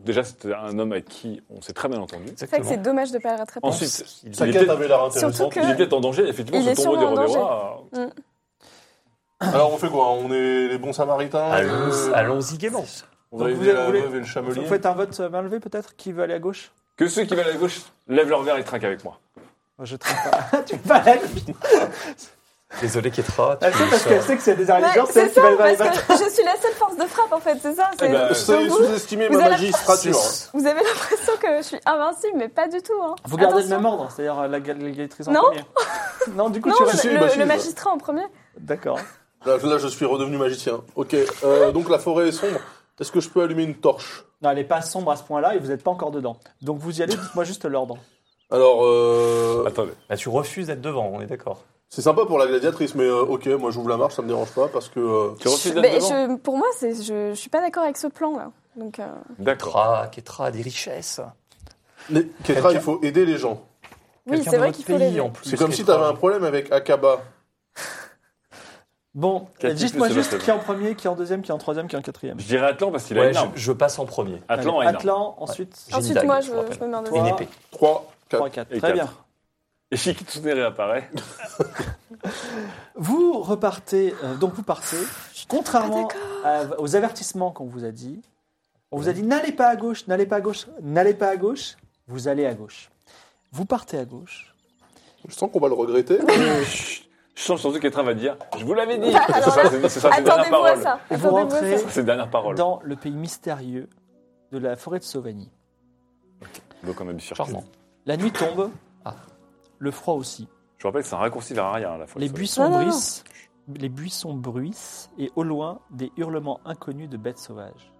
déjà, c'était un homme avec qui on s'est très bien entendu.
C'est vrai que c'est dommage de pas le rattraper.
Ensuite, il
Sa
était,
quête avait l'air
Surtout
intéressante.
que-
il était en danger. Effectivement,
Il est
ce tombeau des
sûrement en
rois des
danger.
rois.
Alors, on fait quoi On est les bons samaritains
Allons-
euh,
Allons-y gaiement.
On
Donc,
va
vous
aider la
voulez-
veuve et le chamelier.
Vous faites un vote euh, main levée, peut-être Qui veut aller à gauche
Que ceux qui veulent à la gauche lèvent leur verre et trinquent avec moi.
Moi, Je traîne pas. Ah, tu vas aller à gauche.
Désolé, Ketra.
Elle sait parce qu'elle sait que c'est des araignées
Ouais,
géantes, c'est
c'est
elle qui
ça,
va aller
parce
dans les
que je suis la seule force de frappe, en fait, c'est ça. c'est-
ben,
Euh, Soyez
vous,
sous-estimé,
vous
ma
avez-
magistrature.
vous avez l'impression que je suis invincible, mais pas du tout. Hein.
Vous gardez
Attention.
le même ordre, c'est-à-dire euh, la ga- la galatrice en
Non.
premier. non, du coup, tu
Non,
restes.
si,
le,
bah
le-
si,
le
bah.
magistrat en premier.
D'accord.
Là, là, je suis redevenu magicien. Ok, euh, donc la forêt est sombre. Est-ce que je peux allumer une torche
Non, elle n'est pas sombre à ce point-là et vous n'êtes pas encore dedans. Donc vous y allez, dites-moi juste l'ordre.
Alors, euh,
Attendez.
Bah, tu refuses d'être devant, on est d'accord.
c'est sympa pour la gladiatrice, mais euh, ok, moi j'ouvre la marche, ça me dérange pas parce que. euh,
Tu refuses
Je-
d'être
mais
devant
je- pour moi, c'est- je, je suis pas d'accord avec ce plan là. Donc, euh,
D'accord.
Ketra, Ketra a des richesses.
les- Ketra, il faut aider les gens.
oui,
Quelqu'un
c'est
de
vrai
notre
qu'il faut
pays,
les.
en plus.
C'est comme si
Ketra.
t'avais un problème avec Akaba.
Bon,
Cathy,
dites-moi
plus
juste
Sébastien.
qui est en premier, qui est en deuxième, qui est en troisième, qui est en quatrième.
Je dirais Atlan parce qu'il a
Ouais,
une arme.
je, je passe en premier.
Atlan
Allez,
a une arme.
Atlan, ensuite
J'ai une
Ensuite,
dague,
moi,
je
je,
vous rappelle.
je me mets en
Et une
deuxième.
épée.
3, 4.
3, 4.
Et
Très
quatre.
bien.
Et Shiki Tsunere apparaît.
Vous repartez, euh, donc vous partez, contrairement à- aux avertissements qu'on vous a dit, on vous a dit n'allez pas à gauche, n'allez pas à gauche, n'allez pas à gauche, vous allez à gauche. Vous partez à gauche.
Je sens qu'on va le regretter.
Chut. Je sens surtout qu'Etra va dire Je vous l'avais dit
Bah, Alors
C'est ça, c'est c'est ça, c'est dernière
Attendez-vous à
parole.
ça.
Et vous
Attendez-vous à
rentrez
ça.
C'est dernière parole.
dans le pays mystérieux de la forêt de Sauvanie.
Donc on a du circuit.
Charmant.
La nuit tombe,
Ah.
le froid aussi.
Je vous rappelle que c'est un raccourci vers rien à la fois.
Les
Ça-
buissons
Non, non, non.
bruissent, les buissons bruissent et au loin des hurlements inconnus de bêtes sauvages.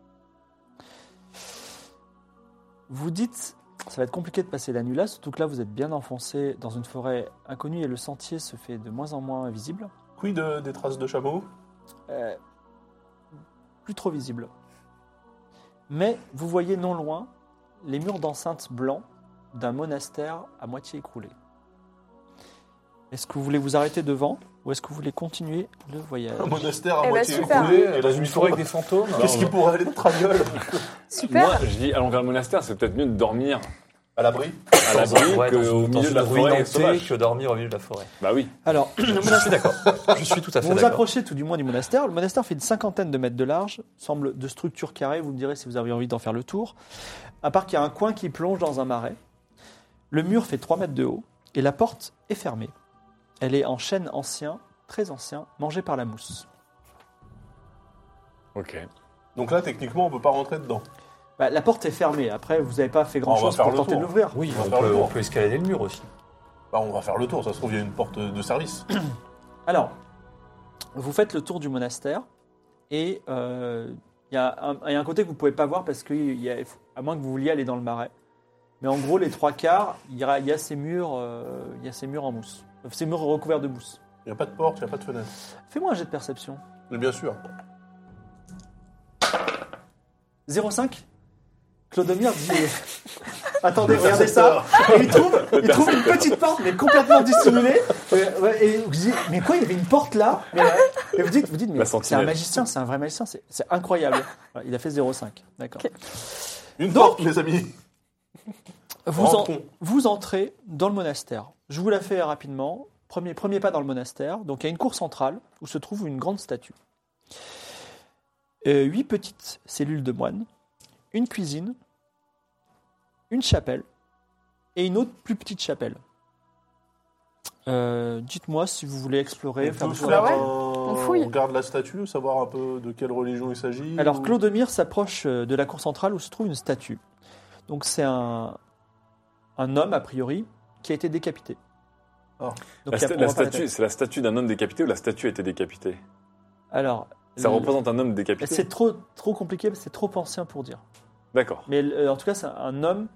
Vous dites, ça va être compliqué de passer la nuit là, surtout que là vous êtes bien enfoncé dans une forêt inconnue et le sentier se fait de moins en moins visible.
Quid euh, des traces de chameaux
Euh, plus trop visible. Mais vous voyez non loin les murs d'enceinte blancs d'un monastère à moitié écroulé. Est-ce que vous voulez vous arrêter devant ou est-ce que vous voulez continuer le voyage
Un monastère à
Eh ben,
moitié
super.
écroulé et la
Dans une
nuit
forêt
forêt.
avec des fantômes
Qu'est-ce qui pourrait aller de traviole
Super.
Moi, je dis, allons vers le monastère, c'est peut-être mieux de dormir
À l'abri
à l'abri
Ouais, dans
qu'au
une- dans
milieu de la
une ruine
forêt
hantée
sauvage.
que dormir au milieu de la forêt.
Bah oui.
Alors,
Je suis d'accord. Je suis tout à fait
Vous vous
d'accord.
approchez tout du moins du monastère. Le monastère fait une cinquantaine de mètres de large, semble de structure carrée. Vous me direz si vous avez envie d'en faire le tour. À part qu'il y a un coin qui plonge dans un marais. Le mur fait 3 mètres de haut et la porte est fermée. Elle est en chêne ancien, très ancien, mangé par la mousse.
Ok.
Donc là, techniquement, on peut pas rentrer dedans.
Bah, la porte est fermée. Après, vous n'avez pas fait
va
grand-chose
faire
pour
le
tenter de
tour.
l'ouvrir.
Oui,
On va
on
faire le
peut,
tour.
on peut escalader le mur aussi.
Bah, on va faire le tour, ça se trouve, il y a une porte de service.
Alors, vous faites le tour du monastère et euh, il y, a un- il y a un côté que vous ne pouvez pas voir parce que, il y a- à moins que vous vouliez aller dans le marais. Mais en gros, les trois quarts, il y a, il y a ces murs, euh, il y a ces murs en mousse, Euh, ces murs recouverts de mousse.
Il n'y a pas de porte, il n'y a pas de fenêtre.
Fais-moi un jet de perception.
Mais bien sûr.
0,5 Clodomir dit euh, Attendez, regardez ça Et il trouve, il trouve une petite porte, mais complètement dissimulée. Ouais, ouais, et vous dites Mais quoi, il y avait une porte là Et vous dites, vous dites Mais
La
c'est un
sentinelle.
magicien, c'est un vrai magicien, c'est c'est incroyable. Voilà, il a fait 0,5. D'accord.
Une
Donc-
porte, mes amis
Vous, en-
Rentrons.
vous entrez dans le monastère. Je vous la fais rapidement. Premier, premier pas dans le monastère. Donc il y a une cour centrale où se trouve une grande statue. Euh, huit petites cellules de moines, une cuisine, une chapelle et une autre plus petite chapelle. Euh, Dites-moi si vous voulez explorer.
On
faire
peut
des choses.
faire
ouais.
un-
On fouille.
on regarde la statue, savoir un peu de quelle religion il s'agit.
Alors
ou-
Clodomir s'approche euh, de la cour centrale où se trouve une statue. Donc c'est un, un homme, a priori, qui a été décapité.
Ah.
Donc,
La,
il y a-
sta-
on
la
va pas la
statue,
tête.
c'est la statue d'un homme décapité ou la statue a été décapitée
Alors,
Ça
le-
représente un homme décapité.
C'est trop, trop compliqué, c'est trop ancien pour dire.
D'accord.
Mais euh, en tout cas, c'est un homme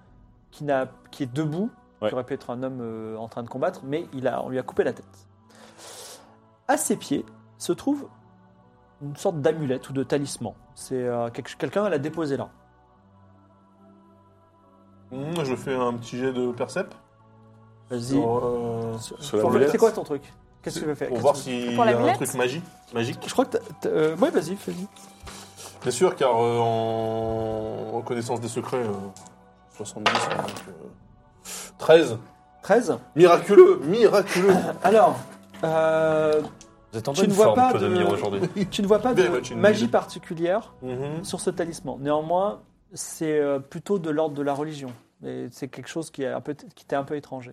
qui, n'a, qui est debout,
Ouais.
qui aurait pu être un homme euh, en train de combattre, mais il a, on lui a coupé la tête. À ses pieds se trouve une sorte d'amulette ou de talisman. C'est euh, quelque- quelqu'un l'a déposé là.
Mmh, je fais un petit jet de percept.
Vas-y.
Sur, euh,
Sur-
sur
sur-
l'amulette.
C'est quoi ton truc Qu'est-ce que tu veux faire
Pour
Qu'est-ce
voir
que tu
s'il y
Pour la
a un
mulette
truc magique. magique.
veux- Je crois que. t'as- t'as- euh, ouais, vas-y, vas-y.
Bien sûr, car euh, en... en connaissance des secrets, euh, 70, hein, donc, euh, 13.
13.
Miraculeux, miraculeux.
Alors, euh,
Vous êtes en
Tu
bonne
ne vois pas
forme,
de-
Clodomir, aujourd'hui.
tu ne vois pas
Very much
de
indeed.
magie particulière
Mhm.
sur ce talisman. Néanmoins, c'est euh, plutôt de l'ordre de la religion. Et C'est quelque chose qui est un peu- qui t'est un peu étranger.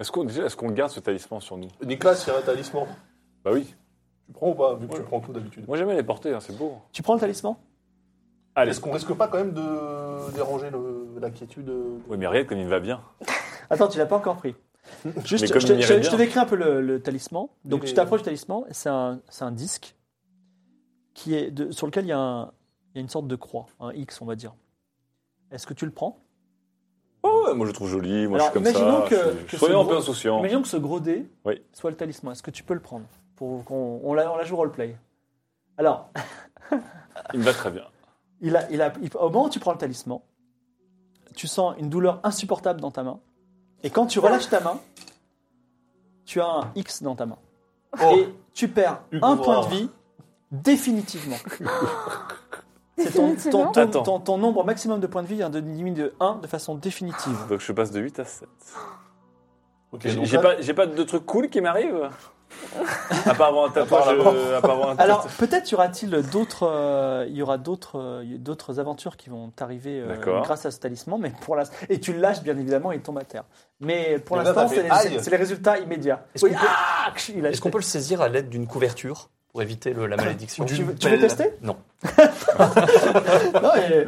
Est-ce qu'on déjà, est-ce qu'on garde ce talisman sur nous
Nicolas, il y a un talisman.
Bah oui.
Tu prends ou pas Vu que
Ouais.
tu prends tout d'habitude.
Moi, j'aime bien les porter, hein, c'est beau.
Tu prends le talisman
Allez.
Est-ce qu'on risque pas quand même de déranger le- la quiétude euh,
Oui, mais regarde comme il va bien.
Attends, tu l'as pas encore pris. Juste,
Mais comme
je, te-
il
je-
irait
je te
bien.
décris un peu le, le talisman. Donc, tu
Oui, mais-
t'approches du talisman, c'est un, c'est un disque qui est de- sur lequel il y, a un- il y a une sorte de croix, un X, on va dire. Est-ce que tu le prends
Oh, ouais, moi, je le trouve joli. Moi,
Alors,
je suis comme
imaginons
ça.
que-
je suis-
que
je soyons
ce
un peu
gros-
insouciants.
Imaginons que ce gros dé
Oui.
soit le talisman. Est-ce que tu peux le prendre pour qu'on on la, on la joue roleplay Alors,
Il me va très bien.
il a, il a, il- au moment où tu prends le talisman, tu sens une douleur insupportable dans ta main. Et quand tu relâches ta main, tu as un X dans ta main.
Oh,
Et tu perds
Hugo
un point
Brun.
de vie définitivement. C'est ton, ton,
Définitivement.
ton-
Attends.
ton- ton nombre maximum de points de vie vient de diminuer de 1 de façon définitive.
Donc, je passe de 8 à 7.
ok,
J'ai
donc
j'ai
là-
pas, j'ai pas de trucs cool qui m'arrivent À part avoir un tatouage.
la mort.
euh, à part avoir un
Alors
tatouage.
peut-être y aura-t-il d'autres, euh, il y aura d'autres, euh, d'autres aventures qui vont t'arriver euh,
D'accord.
grâce à ce talisman, mais pour l'instant, et tu le lâches bien évidemment, il tombe à terre. Mais pour
Mais là,
l'instant,
t'as
c'est,
fait
les-
aïe.
c'est- c'est les résultats immédiats.
Est-ce qu'on
Oui,
peut-
ah, il a-
Est-ce qu'on peut le saisir à l'aide d'une couverture pour éviter le- la malédiction
Tu veux,
d'une
tu veux
pelle
tester
Non.
non mais-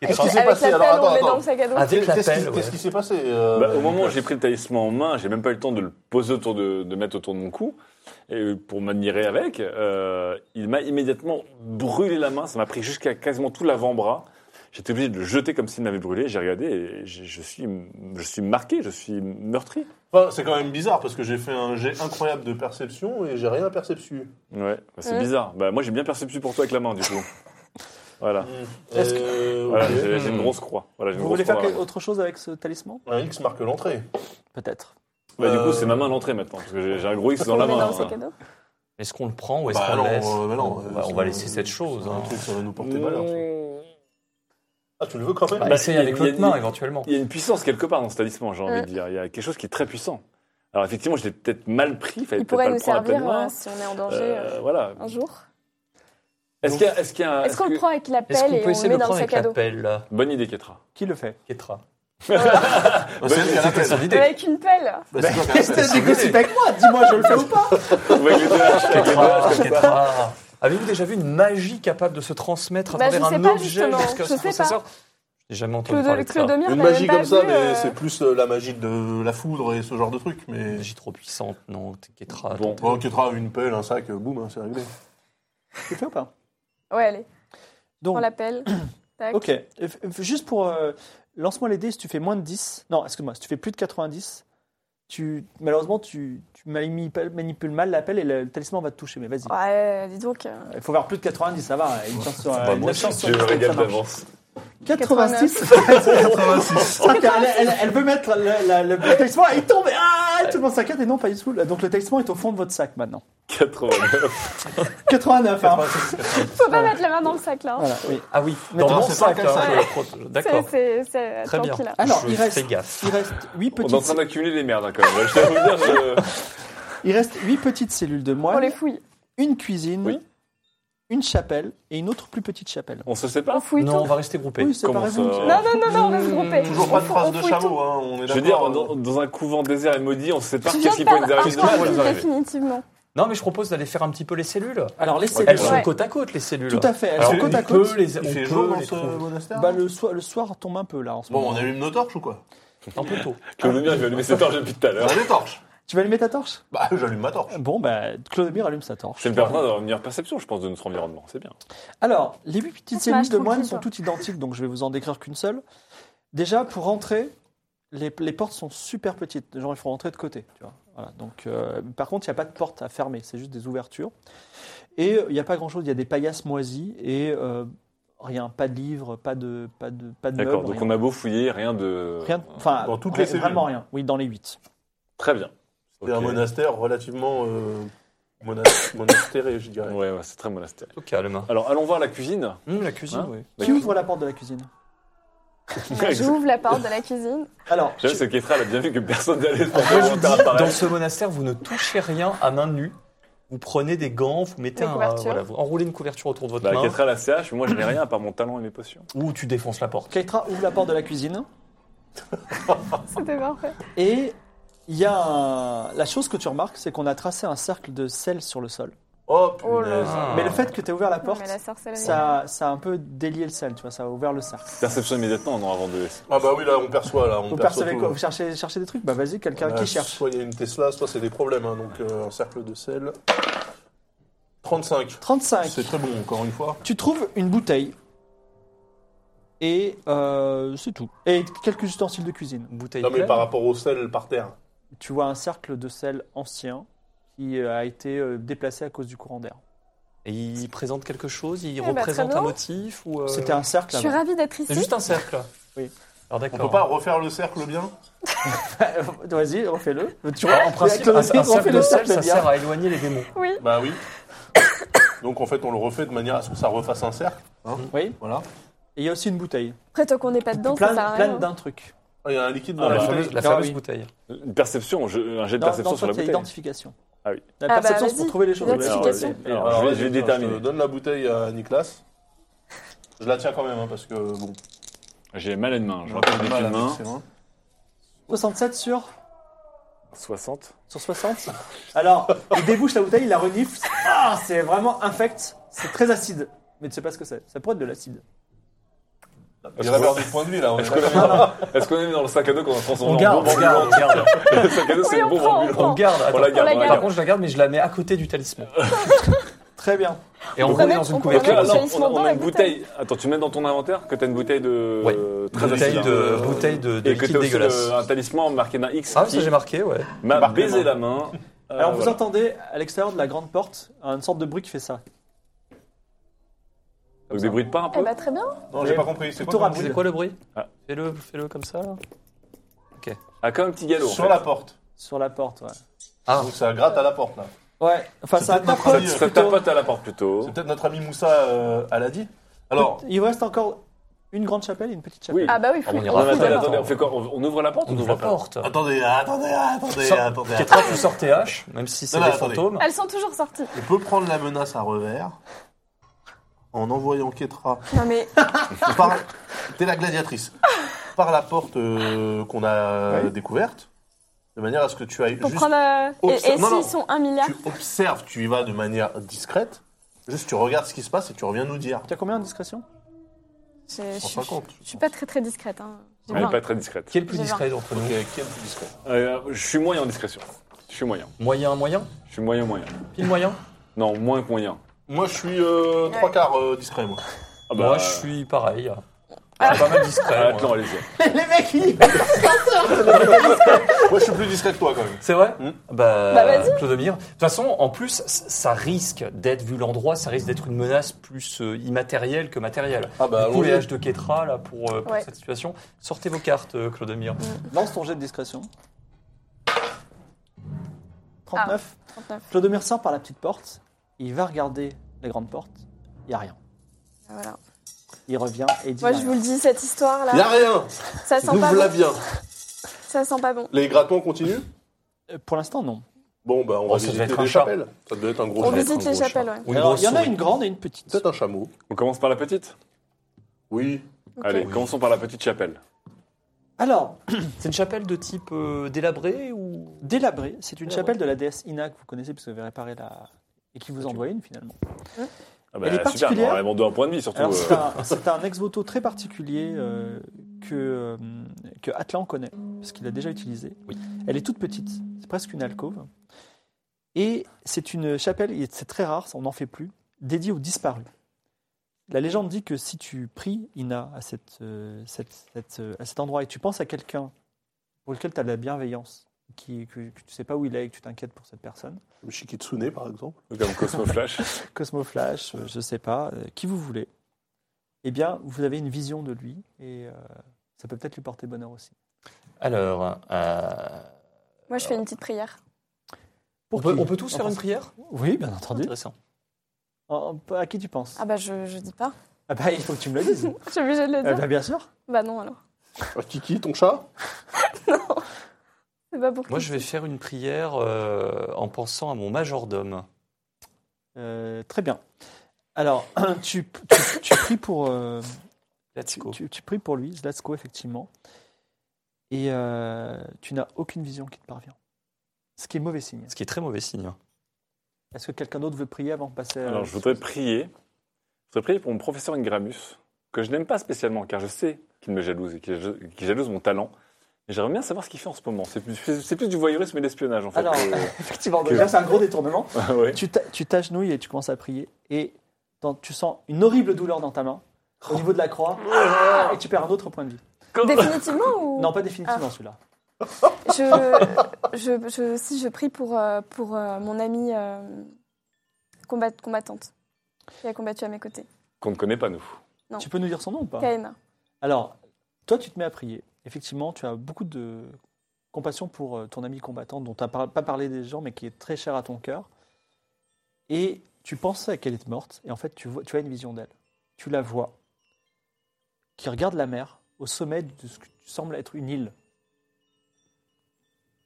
Qu'est-ce qui
Avec
s'est
la
passé
pelle,
Alors,
on
attends,
le met dans
attends.
le sac à dos.
Ah, Avec la
Qu'est-ce
pelle,
qui- qu'est-ce
ouais.
qui s'est passé euh,
Bah, au moment où
Nicolas
j'ai pris le talisman en main, j'ai même pas eu le temps de le poser autour de, de mettre autour de mon cou et euh, pour m'admirer avec. euh, il m'a immédiatement brûlé la main. Ça m'a pris jusqu'à quasiment tout l'avant-bras. J'étais obligé de le jeter comme s'il m'avait brûlé. J'ai regardé et je, je suis, je suis marqué, je suis meurtri.
Enfin, c'est quand même bizarre parce que j'ai fait un jet incroyable de perception et j'ai rien perceptu.
Ouais, bah, c'est
Ouais.
bizarre. Bah, moi, j'ai bien perception pour toi avec la main, du coup.
Hmm.
voilà.
Est-ce
Euh,
Voilà,
ok.
j'ai j'ai une grosse croix. Voilà, j'ai une
Vous
grosse
voulez faire
croix,
quelque- autre chose avec ce talisman
Un X marque l'entrée.
Peut-être.
ouais. Bah, Du coup,
Euh,
c'est ma main à l'entrée maintenant, parce que j'ai- j'ai un gros X dans
On
la
le met
main.
dans ses
hein.
cadeaux.
Est-ce qu'on le prend ou est-ce
Bah
qu'on
non,
le laisse
euh, bah non,
On
euh,
va-
c'est
On va
un-
laisser cette chose.
C'est un
hein.
truc, ça va nous porter malheur. Ah, tu le veux quand même
Bah,
Bah,
essaye
il y a-
avec
il y a-
l'autre main éventuellement.
Il y a une puissance quelque part dans ce talisman, j'ai envie
Ouais.
de dire. Il y a quelque chose qui est très puissant. Alors effectivement, je l'ai peut-être mal pris, il fallait
Il
peut-être pas
pourrait
le
nous
prendre à
servir
pleine main.
euh, si on est en danger
Euh,
euh,
voilà.
un jour.
Est-ce qu'il y a, est-ce qu'il y a un-
Est-ce qu'on
est-ce
le
que-
prend avec la
Est-ce
pelle
qu'on
et
peut
on le
essayer
met
de le
dans le
prendre avec
sac
la
à dos
pelle là
Bonne idée, Ketra.
Qui le fait
Ketra
Bah, c'est- il y en a
C'était
plein.
son idée.
Avec une pelle
Bah, c'est sûr qu'il y en a plein.
Discute avec moi, dis-moi, je le fais ou pas
Avec les deux haches,
Ah,
avec les deux haches.
Ketra, Ketra. Avez-vous déjà vu une magie capable de se transmettre à
Bah, je
travers
sais
un
pas,
objet
justement.
jusqu'à
Je
ce que
sais
ça
pas.
sorte J'ai jamais entendu parler
Claude-
de ça.
Clodomir,
Une
t'as même
magie
pas
comme ça,
vu,
mais
euh,
c'est plus euh, la magie de la foudre et ce genre de truc. Mais
Magie trop puissante, non t'es Ketra.
Bon.
attends.
bon, tu trouves une pelle, un sac, euh, boum, hein, c'est réglé.
Tu le fais ou pas
Ouais, allez,
Donc,
on l'appelle. Tac.
ok. Euh, f- f- Juste pour. euh, Lance-moi les dés si tu fais moins de 10. Non, excuse-moi, si tu fais plus de 90, tu, malheureusement, tu, tu manipules, manipules mal l'appel et le, le talisman va te toucher. Mais vas-y.
Ah. Ouais, dis donc. euh,
Il faut faire plus de 90, ça va. hein, Une chance sur.
Bah,
une
moi,
chance sur
J'ai le
90,
régal
ça marche.
d'avance.
86
86.
elle, elle- elle veut mettre le, la- le- le talisman, il tombe, et ah, tout le monde s'inquiète, et non, pas du tout. Donc le talisman est au fond de votre sac maintenant.
89.
89, hein.
Faut pas mettre la main dans le sac là. hein.
Voilà, oui.
Ah oui,
Mais
dans
dans
mon
ce
sac.
sac,
hein,
ça.
je le prot- D'accord.
C'est- C'est c'est à
Très
toi
bien.
qui l'a.
Alors,
je
il reste-
fais gaffe.
Il reste 8
On est en
petites,
train d'accumuler les merdes hein, quand même. Je dois vous dire, je-
il reste huit petites cellules de
On
moines,
les fouille.
une cuisine,
Oui.
une chapelle et une autre plus petite chapelle.
On se sépare
On fouille
Non, on
tout.
va rester groupés.
Oui, c'est
comment
pas raison.
ça
Non, non, non, non, on va se
Mmh.
grouper.
Toujours pas
On
de
fou-
trace
on
de
fouille
chameau,
tout.
hein, on est
Je veux dire,
d'accord.
dans, dans un couvent désert et maudit, on se sépare
Je
qu'est-ce
viens
qui
de
peut
perdre
nous arriver
un
de mal,
point de
nous
vie,
arriver.
définitivement.
Non, mais je propose d'aller faire un petit peu les cellules.
Alors, les
Elles
cellules,
sont
Ouais.
côte à côte, les cellules.
tout à fait, elles
Alors,
sont côte
on
à côte.
peut les-
Il
on
fait
peut
jour dans
les
ce
trouver.
monastère
Bah, le, soir, le soir tombe un peu là en ce
Bon,
moment.
on allume nos torches ou quoi
Un peu tôt.
Clodomir, il va allumer ses torches depuis tout à
On
l'heure.
a des torches
Tu vas allumer ta torche
Bah, j'allume ma torche.
Bon, bah, Clodomir allume sa torche.
C'est le permanent d'avoir une meilleure perception, je pense, de notre environnement. C'est bien.
Alors, les huit petites
Ça,
cellules
je
de
trouve
moines
qu'ils
sont
sont-
toutes identiques, donc je vais vous en décrire qu'une seule. Déjà, pour rentrer, les, les portes sont super petites. Les gens, il faut rentrer de côté. Tu vois. Voilà, donc, euh, par contre, il n'y a pas de porte à fermer, c'est juste des ouvertures. Et euh, il n'y a pas grand-chose, il y a des paillasses moisies et euh, rien, pas de livres, pas de, pas de, pas de
D'accord,
meubles,
donc
rien.
on a beau fouiller, rien de.
Rien de- enfin,
Dans toutes
rien-
les cellules.
Vraiment rien, oui, dans les huit.
Très bien.
C'est un
Ok.
monastère relativement euh, monas- monastéré, je dirais.
Ouais, ouais, c'est très monastère.
Tout hein. calme.
Alors, allons voir la cuisine.
Hum, la cuisine,
Hein
oui.
Qui ouvre la porte de la cuisine
J'ouvre la porte de la cuisine.
Alors,
J'aime ce Ketra, elle a bien vu que personne n'allait se
Moi, je vous dis,
porter
dans ce monastère, vous ne touchez rien à main nue. Vous prenez des gants, vous mettez
Des
un,
couvertures.
voilà, vous enroulez une couverture autour de votre
Bah,
main,
Ketra, la CH, mais moi je n'ai rien à part mon talent et mes potions.
ou tu défonces la porte.
Keitra ouvre la porte de la cuisine.
C'était parfait.
Et il y a un- la chose que tu remarques, c'est qu'on a tracé un cercle de sel sur le sol.
Oh,
Oh là
punaise.
là.
Mais le fait que tu aies ouvert la
Non,
porte,
mais la sorcellerie.
ça, ça a un peu délié le sel, tu vois, ça a ouvert le cercle.
Perception immédiatement, non, avant de laisser.
Ah bah oui, là, on perçoit, là, on
Vous
perçoit
percevez
tout.
quoi Vous cherchez, cherchez des trucs Bah vas-y, quelqu'un
Bah,
qui cherche.
Soit il y a une Tesla, soit c'est des problèmes, hein, donc euh, un cercle de sel. 35.
35.
C'est très bon, encore une fois.
Tu trouves une bouteille. Et euh, c'est tout. Et quelques ustensiles de cuisine.
Bouteille
Non, mais
pleine.
par rapport au sel par terre.
Tu vois un cercle de sel ancien qui euh, a été euh, déplacé à cause du courant d'air.
Et il présente quelque chose, il
Eh bah,
représente
très bien.
un motif ou. euh,
C'était un cercle.
Je suis
avant.
ravie d'être
C'est
ici.
juste un cercle.
Oui.
On
Alors
peut
d'accord.
pas refaire le cercle bien
Vas-y, refais-le. Tu vois,
En principe, un, un
refais
cercle
le
de sel, ça
bien.
sert à éloigner les démons.
Oui.
Bah oui. Donc en fait, on le refait de manière à ce que ça refasse un cercle. hein.
Oui.
Voilà.
Et il y a aussi une bouteille.
Après, tant qu'on n'est pas dedans, ça sert à
plein
rien. hein.
plein d'un truc.
Ah, Il y a un liquide dans
Ah,
la
la
bah,
bouteille.
fameuse, la
Ah,
fameuse
oui.
bouteille.
Une perception, je- un jet de
Dans, dans
perception
toi,
sur la
il y a
bouteille.
identification.
Ah oui.
La
Ah bah,
perception, c'est pour
vas-y.
trouver les choses.
Alors,
Identification.
vas-y. Alors, je vais- je euh, vais
vas-y, tiens,
déterminer.
Je donne la bouteille à Nicolas. Je la tiens quand même, hein, parce que bon.
J'ai mal à une main, je rappelle
j'ai
des
du mal à
main.
mixer, hein.
67 Ah sur,
60.
sur 60. Alors, il débouche la bouteille, il la renifle. Ah, c'est vraiment infect. C'est très acide. Mais tu sais pas ce que c'est. Ça pourrait être de l'acide.
Il va perdre des points de vie là. On est
Est-ce qu'on est,
d'accord.
est-ce qu'on est dans le sac à dos qu'on a transformé
On
en
garde,
bombe
on garde, on
ambulante
garde.
Le sac à dos, c'est
Oui,
une
on
bombe
prend, on
ambulante.
prend.
On garde.
On la
attends.
garde, on la
garde.
Par
garde.
contre, je la garde, mais je la mets à côté du talisman.
Très bien.
Et on
pourrait
roulé dans
mettre-
une
on pourrait
Donc là,
mettre-
couverture.
alors, on, a,
jaillissement
on a
dans la
une bouteille. Attends, tu mets dans ton inventaire que tu as une bouteille de.
Ouais.
euh, très
Bouteille
acide,
de,
hein.
bouteille de, de
Et que
liquide
tu aussi le-
dégueulasse.
un talisman marqué d'un X
Ah, ça
qui
j'ai marqué, ouais.
m'a
Marque la
baisé
main.
la main. Euh,
Alors, vous
voilà.
entendez à l'extérieur de la grande porte une sorte de bruit qui fait ça.
Donc des bruits de pas un
Eh
peu.
bah, très bien.
Non, j'ai pas compris. C'est
plutôt
quoi
rapide.
C'est quoi le bruit
Ah.
Fais-le fais-le comme ça. là.
Ah, comme un petit galop. en
Sur
fait.
la porte.
Sur la porte, ouais.
Ah,
Donc ça gratte à la porte là.
Ouais, enfin,
C'est
ça
peut-être notre
tapote
avis,
Ça
plutôt.
tapote à la porte plutôt.
C'est peut-être notre ami Moussa euh, Aladi. Alors,
Il vous reste encore une grande chapelle et une petite chapelle.
Oui.
Ah bah oui,
Ah, on
faut-
Non,
ira
mais
faut-
Raphaël,
attendez,
attends.
attendez, on fait quoi on, on ouvre la porte ou
on
on
ouvre
ouvre
la
pas porte
porte.
attendez, attendez, attendez,
Sors-
attendez.
Qui est très plus sur TH, même si c'est
Non,
des
non, attendez.
fantômes.
Elles sont toujours sorties.
On peut prendre la menace à revers en envoyant Ketra
Non mais
par... T'es la gladiatrice. Par la porte euh, qu'on a découverte, de manière à ce que tu ailles
pour
juste...
prendre. euh, et-
observe-
Et
non, non.
s'ils sont un milliard
Tu observes, tu y vas de manière discrète. Juste, tu regardes ce qui se passe et tu reviens nous dire.
Tu as combien en discrétion
Je je-
150.
je suis pas très très discrète. hein. J'ai
Elle n'est
vingt.
pas très discrète.
Qui est le plus
J'ai
discret d'entre nous
Ok, qui est le plus discret
Euh, je suis moyen en discrétion. Je suis moyen.
Moyen, moyen
Je suis moyen, moyen.
Pile moyen
Non, moins que moyen.
Moi, je suis euh, trois quarts euh, discret, moi.
Ah
Moi, je suis pareil. Je suis pas mal
Ah,
discret.
attends,
moi.
allez-y.
Moi, je suis plus discret que toi, quand même.
C'est vrai
Hmm.
Bah,
Bah, vas-y.
Clodomir. De toute façon, en plus, c- ça risque d'être, vu l'endroit, ça risque d'être une menace plus euh, immatérielle que matérielle.
Ah bah,
du coup, les
allons-y.
haches de Ketra, là, pour, euh, pour
Ouais.
cette situation. Sortez vos cartes, euh, Clodomir.
Lance ton jet de discrétion. 39.
39.
Ah, Clodomir sort par la petite porte. Il va regarder la grande porte. Il n'y a rien.
Ah, voilà.
Il revient et il dit
Moi
rien.
je vous le dis, cette histoire
Y a
là,
rien
ça sent
Nous
pas
voilà
bon.
bien.
Ça sent pas bon.
Les grattements continuent
Euh, Pour l'instant, non.
Bon, bah, on
Oh,
va
ça devait
visiter
être un
des
chat.
chapelles. Ça devait être un gros
On
chat.
visite
gros
les
chat.
chapelles, ouais.
Ou une
Alors,
grosse
il y en a
souris.
une grande et une petite.
Peut-être un chameau.
On commence par la petite
Oui.
Ok.
Allez, commençons par la petite chapelle.
Alors,
C'est une chapelle de type euh, délabré ou...
délabrée, c'est une
Délabrée.
chapelle de la déesse Ina que vous connaissez puisque vous avez réparé la. et qui vous envoie une finalement.
Ah
Elle est
super,
particulière.
on va demander un point de vie surtout.
Alors,
euh.
c'est un- c'est un, ex-voto très particulier euh, que, euh, que Atlan connaît, parce qu'il l'a déjà utilisé. Elle est toute petite, c'est presque une alcôve. Et c'est une chapelle, et c'est très rare, ça, on n'en fait plus, dédiée aux disparus. La légende dit que si tu pries, Ina, à, cette, euh, cette- cette, euh, à cet endroit, et tu penses à quelqu'un pour lequel tu as de la bienveillance, qui, que, que tu sais pas où il est et que tu t'inquiètes pour cette personne,
Le Shikitsune, par exemple.
Comme Cosmo Flash.
Cosmoflash, euh, je sais pas, euh, qui vous voulez, eh bien, vous avez une vision de lui et euh, ça peut peut-être lui porter bonheur aussi.
Alors, euh,
Moi je fais une petite prière.
on,
Pour
peut,
qui
on peut tous faire une prière
Oui, bien entendu.
Intéressant.
En- en- à qui tu penses
Ah bah je, je dis pas.
Ah bah, il faut que tu me le
je
dises.
suis obligée de le
Eh
dire.
ben, bien sûr.
Bah non alors.
Ah, Kiki, ton chat
C'est pas pour
Moi,
qui.
je vais faire une prière euh, en pensant à mon majordome.
Euh, très bien. Alors, tu, tu, tu pries pour, euh, tu,
Let's go.
tu- tu pries pour lui, Zlatko, effectivement, et euh, tu n'as aucune vision qui te parvient. Ce qui est mauvais signe.
Ce qui est très mauvais signe.
Est-ce que quelqu'un d'autre veut prier avant de passer euh, à-
Alors, je voudrais prier. Je voudrais prier pour mon professeur Ingramus, que je n'aime pas spécialement, car je sais qu'il me jalouse et qu'il jalouse- qu'il jalouse mon talent. Mais j'aimerais bien savoir ce qu'il fait en ce moment. C'est plus, c'est plus du voyeurisme et de l'espionnage, en fait.
Alors,
que-
effectivement,
que-
déjà, c'est un gros détournement.
ouais.
Tu t'a- tu t'agenouilles et tu commences à prier. Et dans- tu sens une horrible douleur dans ta main, au niveau de la croix. Et tu perds un autre point de vie.
Définitivement ou
Non, pas définitivement celui-là.
je, je, je- si je prie pour, euh, pour euh, mon amie euh, combat- combattante qui a combattu à mes côtés,
Qu'on ne connaît pas, nous.
Non.
Tu peux nous dire son nom ou pas
Kaena.
Alors, toi, tu te mets à prier. Effectivement, tu as beaucoup de compassion pour euh, ton ami combattant, dont tu n'as pas parlé des gens, mais qui est très cher à ton cœur. Et tu pensais qu'elle est morte, et en fait, tu, vois, tu as une vision d'elle. Tu la vois, qui regarde la mer, au sommet de ce que tu sembles être une île.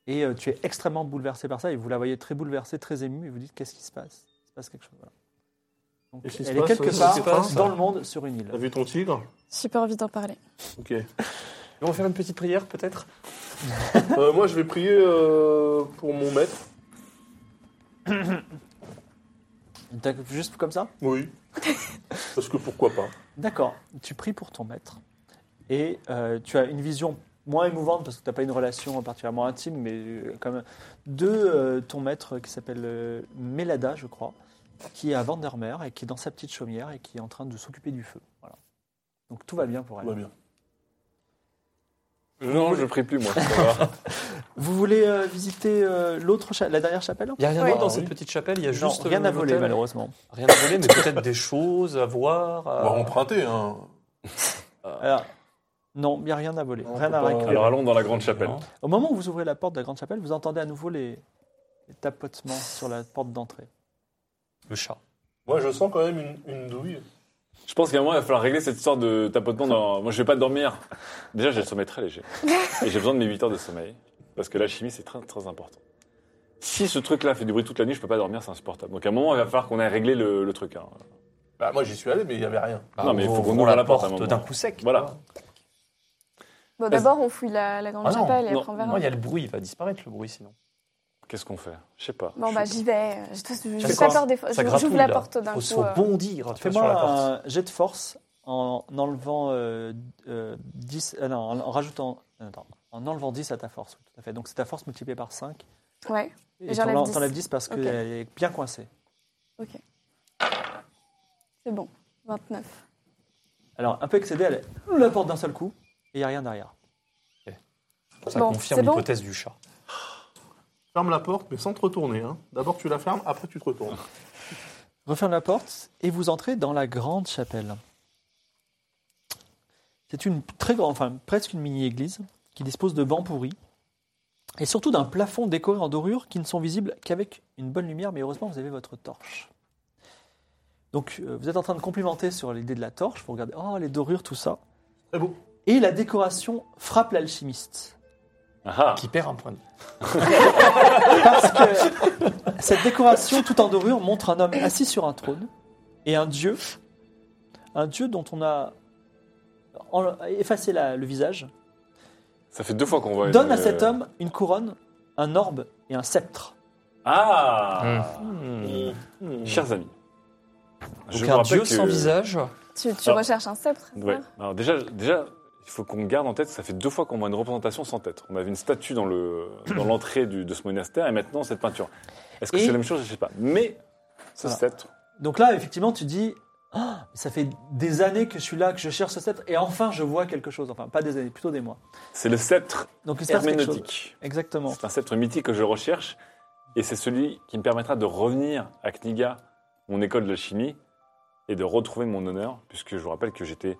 Et euh, tu es extrêmement bouleversé par ça, et vous la voyez très bouleversée, très émue, et vous dites qu'est-ce qui se passe Il se passe quelque chose. voilà. Donc,
Qu'est-ce qui se
elle est
passe,
quelque
euh,
part
qu'est-ce qui se passe
dans le monde sur une île.
T'as vu ton tigre
J'ai pas envie d'en parler.
Ok.
On va faire une petite prière, peut-être
Euh, moi, je vais prier euh, pour mon maître.
T'as- Juste comme ça
Oui. Parce que pourquoi pas
D'accord. Tu pries pour ton maître et euh, tu as une vision moins émouvante parce que tu n'as pas une relation particulièrement intime, mais euh, quand même, de euh, ton maître qui s'appelle euh, Mélada, je crois, qui est à Vandermeer et qui est dans sa petite chaumière et qui est en train de s'occuper du feu. Voilà. Donc tout va bien pour elle.
Tout va bien.
Non, je ne prie plus, moi. ça va.
Vous voulez euh, visiter euh, l'autre cha- la dernière chapelle
Il n'y a rien
Ouais.
d'autre dans
Ah,
cette petite chapelle, il y a
Non,
juste.
rien
euh,
à voler
l'hôtel.
malheureusement.
Rien à voler, mais peut-être des choses à voir.
On
à-
va emprunter, hein.
Alors, non, il n'y a rien à voler,
On
rien
peut
à
pas-
récupérer.
euh, Alors allons dans la grande chapelle.
Non.
Au moment où vous ouvrez la porte de la grande chapelle, vous entendez à nouveau les, les tapotements sur la porte d'entrée.
Le chat.
Moi, je sens quand même une, une douille.
Je pense qu'à un moment, il va falloir régler cette histoire de tapotement. Dans... Moi, je vais pas dormir. Déjà, j'ai le sommeil très léger. Et j'ai besoin de mes 8 heures de sommeil. Parce que la chimie, c'est très, très important. Si ce truc-là fait du bruit toute la nuit, je peux pas dormir, c'est insupportable. Donc à un moment, il va falloir qu'on ait réglé le, le truc. hein.
Bah, moi, j'y suis allé, mais il n'y avait rien.
Non, mais il faut qu'on
Bah, ouvre
ouvre la porte à un moment.
d'un coup sec.
Voilà.
quoi.
Bon, d'abord, on fouille la, la grande
Ah non,
chapelle et
non,
après on verra.
Non, il y a le bruit, il va disparaître le bruit sinon.
Qu'est-ce qu'on fait Je sais pas.
Bon,
Je-
bah, j'y vais. Je je-
Ça
j'ai
gratte-
pas peur des fois.
Ça
Je- J'ouvre
gratouille,
la
là.
porte d'un
Faut
coup.
se
euh.
bondir tu vois, sur la porte.
Fais-moi un jet de force en enlevant euh, euh, 10, euh, non, en, en rajoutant, euh, attends, en enlevant 10 à ta force. oui, tout à fait. Donc c'est ta force multipliée par 5.
Ouais.
Et,
Et j'enlève
t'enlèves
10.
10. 10 parce qu'elle
Ok.
est bien coincée.
C'est bon. 29.
Alors, un peu excédée, elle ouvre la porte d'un seul coup et il n'y a rien derrière.
Ça
Bon,
confirme
c'est bon
l'hypothèse du chat.
Ferme la porte, mais sans te retourner. Hein. D'abord, tu la fermes, après, tu te retournes.
Referme la porte et vous entrez dans la grande chapelle. C'est une très grande, enfin presque une mini-église qui dispose de bancs pourris et surtout d'un plafond décoré en dorure qui ne sont visibles qu'avec une bonne lumière, mais heureusement vous avez votre torche. Donc euh, vous êtes en train de complimenter sur l'idée de la torche, vous regardez, oh les dorures, tout ça.
Très beau.
Et la décoration frappe l'alchimiste.
Ah, ah.
Qui perd un point de vie.
Parce que cette décoration tout en dorure montre un homme assis sur un trône et un dieu, un dieu dont on a en- effacé la- le visage,
Ça fait deux fois qu'on voit. une- euh,
donne à cet homme une couronne, un orbe et un sceptre.
Ah
Hmm.
Hmm. Chers amis.
Donc
vous
un
rappelle
dieu
que-
sans visage.
Tu, tu
Alors-
recherches un sceptre c'est
Ouais.
ça
Alors déjà, déjà, il faut qu'on garde en tête que ça fait deux fois qu'on voit une représentation sans tête. On avait une statue dans le dans l'entrée du- de ce monastère et maintenant cette peinture. Est-ce que
Et-
c'est la même chose Je sais pas. Mais ce
Voilà.
sceptre,
Donc là, effectivement, tu dis, Ah, ça fait des années que je suis là, que je cherche ce sceptre, et enfin je vois quelque chose. Enfin, pas des années, plutôt des mois.
c'est le sceptre
Donc il se passe quelque chose.
herméneutique.
Exactement.
C'est un sceptre mythique que je recherche et c'est celui qui me permettra de revenir à Kniga, mon école de l'alchimie, et de retrouver mon honneur, puisque je vous rappelle que j'étais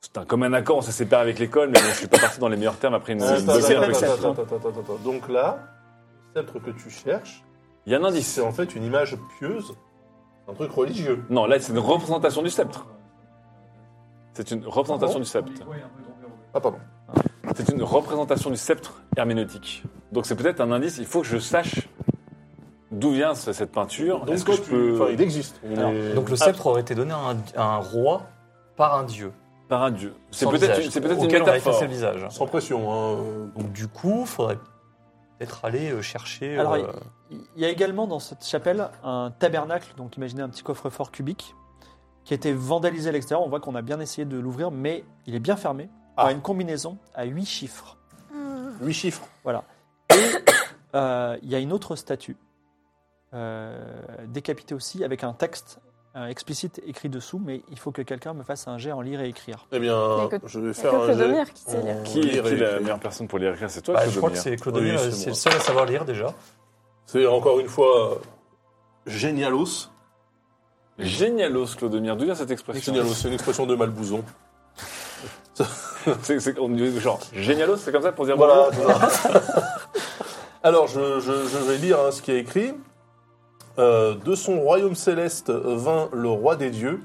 c'est un commun accord, on s'est séparé avec l'école, mais bon, je suis pas parti dans les meilleurs termes après une,
Euh, Attends,
une
attends,
deuxième
attends,
le
réussite.
sceptre.
attends, attends, attends, attends. Donc là, le sceptre que tu cherches,
Il y a un indice.
c'est en fait une image pieuse, un truc religieux.
Non, là, c'est une représentation du sceptre. C'est une représentation du sceptre.
Ah, pardon.
C'est une représentation du sceptre herméneutique. Donc c'est peut-être un indice, il faut que je sache d'où vient ce- cette peinture.
Donc,
Est-ce que
toi,
je
tu-
peux...
enfin, il existe. On
Alors,
est-
Donc le
Ah.
sceptre aurait été donné à un, à un roi par un dieu.
Par un dieu. C'est
sans
peut-être
visage,
une- c'est peut-être une
auquel on a effacé
métaphore.
le visage.
Sans pression. Hein. euh,
Donc du coup, faudrait peut-être aller euh, chercher.
Alors,
euh,
Il y a également dans cette chapelle un tabernacle, donc imaginez un petit coffre-fort cubique, qui a été vandalisé à l'extérieur. On voit qu'on a bien essayé de l'ouvrir, mais il est bien fermé par
Ah.
une combinaison à huit chiffres.
Huit chiffres.
Euh, il y a une autre statue, euh, décapitée aussi, avec un texte euh, explicite écrit dessous, mais il faut que quelqu'un me fasse un jet en lire et écrire.
Eh
Il
bien,
y a que-
je vais
Il n'y a
faire
que
un jet.
Clodomir qui sait lire.
en
Qui est,
lire
qui est
et
la
écrire.
meilleure personne pour les écrire C'est toi,
bah,
Claude
je crois que
Lemire.
c'est Clodomir,
Oui, c'est moi.
euh, c'est le seul à savoir lire déjà.
C'est encore une fois euh, génialos.
Génialos, Clodomir. D'où vient cette expression
Génialos, c'est une expression de Malbouzon.
C'est- c'est- on dit Genre, génialos, c'est comme ça pour dire
Voilà.
bonjour
Alors, je, je- je vais lire hein, ce qui est écrit. Euh, de son royaume céleste vint le roi des dieux,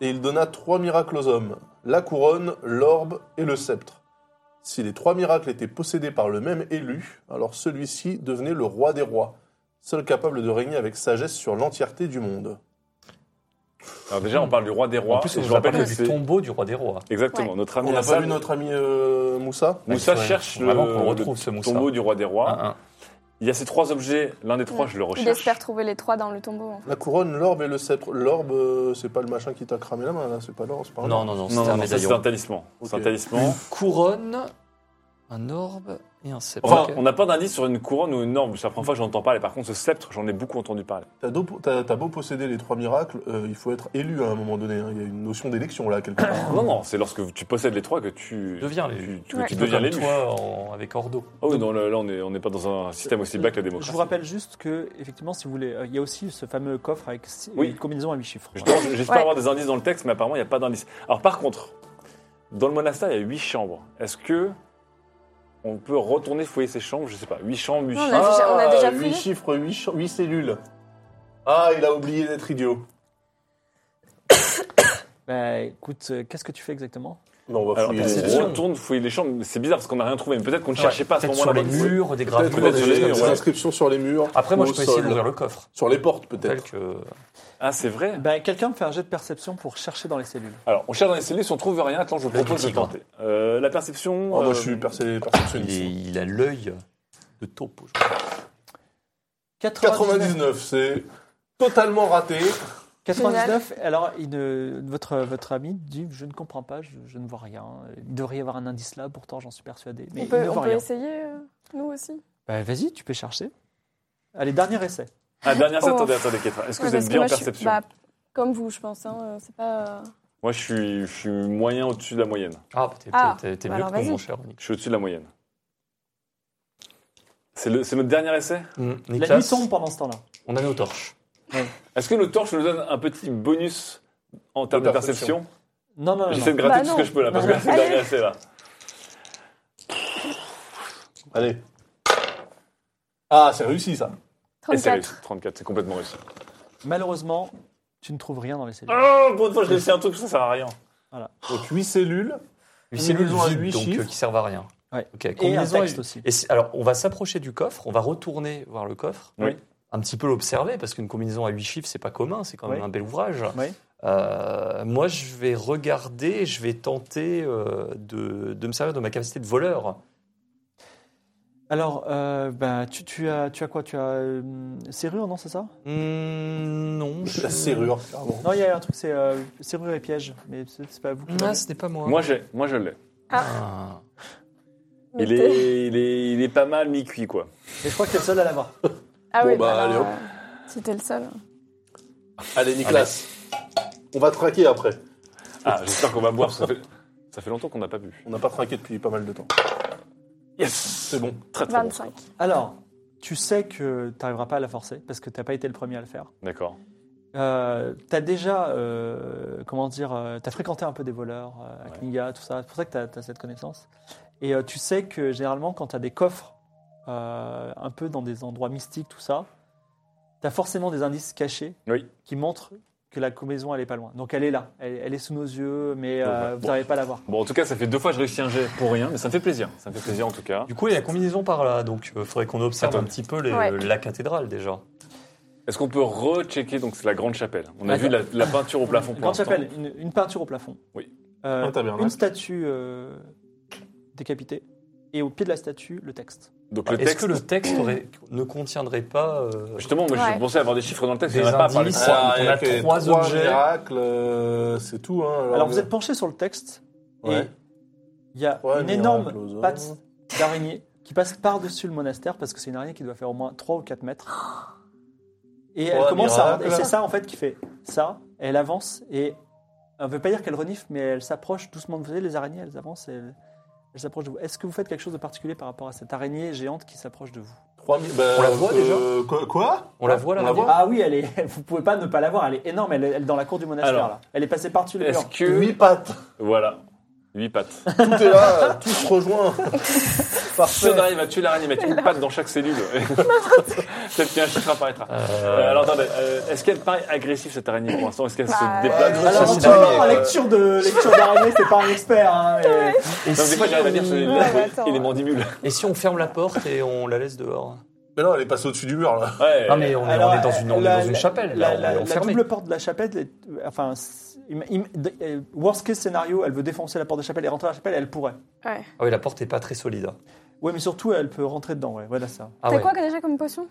et il donna trois miracles aux hommes la couronne, l'orbe et le sceptre. Si les trois miracles étaient possédés par le même élu, alors celui-ci devenait le roi des rois, seul capable de régner avec sagesse sur l'entièreté du monde.
Alors déjà, on parle du roi des rois.
en plus,
et
on
je
vous
vous
a
rappelle
parlé
que
du
c'est...
tombeau du roi des rois.
Exactement, notre ami
On n'a pas
Hassan-
vu notre ami euh, Moussa
Moussa
Ouais,
cherche le,
vraiment qu'on le retrouve,
le
ce Moussa. Ah.
tombeau du roi des rois.
Un, un.
Il y a ces trois objets, l'un des trois,
Ouais.
je le
Il
recherche.
espère trouver les trois dans le tombeau. en fait.
La couronne, l'orbe et le sceptre. L'orbe, euh, c'est pas le machin qui t'a cramé la main, là, c'est pas l'or, c'est pas un
Non,
orbe.
non, non,
Non,
c'est
non,
un
non, ça, c'est un
médaillon.
talisman. C'est un
Ok.
talisman.
Couronne, Un orbe et un sceptre.
Enfin,
Ok.
on n'a pas d'indice sur une couronne ou une orbe. C'est la première fois que j'entends parler. Par contre, ce sceptre, j'en ai beaucoup entendu parler.
T'as beau, t'as- t'as beau posséder les trois miracles, euh, il faut être élu à un moment donné. hein. Il y a une notion d'élection là, quelque part.
Non, non, c'est lorsque tu possèdes les trois que tu
Deviens l'élu.
tu, que
Ouais.
tu deviens
Comme
l'élu.
toi en- avec Ordo.
Ah oui, non, là, là, on n'est on n'est pas dans un système aussi bas que la
Je
démocratie.
vous rappelle juste que, effectivement, si vous voulez, euh, il y a aussi ce fameux coffre avec six-
Oui.
une combinaison à 8 chiffres.
Je demande- J'espère
Ouais.
avoir des indices dans le texte, mais apparemment, il n'y a pas d'indices. Alors, par contre, dans le monastère, il y a huit chambres. Est-ce que on peut retourner fouiller ces chambres Je sais pas. Huit chambres, huit
Non, on
chambres.
a déjà- on a déjà fouillé.
8 Ah, chiffres, 8, cellules. Ah, il a oublié d'être idiot.
Bah, écoute, euh, qu'est-ce que tu fais exactement
Non, on va
Alors,
fouiller.
on
perception.
retourne fouiller les chambres. mais C'est bizarre parce qu'on n'a rien trouvé. Mais Ah peut-être qu'on ne cherchait pas à ce
Peut-être sur
moment-là.
les murs, des
Peut-être
gravures.
Peut-être
des,
sur les
des-
murs,
des
ouais.
inscriptions sur les murs.
Après, moi,
ou
je
au
peux essayer
sol.
d'ouvrir le coffre.
Sur les portes,
Tel
peut-être.
que...
Ah, c'est vrai.
bah, Quelqu'un me fait un jet de perception pour chercher dans les cellules.
Alors, on cherche dans les cellules. Si on trouve rien, attends, je vous
Avec
propose
le
de
tigre.
tenter. Euh, la perception.
Ah, moi,
euh,
je suis percé-
il,
perceptionniste.
est- il a l'œil de taupe. je crois.
99, c'est totalement raté.
99, alors il ne- votre, votre ami dit Je ne comprends pas, je, je ne vois rien. Il devrait y avoir un indice là, pourtant j'en suis persuadé. Mais
On
il
peut,
ne
on
voit
peut
rien.
essayer, euh, nous aussi.
Bah, Vas-y, tu peux chercher. Allez, dernier essai.
Ah, dernière,
Oh.
attendez, attendez, Kétra. Est-ce que
Ouais,
vous
parce
êtes bien en
moi, je suis-
perception Eh,
bah, Comme vous, je pense. hein, euh, C'est pas... euh,
Moi, je suis, je suis moyen au-dessus de la moyenne.
Ah, t'es
Ah,
t'es- t'es
bah
mieux
alors,
que nous,
vas-y.
mon cher Nick.
Je suis au-dessus de la moyenne. C'est le- c'est notre dernier essai
La nuit tombe pendant ce temps-là.
on a nos torches.
Est-ce que le torche nous donne un petit bonus en termes de
De
perception, Ah,
perception.
Non, non, non.
J'essaie de
non.
gratter
Bah
tout ce
non.
que je peux là, parce que
Non.
c'est le dernier
Allez.
essai là.
Allez. Ah, c'est réussi, ça.
Et c'est réussi,
34.
34, c'est complètement réussi.
Malheureusement, tu ne trouves rien dans les cellules.
Ah.
Oh, pour une fois, je laissais un truc, ça sert à rien.
Donc, 8 cellules.
Une
Combinaison à
vide,
huit
donc,
chiffres.
euh, qui servent à rien.
Ouais.
Ok,
Et un
combinaison à
texte
huit-
aussi.
Et si- alors, on va s'approcher du coffre, on va retourner voir le coffre,
Oui.
un petit peu l'observer, parce qu'une combinaison à 8 chiffres, c'est pas commun, c'est quand même
Oui.
un bel ouvrage.
Oui.
Euh, moi, je vais regarder, je vais tenter euh, de, de me servir de ma capacité de voleur.
Alors, euh, bah, tu, tu as, tu as quoi Tu as euh, serrure, non, c'est ça
Hmm, non. je-
La serrure, clairement.
Non, il y a un truc, c'est euh, serrure et piège, mais c'est c'est pas vous qui
Ah,
l'avez.
ce n'est pas moi.
Moi, j'ai- moi, je l'ai.
Ah.
Mais
Il
t'es-
est, il, est, il est pas mal mi-cuit, quoi.
Et je crois que tu es le seul à l'avoir.
Ah
Bon,
oui,
bah,
bah,
allez,
alors,
hop.
euh, si t'es le seul.
Ah,
Allez, Nicolas. On va traquer après.
Ah, j'espère qu'on va boire, parce que ça fait, ça fait longtemps qu'on n'a pas bu.
On n'a pas traqué depuis pas mal de temps.
Yes C'est
bon. Ah,
Très, très bon.
25.
Alors, tu sais que tu n'arriveras pas à la forcer, parce que tu n'as pas été le premier à le faire.
D'accord.
Euh, t'as déjà, euh, comment dire, euh, t'as fréquenté un peu des voleurs, euh, à
Ouais.
Kniga, tout ça. C'est pour ça que t'as as cette connaissance. Et euh, tu sais que généralement, quand t'as des coffres, euh, un peu dans des endroits mystiques, tout ça, t'as forcément des indices cachés
Oui.
qui montrent que la combinaison, elle est pas loin. Donc elle est là, elle, elle est sous nos yeux, mais euh,
ouais.
vous
Bon.
n'arrivez pas à la voir.
Bon, en tout cas, ça fait deux fois que je réussis un jet pour rien, mais ça me fait plaisir. Ça me fait plaisir, en tout cas.
Du coup, il y a combinaison par là, donc il faudrait qu'on observe
Attends.
un petit peu les-
Ouais.
la cathédrale déjà.
Est-ce qu'on peut rechecker Donc, c'est la grande chapelle. On a
Attends.
vu la, la peinture au plafond. pour
Grande
l'instant.
chapelle, une, une peinture au plafond.
Oui.
Euh,
Un tabernacle.
une statue euh, décapitée. Et au pied de la statue, le texte.
Donc, le
Est-ce
texte.
que le texte aurait- ne contiendrait pas euh,
Justement, moi, j'ai
Ouais.
pensé avoir des chiffres dans le texte,
Des
il n'y en a pas Ah, par les
indices.
trois.
on a
que
trois objets.
miracles, euh, c'est tout. Hein. euh,
Alors vous êtes penché sur le texte.
Ouais.
Et il y a
Trois
une
miracles
énorme
aux hommes.
patte d'araignée qui passe par-dessus le monastère parce que c'est une araignée qui doit faire au moins 3 ou 4 mètres. Et elle
Trois
commence à.
miracles.
Et c'est ça en fait qui fait ça. Elle avance et. On ne veut pas dire qu'elle renifle, mais elle s'approche doucement de vous. Vous savez, Les araignées, elles avancent et elles elles s'approchent de vous. Est-ce que vous faites quelque chose de particulier par rapport à cette araignée géante qui s'approche de vous
Trois mi- bah,
On la voit
euh, Quoi, quoi
On la voit là
On la voit
Ah oui, elle est. Vous pouvez pas ne pas la voir. Elle est énorme. Elle est, elle est dans la cour du monastère.
Alors,
là. Elle est passée par-dessus les murs.
Est-ce que.
Huit pattes.
Voilà. Huit pattes.
Tout est là, tout se rejoint.
Si on arrive à tuer l'araignée, mettre une patte dans chaque cellule, peut-être qu'un chiffre apparaîtra. Euh, alors attendez, euh, est-ce qu'elle paraît agressive cette araignée pour l'instant Est-ce qu'elle
Bah,
se déplace
euh,
Alors,
Ça,
on
c'est
peut
dingue,
voir en
euh,
lecture de lecture d'araignée, c'est pas un expert. Hein, mais-
Et,
Non, mais des fois, j'arrive à lire sur les
Ouais,
lèvres
mais attends,
et les
ouais.
mandibules.
et si on ferme la porte et on la laisse dehors
Mais non, elle est passée au-dessus du mur, là.
Ouais.
Non mais on, est-
Alors,
on est dans une, on est
la-
dans une
la-
chapelle,
La,
là,
la-
on est
la
enfermé.
double porte de la chapelle, est- enfin, c'est- im- im- de- euh, worst case scénario, elle veut défoncer la porte de la chapelle et rentrer à la chapelle, elle pourrait.
Ouais.
Ah oui, la porte est pas très solide.
Oui, mais surtout, elle peut rentrer dedans, ouais, voilà ça.
Ah
T'as
ouais.
quoi déjà comme potion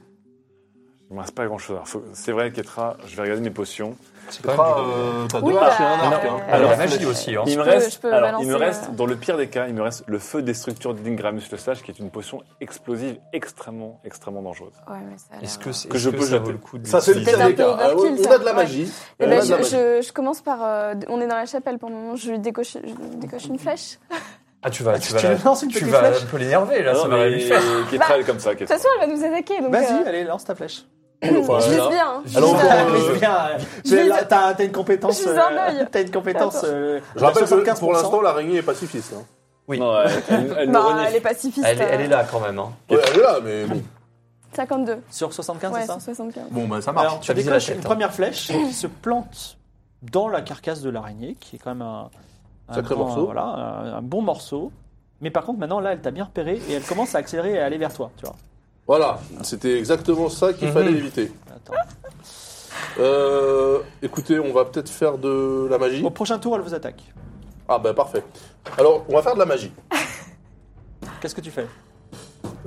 Il me reste pas grand chose. C'est vrai, Ketra, je vais regarder mes potions.
C'est
T'as euh, t'as
Oui,
deux arcs et un
bah,
arc.
euh,
hein.
Alors,
la magie aussi. Hein.
il me
peux-
reste,
je peux
alors, il
balancer,
me reste,
euh,
dans le pire des cas, il me reste le feu des structures d'Ingramus le Sage, qui est une potion explosive extrêmement, extrêmement dangereuse.
Ouais, mais ça a l'air-
Est-ce
euh,
que, c'est-
Que
est-ce
je
que
peux
ça
jeter.
vaut le coup de
Ça, c'est le
C'est
l'utiliser
pire
un
des
peu
cas. Ah,
overkill,
On
ça.
a de la
Ouais.
magie.
Eh
On
ben,
a
Ah,
de
je,
la magie.
je- je commence par. euh, on est dans la chapelle pour le moment. Je lui décoche, je lui décoche une flèche. De
Ah, tu vas,
Tu
tu vas,
lui
la-
lances une
tu
petite
vas
flèche
un peu l'énerver là.
Ah
ça
non,
va
mais
rien lui faire.
Ketra, elle est comme ça.
Bah, toute façon, elle va nous attaquer. donc,
Vas-y,
euh,
allez, lance ta flèche.
Enfin,
je
là.
vise bien. hein.
Allons,
Je vise
Je
euh,
bien.
viens, euh,
je
j'ai-
vise-
là, T'as t'as une compétence.
je vise
euh,
un œil.
T'as une compétence.
Attends.
euh,
Je rappelle que
75%.
pour l'instant, l'araignée est pacifiste. hein.
Oui.
Non, elle, elle, elle nous
Bah,
renifle.
elle est pacifiste.
Elle, est-
euh,
elle est là quand même. Hein.
Ouais, elle est là, mais bon.
52.
Sur 75,
Ouais,
c'est ça
c'est 75.
Bon, bah ça
Alors,
Tu
tu
as visé la
décoches
tête,
une
hein.
première flèche qui se plante dans la carcasse de l'araignée, qui est quand même un, un
Sacré morceau.
voilà, un, un bon morceau. Mais par contre, maintenant, là, elle t'a bien repéré et elle commence à accélérer et à aller vers toi. Tu vois.
Voilà, c'était exactement ça qu'il
Mhm.
fallait éviter.
Attends.
Euh, écoutez, on va peut-être faire de la magie.
Au prochain tour, elle vous attaque.
Ah bah parfait. Alors, on va faire de la magie.
Qu'est-ce que tu fais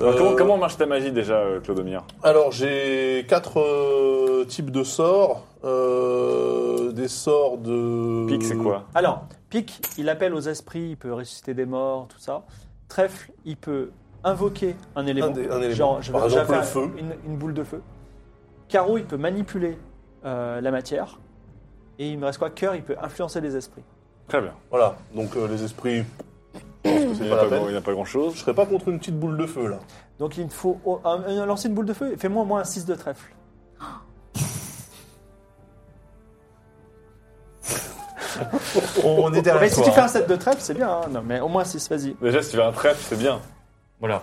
Alors,
Euh,
comment, comment marche ta magie déjà, euh, Clodomir
Alors, j'ai quatre euh, types de sorts. Euh, des sorts de...
Pique, c'est quoi
Alors, pique, il appelle aux esprits, il peut ressusciter des morts, tout ça. Trèfle, il peut invoquer un élément.
des- un élément.
Genre, je
Par
veux-
exemple,
j'avais
le feu.
Une, une boule de feu. Carreau, il peut manipuler euh, la matière. Et il me reste quoi Cœur, il peut influencer les esprits.
Très bien.
Voilà, donc euh, les esprits, je
Mmh.
pense que
Il
c'est
n'y
pas
a,
la
pas-
peine.
il y a pas
Je
grand-chose.
serais pas contre une petite boule de feu, là.
Donc il me faut oh, un- un- lancer une boule de feu. Fais-moi au moins un 6 de trèfle.
hein. On est
Oh, Mais Bah, si tu fais un 7 de trèfle, c'est bien. hein. Non, mais au moins 6, vas-y.
Déjà, si tu fais un trèfle, c'est bien.
Voilà.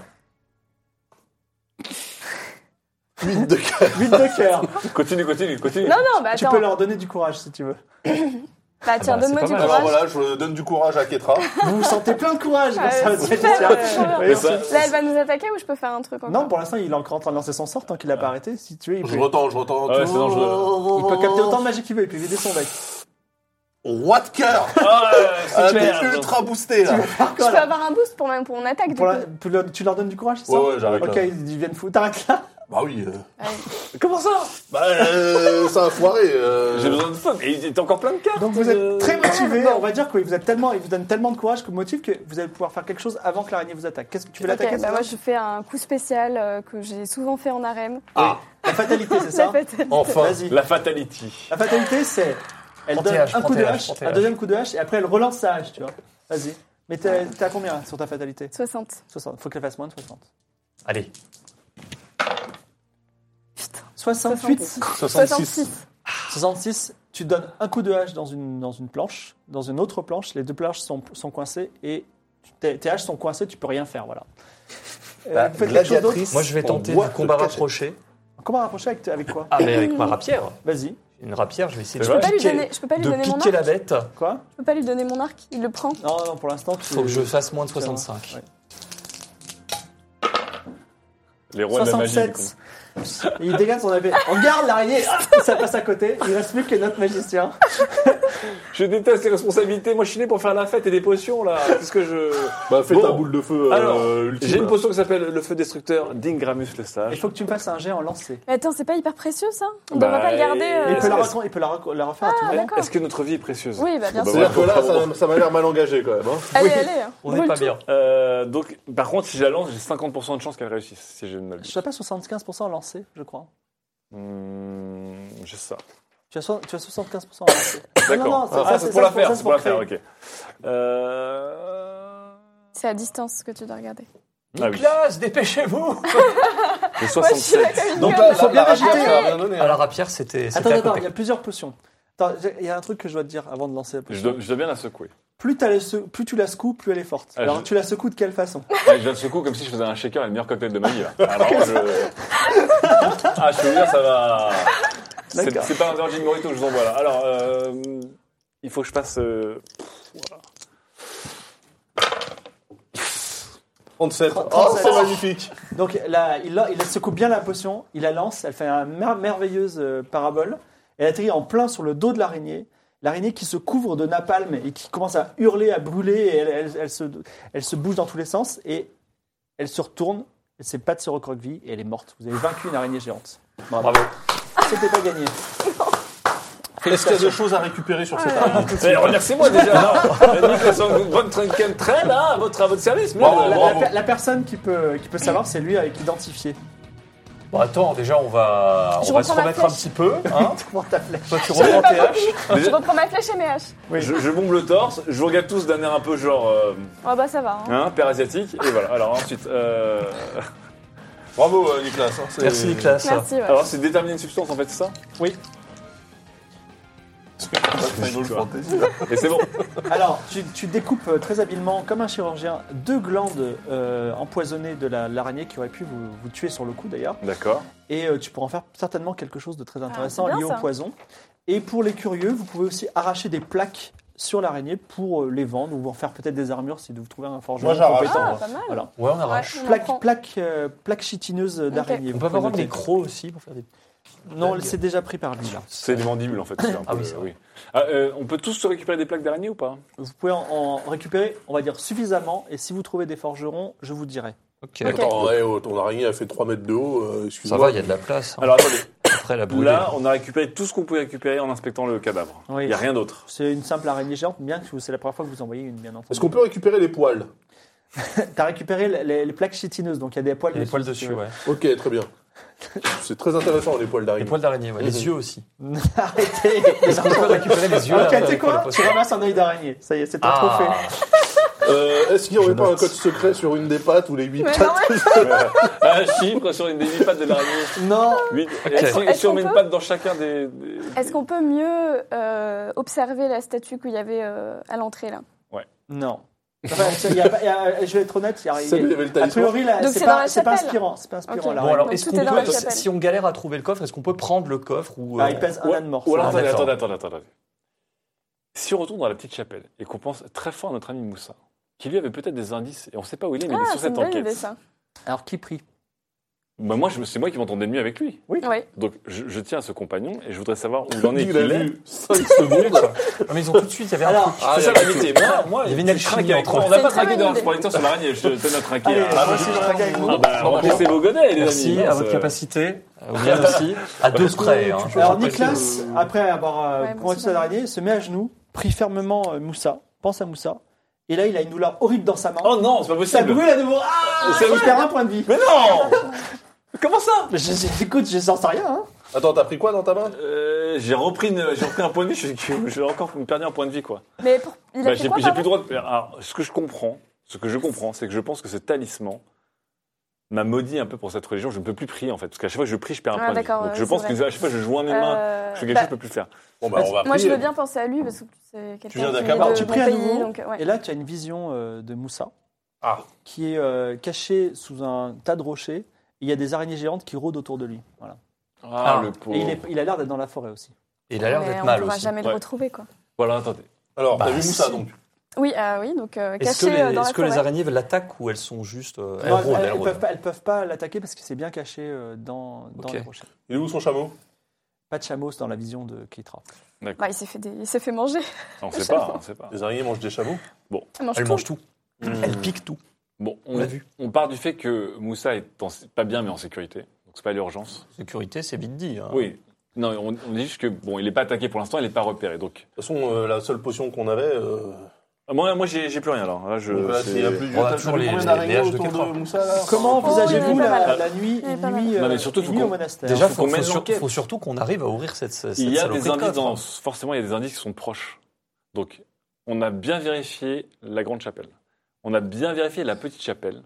8 de cœur.
8 de cœur.
Continue, continue, continue.
Non, non, bah
tu
attends.
peux leur donner du courage si tu veux.
Bah tiens,
Ah bah,
donne-moi
c'est
du
pas
courage.
Alors voilà, je donne du courage à Ketra.
Vous vous sentez plein de courage
Ah,
grâce à votre
super,
éditeur.
euh, trop bien.
Oui,
Mais ça-
Là, elle va nous attaquer ou je peux faire un truc encore
Non, pour l'instant, il est encore en train de lancer son sort tant qu'il n'a pas arrêté. Si tu veux, il peut,
Je retends, je retends.
Ouais, c'est dangereux.
il peut capter autant de magie qu'il veut, il peut vider son bec.
Roi de cœur
Ah,
Ah,
super.
T'es ultra boosté, là
Par
Je
quoi,
peux
là
avoir un boost pour, ma- pour mon attaque, du coup.
Pour la- pour le- Tu leur donnes du courage, c'est ça
Ouais, ouais, j'arrête
Ok,
là.
ils ils viennent fou. T'arrêtes là
Bah oui. euh.
Ouais.
Comment ça
Bah, euh, ça a foiré. euh.
J'ai besoin de ça. Et il y a encore plein de cartes.
Donc vous êtes
euh.
très motivé, on va dire que vous êtes tellement, il vous donne tellement de courage que motive que vous allez pouvoir faire quelque chose avant que l'araignée vous attaque. Qu'est-ce que tu veux l'attaquer
Ok, bah
c'est
moi,
ça
je fais un coup spécial euh, que j'ai souvent fait en harem.
Ah,
La fatalité, c'est
La
ça hein.
fatalité.
enfin
Vas-y.
La fatality.
La fatalité, c'est elle
Prends
donne
tes haches,
un
prends
coup de
tes haches,
hache,
prends tes
un
haches.
deuxième coup de hache et après elle relance sa hache, tu vois. Vas-y. Mais t'as t'as combien là, sur ta fatalité
60.
60. Faut qu'elle fasse moins de 60.
Allez.
68.
66.
66, tu donnes un coup de hache dans une, dans une planche, dans une autre planche, les deux planches sont, sont coincées et tu- tes, tes haches sont coincées, tu peux rien faire, voilà. Euh,
Bah,
faites quelque chose d'autre.
Moi, je vais
on
tenter
voit
du combat
le cachet.
rapproché.
Comment rapprocher avec, avec quoi
Ah, mais avec ma rapière.
Vas-y.
Une rapière, je vais essayer
C'est
de
Je peux pas lui
piquer,
donner, je peux pas lui
de
donner mon
piquer
arc.
la bête.
Quoi
Je peux pas lui donner mon arc. Il le prend.
Non, non, pour l'instant, tu...
Faut que je fasse moins de 65.
Ouais.
Les rois de la magie. du coup.
67. Il dégage son épée. On garde l'araignée, ah, ça passe à côté. Il reste plus que notre magicien.
Je déteste les responsabilités. Moi, je suis né pour faire la fête et des potions, là. Qu'est-ce que je.
Bah fais
Bon.
ta boule de feu euh,
Alors,
ultime.
J'ai une potion qui s'appelle le feu destructeur d'Ingramus le
Il
Sage.
faut que tu me fasses un jet en lancer.
Mais attends, c'est pas hyper précieux, ça On
Bah,
devrait pas le garder.
il
Il
euh,
peut la,
Est-ce-
raconter- il peut la, rac- la refaire à tout
Ah,
le monde.
d'accord.
Est-ce que notre vie est précieuse
Oui, bah bien
Bah,
sûr.
C'est-à-dire que là,
Bravo.
ça, ça m'a l'air mal engagé quand même. hein.
Allez,
Oui.
allez.
On n'est
brûle
pas
tout.
bien.
Euh, donc, par contre, si je la lance, j'ai 50% de chance qu'elle réussisse, si je ne
Je
m'abuse.
sais pas 75% en lancer, je crois.
Hmm, j'ai ça.
Tu as, so- tu as 75% en lancer.
D'accord.
non, ça-
Ah,
ça,
c'est
c'est
pour
ça,
la faire.
ça,
C'est
c'est
pour la
pour
faire, ok. Euh...
C'est à distance que tu dois regarder.
Ah oui,
Nicolas, dépêchez-vous
j'ai
Moi, je suis là
67.
comme une
Donc
gueule.
euh,
là, il faut bien
rapière,
agiter.
elle a rien donné,
À
hein.
Ah, la rapière, c'était c'était
Attends,
à
attends, il
côté.
y a plusieurs potions. Attends, j'ai- il y a un truc que je dois te dire avant de lancer la
Je
potion.
dois, je dois bien la secouer.
Plus, t'as la secou- plus tu la secoues, plus elle est forte.
Ah,
Alors
je-
tu la secoues de quelle façon
Ah, je la secoue comme si je faisais un shaker et le meilleur cocktail de ma vie. Là. Alors, je... Ah, je peux vous dire, ça va. C'est
D'accord.
c'est pas un Virgin Morito que je vous envoie là. Alors, euh, il faut que je passe. euh,
37. Oh,
37.
c'est magnifique.
Donc là, il, la- il secoue bien la potion, il la lance, elle fait une merveilleuse euh, parabole. Elle atterrit en plein sur le dos de l'araignée. L'araignée qui se couvre de napalm et qui commence à hurler, à brûler. et elle, elle- elle se, elle se bouge dans tous les sens et elle se retourne ses pattes se recroquevillent et elle est morte. Vous avez vaincu une araignée géante. Bravo. C'était pas gagné.
Est-ce qu'il y a des choses à récupérer sur cette araignée
Eh, Remerciez-moi déjà. Nicolas Von Trunken traîne hein, à, votre, à votre service. mais
Bravo,
euh,
La,
bravo.
la- la personne qui peut, qui peut savoir, c'est lui avec l'identifier.
Bon, attends, déjà, on va,
Je
Ah, on va se
reprends ma
remettre un
flèche.
petit peu. Hein
Comment t'as fait
Toi, tu reprends tes haches.
Ah,
Je
déjà,
reprends ma flèche et mes haches.
je, je bombe le torse, je vous regarde tous d'un air un peu genre euh,
Ah bah ça va. hein.
hein, père asiatique. Et voilà, alors ensuite. euh,
Bravo, euh, Nicolas. hein, c'est-
Merci, Nicolas.
Merci. ouais.
Ah,
alors c'est déterminer une substance en fait, c'est ça
Final Fantasy.
Et c'est bon.
Alors, tu, tu découpes euh, très habilement, comme un chirurgien, deux glandes euh, empoisonnées de la- l'araignée qui auraient pu vous, vous tuer sur le coup d'ailleurs.
D'accord.
Et euh, tu pourras en faire certainement quelque chose de très intéressant
Ah, c'est bien,
lié
ça.
au poison. Et pour les curieux, vous pouvez aussi arracher des plaques sur l'araignée pour euh, les vendre ou vous en faire peut-être des armures si vous trouvez un forgeron
Moi, j'arrache.
compétent.
Ah, pas mal.
Voilà.
Ouais, on arrache.
Ouais, on en prend.
Plaque, plaque, euh, plaque chitineuse d'araignée.
On
vous
peut
pouvez
avoir des
noter.
crocs aussi pour faire des.
Non, c'est déjà pris par lui. là.
C'est des mandibules en fait. c'est un
Ah
peu-
oui, c'est vrai.
Ah, euh, on peut tous se récupérer des plaques d'araignée ou pas
Vous pouvez en, en récupérer, on va dire, suffisamment. Et si vous trouvez des forgerons, je vous dirai.
Ok.
Attends, ouais, oh, ton araignée, elle fait 3 mètres de haut. euh,
Ça
Excuse-moi.
va, il y a de la place. hein.
Alors attendez,
Après, la brûlée.
là on a récupéré tout ce qu'on pouvait récupérer en inspectant le cadavre. Il
Oui.
n'y a rien d'autre.
C'est une simple araignée géante, bien que c'est la première fois que vous envoyez une, bien entendu.
Est-ce qu'on peut récupérer les poils
T'as récupéré les, les- les plaques chitineuses, donc il y a des poils
Il y a des poils dessus,
si tu
ouais.
Ok, très bien. C'est très intéressant, les poils
Les
d'araignée.
poils d'araignée, ouais.
Mhm.
Les yeux aussi.
veux. Arrêtez les
On peut
enfants.
récupérer les yeux.
Ah, Ok, tu
là,
sais
avec le
quoi
poste.
Tu ramasses un œil d'araignée. Ça y est, c'est ton trophée.
Ah,
Euh, Est-ce qu'il n'y aurait pas un code secret sur une des pattes ou les 8
Mais
pattes
non, mais-
Un Ah, chiffre sur une des huit pattes de l'araignée.
Non
Huit. Et
Ok.
si- Et
Est-ce
si on
qu'on
met une
peut
patte dans chacun des. des-
Est-ce qu'on peut mieux euh, observer la statue qu'il y avait euh, à l'entrée là
Non. Enfin, tu sais, il y a pas- il y a- euh, je vais être honnête, il y a- Ah, il
Salut, il y avait
y
le
a, a
talisman.
priori, là,
Donc
c'est
c'est dans
pas,
la
c'est pas
chapelle
inspirant. C'est pas inspirant.
Ok.
l'araignée.
Bon, alors,
Donc,
est-ce
tout
qu'on
est dans
peut,
la chapelle.
si on galère à trouver le coffre, est-ce qu'on peut prendre le coffre ou.
Ah,
euh,
il pèse un
Ou-
âne mort.
Ou alors,
Ah,
attendez,
d'accord.
attendez, attendez, attendez. Si on retourne dans la petite chapelle et qu'on pense très fort à notre ami Moussa, qui lui avait peut-être des indices, et on ne sait pas où il est, mais il est
Ah,
sur
c'est une
cette
bonne
enquête.
idée ça.
Alors, qui prie
Bah, moi, je me- c'est moi qui m'entendais le mieux avec lui.
Oui.
Donc, je, je tiens à ce compagnon et je voudrais savoir où il en est.
Il
qui
a
il est.
vu
Ah,
5 secondes.
Ah, mais ils ont tout de suite, il y avait un
Alors,
truc.
C'est ça la vérité. Moi, moi,
Il y avait une
je
alchimie
craque avec
entre
toi.
eux.
On n'a
C'est
pas
une très
craqué
bonne
dans
idée.
l'inspecteur sur l'araignée. Je tenais à
Allez,
traquer.
ah,
Ah,
moi, je traque avec vous.
ah, bah, remplissez vos godets, les amis.
Merci
hein,
à
ça-
votre Ah, capacité. Vous bien aussi. À deux près. hein.
Alors Nicolas, après avoir
Ouais,
euh,
bon,
convaincu
c'est
sa
bon.
araignée, se met à genoux, prie fermement euh, Moussa, pense à Moussa, et là il a une douleur horrible dans sa main.
Oh non, c'est pas
ça
possible.
brûle à nouveau. Ah,
C'est
il perd un point de vie.
Mais non Comment ça
Je- je- écoute, je sens rien. hein.
Attends, t'as pris quoi dans ta main
Euh, J'ai repris, une- j'ai repris un point de vie. je- J'ai encore perdu un point de vie, quoi.
Mais pour... il a
Bah,
fait
j'ai
quoi,
j'ai plus
pardon
le droit de. Alors, ce que je comprends, ce que je comprends, c'est que je pense que ce talisman m'a maudit un peu pour cette religion. Je ne peux plus prier en fait, parce qu'à chaque fois que je prie, je perds un
Ah,
point de vie.
d'accord,
Donc
ouais,
je
c'est
pense
vrai.
que à chaque fois je joins mes mains,
Euh,
je fais quelque
bah,
chose, je peux plus faire.
Bon, bah, on va
Moi, je
prier.
veux bien penser à lui parce que c'est quelqu'un
viens d'un
qui est
Camargue.
de
Tu
mon
pries à
pays,
nouveau
donc, ouais.
Et là tu as une vision euh, de Moussa
Ah.
qui est euh, caché sous un tas de rochers. Il y a des araignées géantes qui rôdent autour de lui. Voilà.
Ah,
Ah.
le
Et il,
pauvre.
est- il a l'air d'être dans la forêt aussi.
Et il a l'air
Mais
d'être
on
mal
pourra
aussi.
jamais le
Ouais.
retrouver quoi.
Voilà, attendez.
Alors,
Bah,
t'as vu Moussa,
si.
donc
Oui, ah oui, donc euh,
Est-ce que
caché
les,
euh, dans
est-ce
la
que les
forêt.
araignées l'attaquent ou elles sont juste. euh, elles
Non, elles,
rôdent,
elles
elles
peuvent
rôdent.
pas, elles peuvent pas l'attaquer parce que c'est bien caché euh, dans, dans
Ok.
les rochers.
il est où son chameau
Pas de chameau c'est dans la vision de Keitra.
D'accord.
Bah, il s'est fait, des- il s'est fait manger.
On sait pas, on sait pas.
Les araignées mangent des chameaux.
Elle mange
Elles
tout.
mangent tout. Elles
Mmh.
Hmm.
piquent tout.
Bon,
On
on,
l'a vu.
on part du fait que Moussa est en- pas bien, mais en sécurité. Donc c'est pas l'urgence.
Sécurité, c'est vite dit. hein.
Oui. Non, on, on dit juste que bon, il est pas attaqué pour l'instant, il est pas repéré. Donc
De toute façon, euh, la seule potion qu'on avait. euh,
moi, moi, j'ai j'ai plus rien alors. Là, je.
donc là,
Euh, c'est-
Bah, s'il y a plus
on a
t'as- t'as
toujours
vu
les-
combien
les-
d'araignées
les haches de
autour de,
Capra.
Moussa là
Comment
Oh, il y en
envisagez-vous
avait pas
la,
mal.
la nuit,
Il y en avait
une
pas
nuit,
mal.
euh,
Non, mais surtout,
une
faut
nuit
qu'on-
au monastère
Déjà,
faut
faut,
qu'on
faut
mène
sur-
l'enquête.
faut surtout qu'on arrive à ouvrir cette, cette
Il y a
saloperie
des
de
indices
coffre. hein.
dans- Forcément, il y a des indices qui sont proches. Donc, on a bien vérifié la grande chapelle. On a bien vérifié la petite chapelle.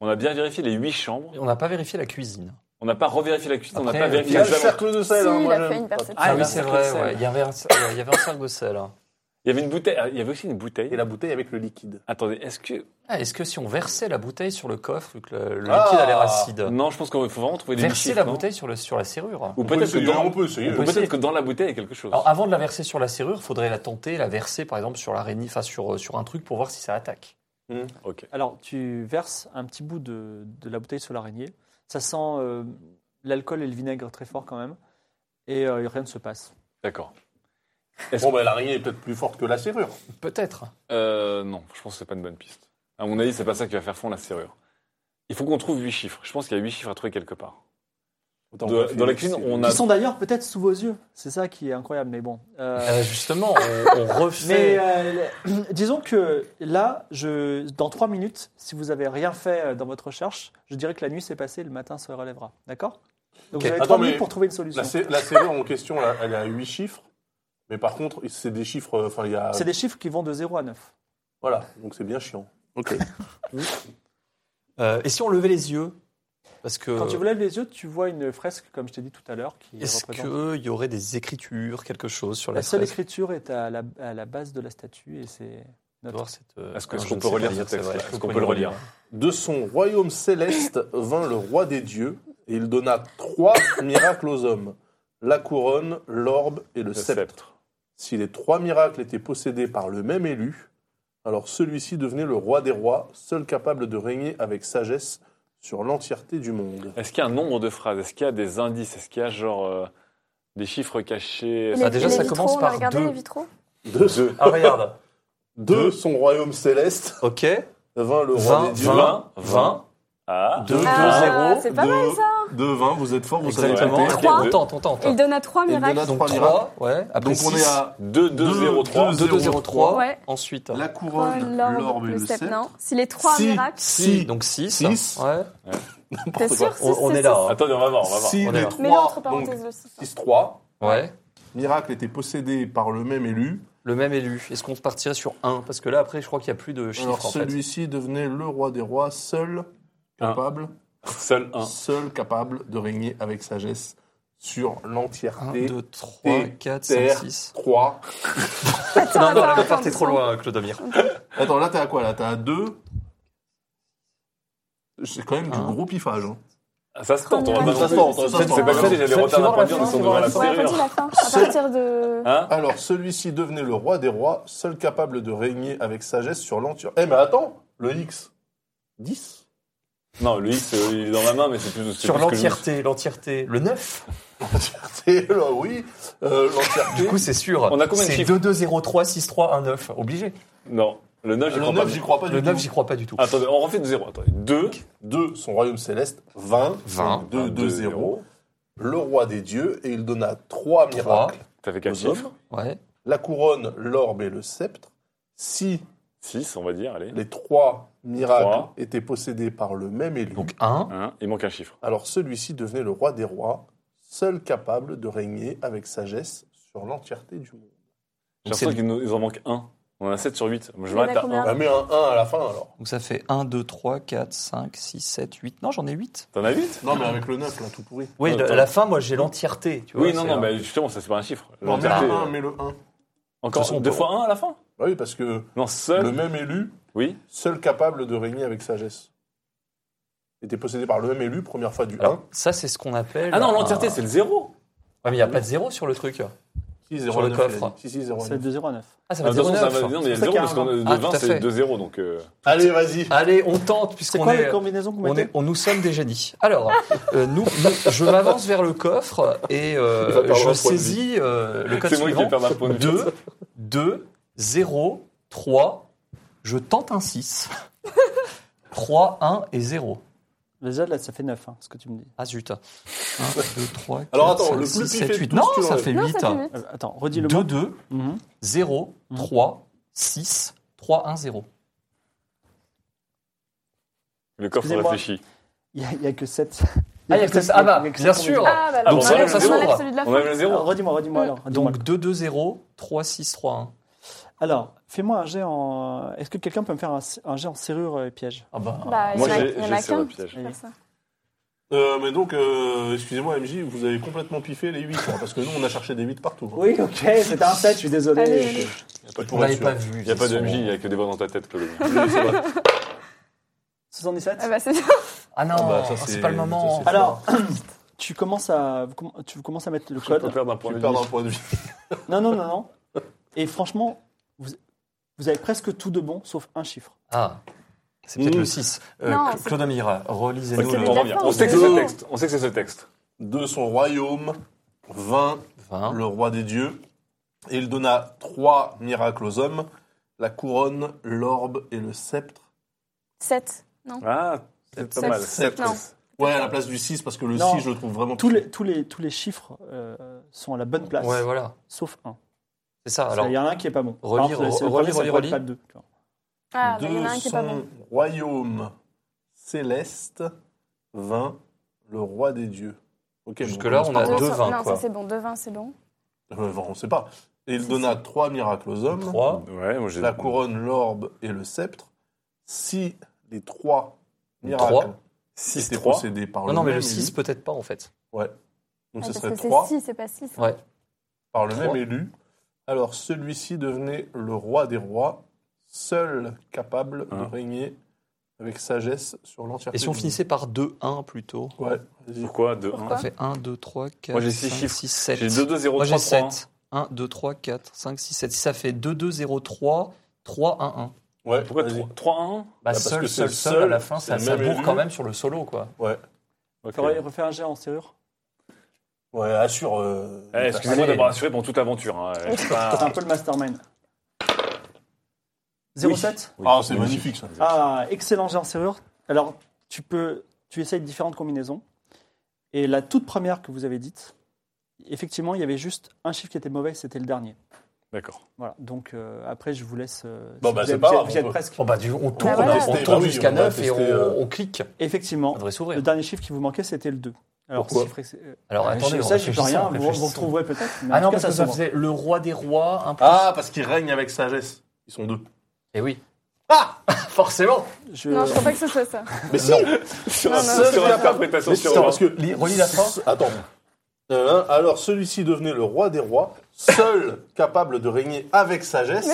On a bien vérifié les huit chambres.
On n'a pas vérifié la cuisine.
On n'a pas revérifié la cuisine. on n'a
Après,
pas
euh,
Il
vérifié
y
la
a le
chambre.
cercle de
Si,
sel. hein,
il
moi,
a
j'aime
fait une
pas.
perception.
Ah, oui,
la
c'est
cercle
vrai.
de sel.
ouais. Il, y avait un, euh, il y avait un cercle de sel. hein.
Il y avait une bouteille. ah, Il y avait aussi une bouteille.
Et la bouteille avec le liquide.
Attendez, est-ce que
Ah, Est-ce que si on versait la bouteille sur le coffre, vu que le, le
Ah.
liquide a l'air acide
non Je pense qu'il faut vraiment trouver des
Verser
chiffres,
la
non
bouteille sur, le, sur la serrure.
Ou
On peut
peut-être que,
essayer, hein,
dans...
on peut essayer. ah.
ou
peut
peut-être
essayer.
que dans la bouteille il y a quelque chose.
Alors, avant de la verser sur la serrure, faudrait la tenter, la verser par exemple sur l'araignée, enfin sur, euh, sur un truc pour voir si ça attaque.
ok.
Alors, tu verses un petit bout de, de la bouteille sur l'araignée. Ça sent euh, l'alcool et le vinaigre très fort quand même. Et euh, rien ne se passe.
D'accord.
Bon, bah, l'araignée est peut-être plus forte que la serrure.
Peut-être.
Euh, non, je pense que c'est pas une bonne piste. À mon avis, c'est pas ça qui va faire fond la serrure. Il faut qu'on trouve huit chiffres. Je pense qu'il y a huit chiffres à trouver quelque part.
Autant
De-
qu'on fait
dans la
ici.
cuisine, on a-
Qui sont d'ailleurs peut-être sous vos yeux. C'est ça qui est incroyable, mais bon. Euh,
Euh, justement, on, on refait.
mais euh, disons que là, je, dans trois minutes, si vous avez rien fait euh, dans votre recherche, je dirais que la nuit s'est passée, le matin se relèvera. D'accord Donc
Ok.
vous avez
Attends,
trois
mais
minutes pour trouver une solution.
La, sé- la serrure en question, là, elle est à 8 chiffres. Mais par contre, c'est des chiffres. euh, Enfin, il y a.
C'est des chiffres qui vont de 0 à 9.
Voilà, donc c'est bien chiant. Ok.
Euh, et si on levait les yeux Parce que.
Quand tu vous lèves les yeux, tu vois une fresque, comme je t'ai dit tout à l'heure, qui
Est-ce
représente...
qu'il y aurait des écritures, quelque chose sur la,
La seule
fresque
écriture est à la, à la base de la statue et c'est notre...
Voir cette, euh,
Est-ce que- est-ce
je
qu'on
ne
peut
sais pas
relire
lire,
ce
c'est
texte-là
vrai.
Est-ce qu'on peut le relire
De son royaume céleste vint le roi des dieux, et il donna trois miracles aux hommes la couronne, l'orbe et le,
Le
sceptre.
sceptre.
Si les trois miracles étaient possédés par le même élu, alors celui-ci devenait le roi des rois, seul capable de régner avec sagesse sur l'entièreté du monde.
Est-ce qu'il y a un nombre de phrases Est-ce qu'il y a des indices Est-ce qu'il y a genre euh, des chiffres cachés
Les-
Ah, déjà,
les
ça
vitraux,
commence
on a
par
regardé
deux.
les vitraux
De,
Ah, regarde.
de son royaume céleste
Ok.
vint le roi
20,
des dieux.
20, 20,
Ah,
2, 2, 0.
Ah, c'est pas mal,
ça De 20, vous êtes fort, vous
Exactement.
savez
savez
compter.
Trois.
On tente, on tente.
Il donna trois
Il donna
miracles.
trois
Donc
Trois miracles.
3, ouais. Après
Donc on est à
2, 2, 0, 3.
2, 2, 0, 3.
Ouais.
Ensuite.
la
Oh,
couronne,
L'orbe,
l'orbe et
le
le
sceptre.
sceptre.
Non, si les trois
Si.
miracles,
Si, donc 6.
Six.
Ouais.
t'es
n'importe quoi.
sûr
On,
six,
on
six,
est là. hein.
Attendez, on va voir, on va voir.
Si
On est
les
là.
six. Mais là, entre
trois, donc
parenthèses aussi.
6-3,
Ouais.
miracle était possédé par le même élu,
Le même élu. Est-ce qu'on partirait sur 1 Parce que là, après, je crois qu'il n'y a plus de chiffres,
alors
en fait.
celui-ci devenait le roi des rois, seul
Un.
capable
Seul 1.
seul capable de régner avec sagesse sur
1,
l'entièreté.
2, 3, 4, 5,
terre.
6.
3.
Attends,
Non, non,
attends,
là,
attends,
t'es trop
attends.
loin, Claude Amir.
Attends, là, t'es à quoi Là, t'es à 2. C'est quand même du
Un.
gros piffage. hein.
Ah, Ça se tente, on va
Premier
pas
Ça
se
non
tente,
plus.
ça se
C'est
tente.
pas ça, j'allais
Fais- fais
retarder un
voir
point
la
de vue,
fin,
ils sont
fais
devant
voir
la
la
Ouais, redis
serrure.
la fin. À partir de.
Hein
Alors, celui-ci devenait le roi des rois, seul capable de régner avec sagesse sur l'entièreté. Eh, mais attends, le X. 10
Non, le X, euh, il est dans ma main, mais c'est plus. c'est
Sur
plus que le
l'entièreté, l'entièreté. Le 9
L'entièreté, là, oui. Euh, l'entièreté.
Du coup, c'est sûr.
On a combien de
C'est
chiffres
2, 2, 0, 3, 6, 3, 1, 9. Obligé.
Non, le 9, je
le
crois pas. Ah.
9, j'y crois pas
Le
du
9,
tout.
j'y crois pas du tout.
Attendez, on refait de 0. Attendez, 2.
2, son royaume céleste, 20,
20,
2, 2, 0,
zéro.
le roi des dieux, et il donna trois miracles
Ça fait
aux
4 chiffres.
hommes,
Ouais.
la couronne, l'orbe et le sceptre. Si
6, on va dire, allez.
les trois miracles
Trois.
étaient possédés par le même élu,
Donc 1.
Un, il manque un chiffre.
alors celui-ci devenait le roi des rois, seul capable de régner avec sagesse sur l'entièreté du monde.
J'ai
Donc, c'est-
l'impression qu'il nous- il nous en manque 1. On en a 7 sur 8.
Il
Je
y en a
m'arrête à
combien
1.
On met Bah, un 1 à la fin alors.
Donc ça fait 1, 2, 3, 4, 5, 6, 7, 8. Non, j'en ai 8.
T'en as 8
Non, mais avec le 9, là, tout pourri.
Oui,
Attends.
à la fin, moi, j'ai l'entièreté. tu vois,
Oui, non,
c'est-
non, mais justement, ça, c'est pas un chiffre.
Non, mais le
L'entièreté,
1,
euh,
mais le 1.
De toute façon,
Encore deux
on peut-
fois 1 à la fin
Oui, parce que
Non,
le
seul.
même élu,
Oui.
seul capable de régner avec sagesse. Était possédé par le même élu, première fois du
Alors, ça, c'est ce qu'on appelle.
Ah non,
un-
l'entièreté, c'est le 0.
Ouais, mais il n'y a pas de zéro sur le truc.
1.
Sur le coffre.
Si, si, 0,
C'est de 0 à 9.
Ah, ça
Ah,
va
de
être
toute façon, ça va
09.
non, mais il y a
C'est ça
0
qu'il y a
parce
un
que le
Ah, tout
20,
à fait.
c'est 2-0. Donc, euh,
Allez, vas-y.
Allez, on tente,
C'est
puisqu'on
quoi les
est.
combinaisons que vous
On,
mettez
est- on nous sommes déjà dit. Alors, euh, nous, nous- je m'avance vers le coffre et euh,
Il va perdre un
je
point de
saisis euh, le code
c'est moi qui vais
suivant.
perdre un point de
2, 2, 0, 3. Je tente un 6. 3, 1 et 0.
Déjà, là, ça fait 9, ce que tu me dis.
Ah zut. 1, 2, 3, 4,
Alors, attends,
5,
le plus
6,
pifé
7,
de
8.
tous,
Non,
tu
ça
l'enlèves.
fait
Non,
8.
ça fait vite.
Euh, attends, redis-le
2,
moi.
2,
Mhm.
0,
Mhm.
3, 6, 3, 1, 0.
le coffre
Excusez-moi.
réfléchit.
Il n'y a, que 7.
Ah, il y a que ça. Ah bah, bien sûr.
Ah, bah,
Ah,
alors,
bon,
on
ça,
enlève-
ça
on
s'ouvre.
enlève celui de la
On
fin.
a le 0.
Redis-moi, redis-moi alors. redis-moi.
Donc 2, 2, 0, 3, 6, 3, 1.
Alors, fais-moi un jet en. Est-ce que quelqu'un peut me faire un, un jet en serrure euh, et piège
Ah bah.
Bah, il y
Moi,
en a-
j'ai-
il y en
j'ai
a
sur
qu'un
le
qui
piège.
peut faire ça.
Euh, mais donc, euh, excusez-moi, MJ, vous avez complètement piffé les 8, parce que nous, on a cherché des 8 partout. hein.
Oui, ok, c'était un 7, je suis désolé.
Allez, allez.
On
Pour être
l'avait
sûr.
pas vu.
Il n'y a pas de MJ, il n'y a que des voix dans ta tête, Claude.
77
Ah, bah, c'est bien.
Ah non,
Ah bah, ça,
ah,
c'est-
c'est pas le moment.
ça, c'est-
Alors, tu commences, à, vous comm- tu commences à mettre le
Je peux
code.
perdre un point
Tu
de
perds
vie.
un point de vie.
Non, non, non, non. Et franchement, vous, vous avez presque tout de bon, sauf un chiffre.
Ah, c'est peut-être
Mmh.
le 6. Euh,
Non,
Cla-
c'est- Bah,
Claude Amira, relisez-nous
Ok,
C'est
le
on
la
revient.
fin,
On sait que c'est
c'est
ce
bon.
texte. On sait que c'est ce texte.
De son royaume vint
20.
Hein
le roi des dieux, et il donna trois miracles aux hommes, la couronne, l'orbe et le sceptre.
7. Non.
Ah, C'est pas mal.
Sept.
Non.
Ouais, à la place du 6, parce que le
Non.
6, je le trouve vraiment
Tous les, tous les, tous les chiffres euh, sont à la bonne place,
Ouais, voilà.
sauf un.
C'est ça.
Il
Alors,
y en a un qui est pas bon.
relis,
Par contre, c'est le
relis,
premier, ça
relis,
pourrait
relis.
être pas le deux, tu vois.
Ah, bah, il y en
de
a un qui
son
est pas bon.
royaume céleste vint le roi des dieux. Ok,
Jusque-là,
commence
on
par
a
là.
De
deux
son-
vins,
Non,
quoi.
ça c'est bon, deux vins, c'est bon. Ah,
Euh, bon, on sait pas. Et il donna trois miracles aux hommes.
trois.
Ouais, moi j'ai.
la couronne, l'orbe et le sceptre. Si les trois miracles
Trois.
étaient
3.
possédés par
Non,
le
non, mais
même
le 6
élu,
peut-être pas en fait.
donc
Ah,
ce
parce
serait
que c'est
3
six, c'est pas six.
Ouais.
par le
Trois.
même élu, alors celui-ci devenait le roi des rois, seul capable de
Ah.
régner avec sagesse sur l'entièreté.
Et si on
du
finissait par 2-1 plutôt
monde. Ouais, vas-y.
Pourquoi deux,
Pourquoi
Ça
un
fait 1, 2, 3, 4,
Moi, j'ai six
5,
chiffres.
6, 7.
J'ai 2, 2, 0,
Moi
3,
j'ai
3.
7. 1, 2, 3, 4, 5, 6, 7. Si ça fait 2, 2, 0, 3, 3, 1, 1.
Ouais,
Pourquoi
vas-y.
3, 1
Bah,
parce que
seul,
c'est
seul, seul,
seul,
à la fin,
c'est
ça,
le
ça
même
bourre
élu.
quand même sur le solo, quoi.
Ouais,
Faudrait refaire un géant en serrure.
ouais, assure. euh,
Eh, Excusez-moi
Allez.
d'avoir assuré pendant toute l'aventure. hein. Je sais pas-
Ah.
C'est un peu le mastermind. 07
Oui,
Ah, c'est magnifique, ça.
Ah, excellent géant serrure. Alors, tu peux, tu essayes différentes combinaisons. Et la toute première que vous avez dite, effectivement, il y avait juste un chiffre qui était mauvais, c'était le dernier.
D'accord.
Voilà. Donc euh, après, je vous laisse. euh,
Bon,
si
bah,
vous
c'est
êtes-
pas
vous êtes-
grave,
vous
on
êtes
peut-
presque.
Bon, bah, du- on tourne,
Bah, voilà.
on
Tester,
tourne
bah oui,
jusqu'à
on va
9 et on,
tester, euh,
on clique.
Effectivement,
Ça devrait s'ouvrir.
le dernier chiffre qui vous manquait, c'était le 2. Alors,
Pourquoi
chiffre ex- euh,
Alors, attendez,
je-
on
ça, je peux
réfléchissons,
rien.
on
Vous, vous
réfléchissons.
retrouverez peut-être. mais en
Ah
tout
non,
cas,
parce que
se
ça
voit.
faisait le roi des rois, un peu.
Ah, parce qu'il règne avec sagesse. Ils sont deux.
Et Eh oui. Ah Forcément
Je-
Non, je crois pas que ce soit ça.
Mais si
Sur
non,
sur
c'est pas
l'interprétation, sur
Attends, parce que
Lis- relis la fin.
hein. Attends. Euh, hein, Alors, celui-ci devenait le roi des rois, seul capable de régner avec sagesse,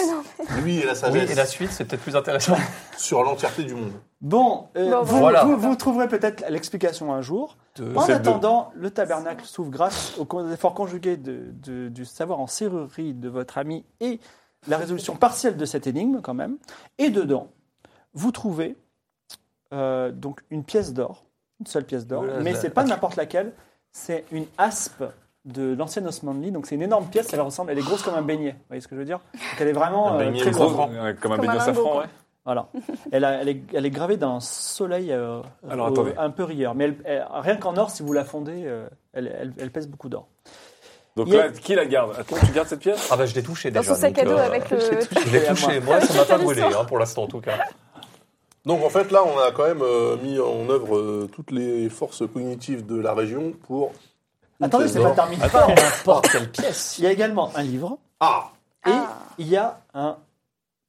lui et la
Oui,
sagesse,
et la suite, c'est peut-être plus intéressant.
sur l'entièreté du monde.
Bon, euh,
Bon,
vous,
voilà.
vous- vous trouverez peut-être l'explication un jour.
Deux.
En
C'est
attendant, le tabernacle s'ouvre grâce aux con- efforts conjugués de- de- du savoir en serrurerie de votre ami et la résolution partielle de cette énigme quand même. Et dedans, vous trouvez euh, donc une pièce d'or, une seule pièce d'or,
Voilà,
mais
la-
c'est pas n'importe laquelle, c'est une aspe de l'ancienne Osmanli, donc c'est une énorme pièce, elle ressemble, elle est grosse comme un beignet, vous voyez ce que je veux dire Donc elle est vraiment
Un
euh,
beignet
très
gros.
grosse.
Euh, Comme un
Comme
beignet
un
au
lingot,
safran,
quoi.
ouais.
Voilà. Elle, a- elle est, elle est gravée d'un soleil euh,
Alors,
euh,
attendez.
un peu rieur. Mais elle- elle- rien qu'en or, si vous la fondez, euh, elle, elle- elle pèse beaucoup d'or.
Donc
Il y a-
là, qui la garde Attends, tu gardes cette pièce
Ah bah, je l'ai touché
Dans
déjà.
son sac à
donc,
dos
euh,
avec le.
Je l'ai touché, moi ça m'a pas brûlé hein, pour l'instant en tout cas.
Donc en fait, là, on a quand même euh, mis en œuvre euh, toutes les forces cognitives de la région pour... une
Attendez,
pièce
c'est pas
d'or.
terminé.
N'importe quelle pièce.
Il y a également un livre
Ah
et
Ah.
il y a un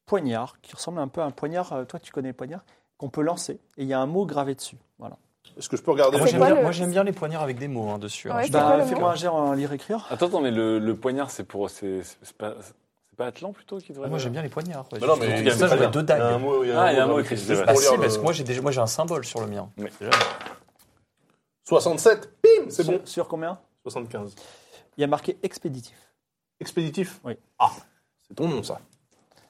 poignard qui ressemble un peu à un poignard. euh, Toi, tu connais le poignard qu'on peut lancer et il y a un mot gravé dessus. Voilà.
Est-ce que je peux regarder
Moi
Ah, C'est
j'aime
quoi
bien,
le-
moi, j'aime bien les poignards avec des mots hein, dessus. hein.
Ouais,
Je
c'est
dois
Bah,
quoi le
avouer
mot
Fais-moi un jet en lire écrire.
Attends, attends, mais le, le poignard, c'est pour. C'est c'est pas, c'est pas Atlan plutôt qui
que-
devrait.
Moi j'aime bien les poignards. ouais.
Bah non, mais
Comme ça j'aurais deux
Il y a un
dagues.
mot, il y a
Ah, il y a un
dans
mot
le
écrit,
texte,
c'est
juste
vrai.
Ah
pour
si,
lire
parce que
le-
moi j'ai déjà- moi, j'ai un symbole sur le mien.
Ouais.
Déjà,
67, bim, c'est bon.
Sur, sur combien
75.
Il y a marqué expéditif.
Expéditif
Oui.
Ah, c'est ton nom, ça.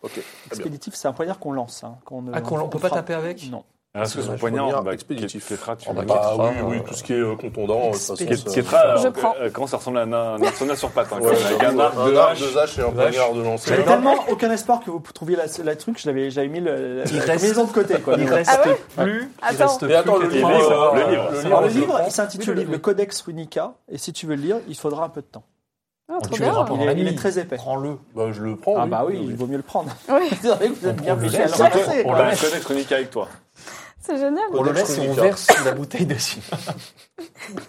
Ok, très bien.
Expéditif, c'est un poignard qu'on lance. hein, qu'on ne-
Ah, qu'on- on peut pas
frappe.
taper avec
Non.
Alors, Est-ce que son
Le
poignard,
poignard
bah,
expéditif.
Kétra, tu
Oh, bah,
le-
Bah
Kétra,
oui,
euh,
oui, tout ce qui est euh, contondant, de toute façon,
Expéditif.
ça-
Kétra,
Je
euh,
prends.
euh, comment ça ressemble à un, un arsenal sur patin
Ouais,
Avec un arc,
un
deux
arc,
haches.
deux haches et un
Vache.
poignard de lancer.
J'avais
Mais
tellement aucun espoir que vous trouviez la, la truc, je l'avais- j'avais mis le, la,
Il
la
reste-
combinaison de côté. Quoi.
Il
Mais bon.
reste
Ah ouais
plus. Il
Attends.
reste
Mais
plus
attends, le
que-
livre,
Et oui,
euh,
ça va,
le livre.
euh,
Alors, le
je le
livre,
prends.
il s'intitule le, Codex Runica, et si tu veux le lire, il faudra un peu de temps.
Ah,
On
trop
tuera
bien.
pas.
Il,
Pendant la
est, il est
nuit.
très épais.
Prends-le.
Bah, je le prends.
Ah bah oui, il vaut mieux le prendre.
Oui,
C'est vrai que vous êtes
On
bien
prend
habitué
le
à
lait,
le
ça va.
lancer,
On
quoi.
va la connaître unique avec toi,
c'est génial.
On le
Codex
laisse et on
Runica.
verse la bouteille dessus.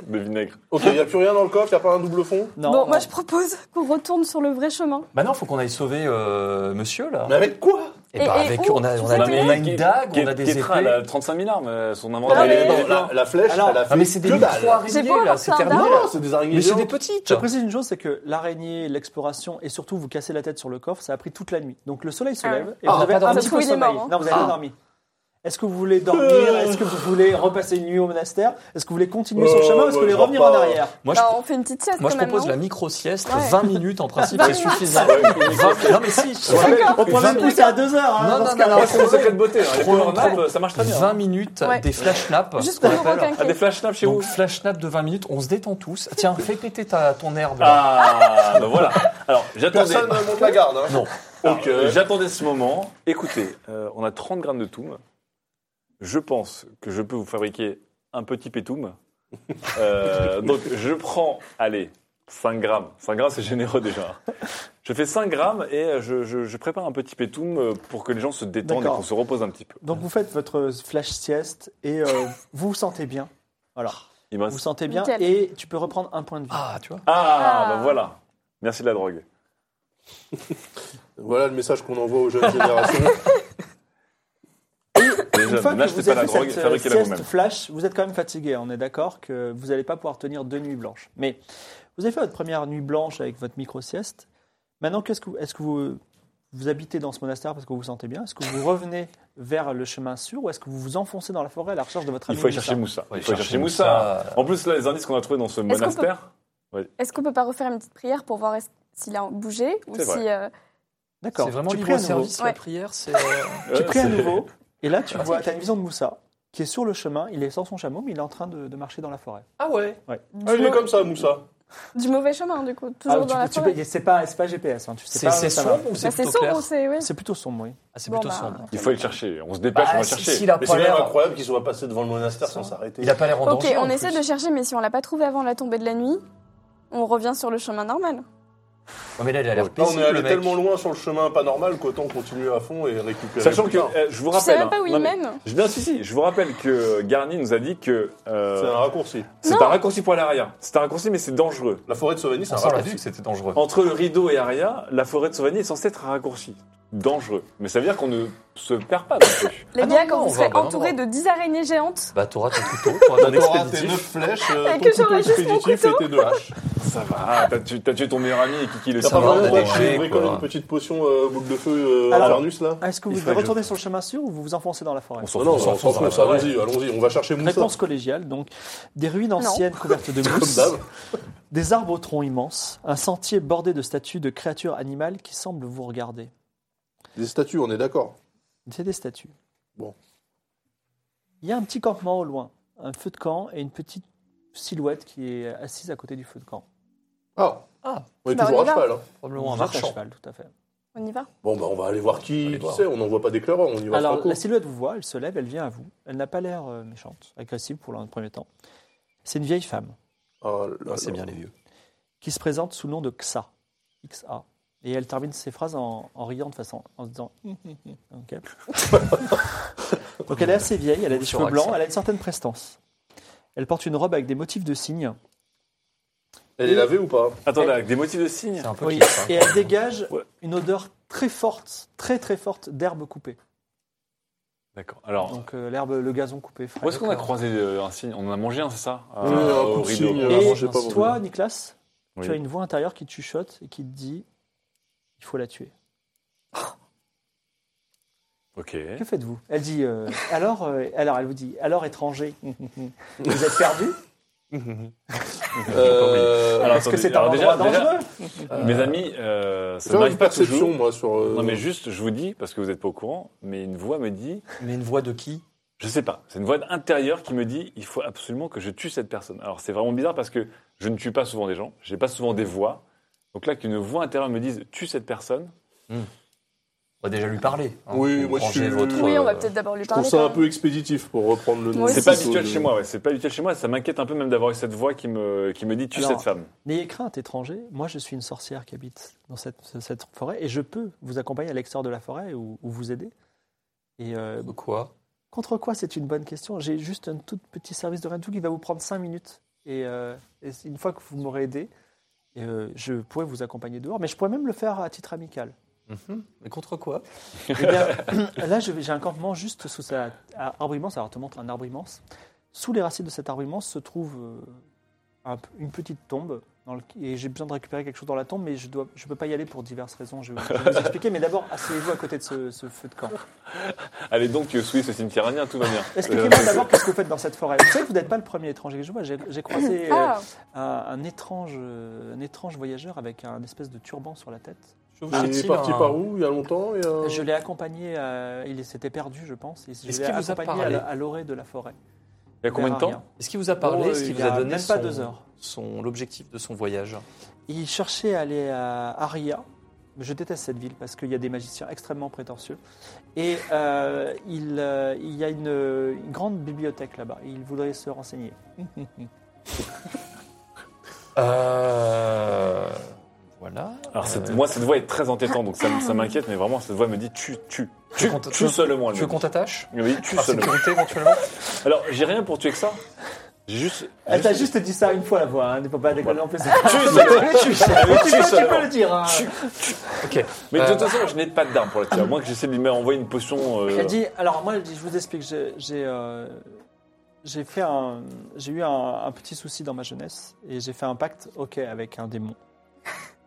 de vinaigre.
Ok, il n'y a plus rien dans le coffre, il n'y a pas un double fond
Non,
Bon,
non.
moi je propose qu'on retourne sur le vrai chemin.
Bah non, faut qu'on aille sauver euh, monsieur là.
Mais avec quoi
Et,
Et-
bah
et
avec,
où
on a, on a-
Vous
on
êtes
a une dague, on a des épées.
Kétra, elle a 35 000 armes, euh, son
Non,
inventaire.
mais-
elle est-
non, la, la flèche,
Alors-
elle a fait
Ah mais c'est des
que
micro
dalle.
J'ai pas
araignées là,
encore
c'est
fait un
terminé.
daron.
Non, non,
là.
c'est des araignées.
Mais c'est des
géantes.
petites.
Je précise une chose, c'est que l'araignée, l'exploration et surtout vous casser la tête sur le coffre, ça a pris toute la nuit. Donc le soleil se
Ah.
lève et
Ah,
vous avez
pas
un
dormi.
petit peu
Il est
sommeil.
mort, Euh. hein.
Non, vous avez pas
Ah.
dormi. Est-ce que vous voulez dormir Est-ce que vous voulez repasser une nuit au monastère Est-ce que vous voulez continuer sur le
Oh,
Euh,
chemin ou est-ce que vous
moi,
voulez
je
revenir
dors
en
pas.
arrière
Moi, je,
Bah, on fait une petite sieste
moi, je
quand même.
propose
non
la micro-sieste,
Ouais.
20 minutes en principe,
20
c'est
minutes.
suffisant.
Ouais,
20 Non mais si,
On prend même poussé à deux heures. hein,
Non,
dans
non,
ce
non,
cas-là.
non,
Est-ce qu'on secret de beauté hein, les
Trop
poignards
longtemps.
d'armes, Ça marche très bien.
20 minutes,
Ouais.
des flash naps.
Juste
qu'on
pour le
appelle.
requinquer.
Ah, des flash snaps chez vous
Donc flash nap de 20 minutes, on se détend tous. Tiens, fais péter ta, ton herbe. là.
Ah, ben voilà. Alors, j'attendais.
Personne ne monte la garde. Hein.
Non.
Alors,
Ok.
euh, J'attendais ce moment. Écoutez, euh, on a 30 grammes de toum. je pense que je peux vous fabriquer un petit pétoum. Euh, donc je prends, allez, 5 grammes. 5 grammes, c'est généreux déjà. Je fais 5 grammes et euh, je, je- je prépare un petit pétoum euh, pour que les gens se détendent et
D'accord.
qu'on se repose un petit peu.
Donc vous faites votre flash sieste et euh, vous vous sentez bien. Voilà,
Il me
vous vous
reste-
sentez bien
Nickel.
et tu peux reprendre un point de vie.
Ah, tu vois.
Ah,
Ah.
bah voilà. Merci de la drogue.
Voilà le message qu'on envoie aux jeunes générations.
Les
Une fois
jeunes,
que
n'achetez
vous
pas
avez
la
fait
drogue,
cette euh,
fabriquez-la
sieste
vous-même.
flash, vous êtes quand même fatigué. On est d'accord que vous n'allez pas pouvoir tenir deux nuits blanches. Mais vous avez fait votre première nuit blanche avec votre micro-sieste. Maintenant, qu'est-ce que vous- est-ce que vous, vous habitez dans ce monastère parce que vous vous sentez bien Est-ce que vous revenez vers le chemin sûr ou est-ce que vous vous enfoncez dans la forêt à la recherche de votre ami
Il faut aller
Moussa
chercher Moussa.
Ouais,
Il faut aller
chercher
chercher Moussa.
Moussa.
En plus, là, les indices qu'on a trouvés dans ce
qu'on peut-
monastère.
Est-ce qu'on peut pas refaire une petite prière pour voir est-ce- s'il a bougé ou
C'est vrai.
si euh,
D'accord.
C'est vraiment
tu
libre
pries à
au
nouveau.
service, la
Ouais.
prière, c'est... euh,
Tu
euh,
pries à
c'est-
nouveau et là tu vois, tu as une vision de Moussa qui est sur le chemin. Il est sans son chameau mais il est en train de, de marcher dans la forêt.
Ah
du,
ouais
Ah, il est
mau-
comme ça, Moussa.
du mauvais chemin du coup
Ah,
toujours
tu
dans la
peux- tu
forêt.
peux- c'est pas, c'est pas GPS. hein, tu sais
C'est
pas
c'est
où ça
sombre
va.
ou c'est
Bah, C'est
plutôt
sombre,
clair
c'est ouais.
C'est plutôt sombre, oui.
Ah, c'est
Bon,
plutôt
bah.
sombre.
Il faut aller le chercher. On se dépêche,
Bah,
Ah,
on va le
si-
chercher.
s'il a
Mais
pas
c'est même
l'air...
incroyable qu'ils soient passés devant le monastère sans s'arrêter.
Il a pas l'air en
Ok,
danger.
on
en
essaie
plus.
de chercher, mais si on l'a pas trouvé avant la tombée de la nuit, on revient sur le chemin normal.
Ouais, mais là, il a l'air
Là, on
paisible,
Oh, est
le
allé
mec.
tellement loin sur le chemin pas normal qu'autant continuer à fond et récupérer.
Sachant
plus
que,
tard.
euh, je vous
Je sais
rappelle.
même pas
hein,
où
non,
il
mais-
mène.
Je- Non, si, si, je vous rappelle que Garni nous a dit que euh,
C'est un raccourci.
c'est
Non.
un raccourci pour aller à Aria. C'est un raccourci, mais c'est dangereux.
La forêt de Sauvigny, c'est
Ah, On
un
s'en l'a
raccourci.
dit que c'était dangereux.
Entre le rideau et Aria, la forêt de Sauvigny est censée être un raccourci. Dangereux. Mais ça veut dire qu'on ne se perd pas non plus.
Les
Ah non,
gars,
non,
quand
on
vous
va
serez
au bon
entouré de 10 araignées géantes,
Bah, t'auras ton couteau, t'auras ton
T'auras tes
expéditif.
neuf flèches, euh,
Et
ton
Ah, que
couteau
j'aurai juste mon
expéditif et tes deux haches.
Ça va, Ah, t'as tué, t'as tué ton meilleur ami et Kiki le
T'as
Ça
pas
savait.
va, on
vraiment
a
pas
des
que j'ai
jets,
bricolé
quoi.
une petite potion euh, boule de feu euh,
Alors-
Avernus, là
Ah, Est-ce que
Il
vous
faut
voulez
que je
retourner
fasse.
sur le chemin sûr ou vous vous enfoncez dans la forêt
On s'en
Non, non,
fout, Ah, on s'en fout.
on s'en fout, allons-y, allons-y, on va chercher Moussa.
Réponse collégiale, donc des ruines
Non.
anciennes couvertes de
Comme
mousse,
d'hab.
des arbres au tronc immense, un sentier bordé de statues de créatures animales qui semblent vous regarder.
Des statues, on est d'accord.
C'est des statues.
Bon.
Il y a un petit campement au loin, un feu de camp et une petite silhouette qui est assise à côté du feu de camp.
Ah,
Ah,
on est
Bah,
toujours
on
à
y va.
cheval. hein.
probablement
Vous
un
êtes à
marchand.
cheval, tout à fait.
on y va.
Bon, bah, on va aller voir qui,
Allez
qui
voir.
c'est, on n'envoie pas d'éclairant, on y va
Alors,
franco.
la silhouette vous voit, elle se lève, elle vient à vous. Elle n'a pas l'air euh, méchante, agressive pour le premier temps. C'est une vieille femme.
Ah, là,
Ah, C'est
là.
bien, les vieux.
qui se présente sous le nom de XA. XA. Et elle termine ses phrases en, en riant de façon en se disant. Hum, hum, hum. Ok. Donc elle est assez vieille, elle a des
Sur
cheveux blancs,
AXA.
elle a une certaine prestance. Elle porte une robe avec des motifs de signes.
Elle est lavée ou pas
Attendez, avec des motifs de signes.
C'est un peu
Oui.
kitsch, hein.
Et elle dégage
Ouais.
une odeur très forte, très très forte d'herbe coupée.
D'accord. Alors,
Donc euh, l'herbe, le gazon coupé. frais.
où est-ce qu'on a croisé euh, un signe On en a mangé un, c'est ça
Oui, un
Euh,
coup de signe, euh,
Et
mangez pas vos
toi,
vieux.
Nicolas,
Oui.
tu as une voix intérieure qui te chuchote et qui te dit il faut la tuer.
Ok.
Que faites-vous Elle dit euh, alors, euh, alors elle vous dit alors étranger, vous êtes perdu
Euh,
Alors,
Parce que
attendez,
c'est un
alors déjà-
endroit dangereux.
Mes amis, euh, ça
Faire une
n'arrive pas toujours.
perception, moi, sur. euh,
Non, mais juste, je vous dis, parce que vous n'êtes pas au courant, mais une voix me dit,
Mais une voix de qui
je sais pas, c'est une voix intérieure qui me dit, il faut absolument que je tue cette personne. Alors c'est vraiment bizarre parce que je ne tue pas souvent des gens, j'ai pas souvent des voix. Donc là, qu'une voix intérieure me dise, tue cette personne,
On va déjà lui parler. hein.
Oui,
Vous
moi, je
rangez
suis-
votre,
Oui, on va
euh,
peut-être d'abord lui
Je trouve
parler.
ça
quand
un
même.
peu expéditif pour reprendre le nom.
Moi
c'est
aussi.
pas habituel
de-
chez moi, ouais, c'est pas habituel chez moi, ça m'inquiète un peu même d'avoir eu cette voix qui me, qui me dit, tue
Alors,
cette femme.
N'ayez crainte, étranger. Moi, je suis une sorcière qui habite dans cette, cette forêt et je peux vous accompagner à l'extérieur de la forêt ou, ou vous aider. Et euh,
de Quoi
contre quoi C'est une bonne question. J'ai juste un tout petit service de rien du tout qui va vous prendre 5 minutes. Et, euh, et c'est- une fois que vous m'aurez aidé, euh, je pourrais vous accompagner dehors, mais je pourrais même le faire à titre amical.
Mais contre quoi
Eh bien, là, je vais- j'ai un campement juste sous sa à arbre immense. Alors, je te montre un arbre immense. Sous les racines de cet arbre immense se trouve euh, un p- une petite tombe. dans le- et j'ai besoin de récupérer quelque chose dans la tombe, mais je ne je peux pas y aller pour diverses raisons. Je, je vais vous expliquer. Mais d'abord, asseyez-vous à côté de ce, ce feu de camp.
Allez donc, euh, souillez ce cimetière indien, tout va bien.
Expliquez-moi
Euh,
d'abord qu'est-ce que vous faites dans cette forêt. Vous savez que vous n'êtes pas le premier étranger que je vois. J'ai j'ai croisé euh,
Ah,
un, un étrange, euh, un étrange voyageur avec un espèce de turban sur la tête.
Il est
Jette-t-il
parti
un-
par où il y a longtemps et, euh,
Je l'ai accompagné, euh, il s'était perdu, je pense. et je
Est-ce
l'ai
qu'il vous a
accompagné à
parlé
la- à l'orée de la forêt.
Il y a combien de
Vers
temps
Aria.
Est-ce qu'il vous a parlé
Oh,
Est-ce qu'il
il
vous
y
a
a
donné
même pas
son-
deux heures.
son l'objectif de son voyage
Il cherchait à aller à Aria Je déteste cette ville parce qu'il y a des magiciens extrêmement prétentieux. Et euh, il, euh, il y a une, une grande bibliothèque là-bas. Il voudrait se renseigner.
Euh, Voilà.
Alors, cette-
Euh,
moi, cette voix est très entêtante, donc ça, m- ça m'inquiète, mais vraiment, cette voix me dit tue, tue, tue,
qu'on te-
tue seulement. elle
Tu
me
veux
dit.
qu'on t'attache
Elle me dit tue
Par
seulement.
sécurité éventuellement
Alors, j'ai rien pour tuer que ça. J'ai juste.
Elle t'a Ah, juste dit ça une fois la voix, hein, ne faut pas déconner en plus.
Tue seulement.
Tu sais,
Elle me
tu
tue
peux- tu
seulement.
peux le dire. hein.
Tue.
Ok.
Mais de
Euh,
toute façon, je n'ai pas d'arme pour la tirer, à moins que j'essaie de lui mettre- envoyer une potion. euh,
Elle dit, alors moi, elle dit, je vous explique, j'ai j'ai, euh, j'ai fait un, j'ai eu un, un petit souci dans ma jeunesse et j'ai fait un pacte, ok, avec un démon.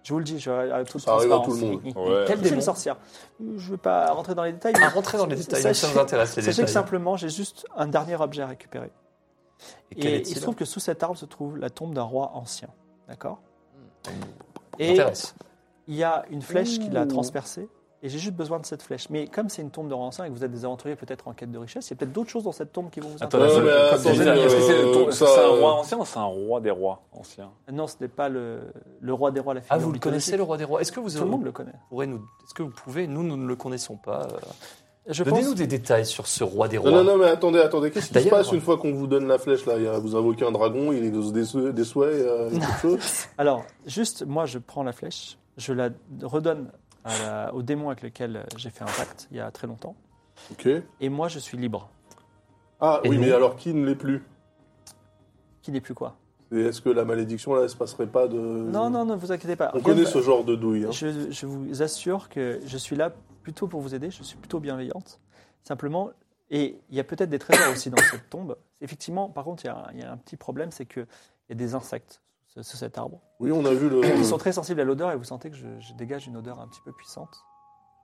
Je vous le dis, je, à toute
Ça arrive à
transparence.
tout le monde.
Ouais.
Quel
démon
démon sorcière Je ne vais pas rentrer dans les détails.
À rentrer dans les détails, ça nous
Sachez,
intéresse les
sachez que
Ah, détails.
simplement, j'ai juste un dernier objet à récupérer.
Et quel
Et il
est-il
se trouve que sous cet arbre se trouve la tombe d'un roi ancien. D'accord Et
Intéresse.
il y a une flèche qui l'a transpercée. Et j'ai juste besoin de cette flèche. Mais comme c'est une tombe de roi ancien et que vous êtes des aventuriers peut-être en quête de richesse, il y a peut-être d'autres choses dans cette tombe qui vont vous
Attends,
Ouais,
intéresser.
mais
attends,
attendez,
est-ce que c'est le
euh,
ton-
ça,
c'est un
euh,
roi ancien ou c'est un roi des rois anciens
Non, ce n'est pas le, le roi des rois, la
Ah,
figure
vous le
mythologique.
connaissez le roi des rois Est-ce que vous
Tout le monde le connaît.
pourrez nous Est-ce que vous pouvez Nous, nous ne le connaissons pas. euh,
Je pense.
Donnez-nous des détails sur ce roi des rois.
Non, non, non, mais attendez, attendez, qu'est-ce qui se
D'ailleurs-
passe une fois qu'on vous donne la flèche là Il y a- Vous invoquez un dragon, il exauce des, sou- des souhaits, euh, quelque chose
Alors, juste, moi, je prends la flèche, je la redonne à la- au démon avec lequel euh, j'ai fait un pacte il y a très longtemps.
Ok.
Et moi, je suis libre.
Ah
Et
oui,
nous
mais alors qui ne l'est plus
Qui n'est plus quoi
Et Est-ce que la malédiction là, elle se passerait pas de.
Non, non, ne vous inquiétez pas.
On connaît ce genre de douille. hein.
Je, je vous assure que je suis là plutôt pour vous aider, je suis plutôt bienveillante. Simplement, et il y a peut-être des trésors aussi dans cette tombe. Effectivement, par contre, il y a un, il y a un petit problème, c'est qu'il y a des insectes sous sous cet arbre.
Oui, on a vu
Mmh.
le.
Ils sont très sensibles à l'odeur et vous sentez que je, je dégage une odeur un petit peu puissante.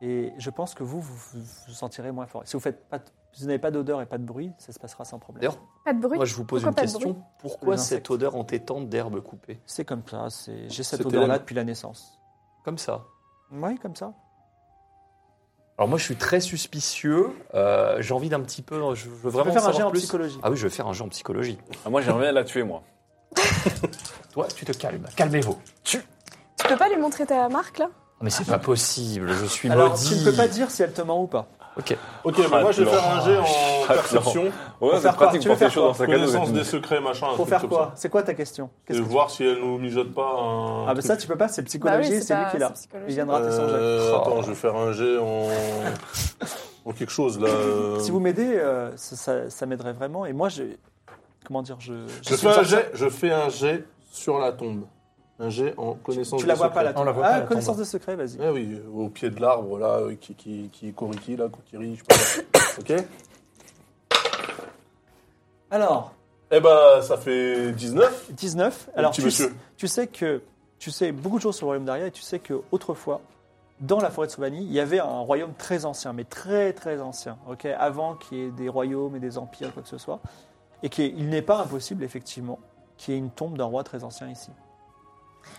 Et je pense que vous, vous vous, vous sentirez moins fort. Si vous faites pas, de- si vous n'avez pas d'odeur et pas de bruit, ça se passera sans problème.
D'ailleurs,
Pas de bruit.
moi je vous pose
Pourquoi
une
pas de
question.
bruit
Pourquoi
Les
cette
insectes.
odeur entêtante d'herbe coupée
C'est comme ça. c'est- J'ai cette
C'était
odeur-là
la-
depuis la naissance.
Comme ça.
Oui, comme ça.
Alors moi je suis très suspicieux. euh, J'ai envie d'un petit peu. Je veux
Je peux
vraiment
faire un
savoir
jet en
plus.
psychologie.
Ah oui, je vais faire un jeu en psychologie.
Ah, Moi, j'aimerais la tuer, moi.
Toi, tu te calmes. Calmez-vous.
Tu peux pas lui montrer ta marque là
Mais c'est pas possible. Je suis
Alors,
maudit.
tu ne peux pas dire si elle te ment ou pas.
Ok, bah, moi je vais
Ah,
faire un jet en
Ah,
perception,
Ouais, c'est
faire quoi
pratique
Tu
pour
veux
faire
faire
des choses dans sa canoë.
connaissance des secrets, machin. un
Pour
truc
faire
comme
quoi C'est quoi ta question
ça.
Qu'est-ce
Et
que-
voir si elle nous mijote pas un.
Ah, ben ça, tu peux pas, c'est
Bah oui,
psychologie, c'est lui
pas-
qui est là.
psychologique.
Il viendra rater son jet.
Euh,
Oh.
Attends, je vais faire un jet en. en quelque chose là. euh.
Si vous m'aidez, euh, ça, ça- ça m'aiderait vraiment. Et moi, je. Comment dire Je, je
Je
suis
fais, un
sorcière.
jet, je fais un jet sur la tombe. Un jet en connaissance
Tu la
des
vois pas
secrets.
la
On la
tombe.
voit pas,
Ah,
la
connaissance
tombe.
de secret, vas-y.
Ah oui, euh, au pied de l'arbre, là, euh, qui, qui, qui coriki, là, kokiri, je sais pas. ok
Alors,
Eh ben, ça fait 19,
19. Alors,
petit
tu, sais-
monsieur.
tu sais que tu sais beaucoup de choses sur le royaume d'Aria et tu sais que autrefois, dans la forêt de Sauvanie, il y avait un royaume très ancien, mais très très ancien, ok, avant qu'il y ait des royaumes et des empires, quoi que ce soit, et qu'il n'est pas impossible effectivement qu'il y ait une tombe d'un roi très ancien ici.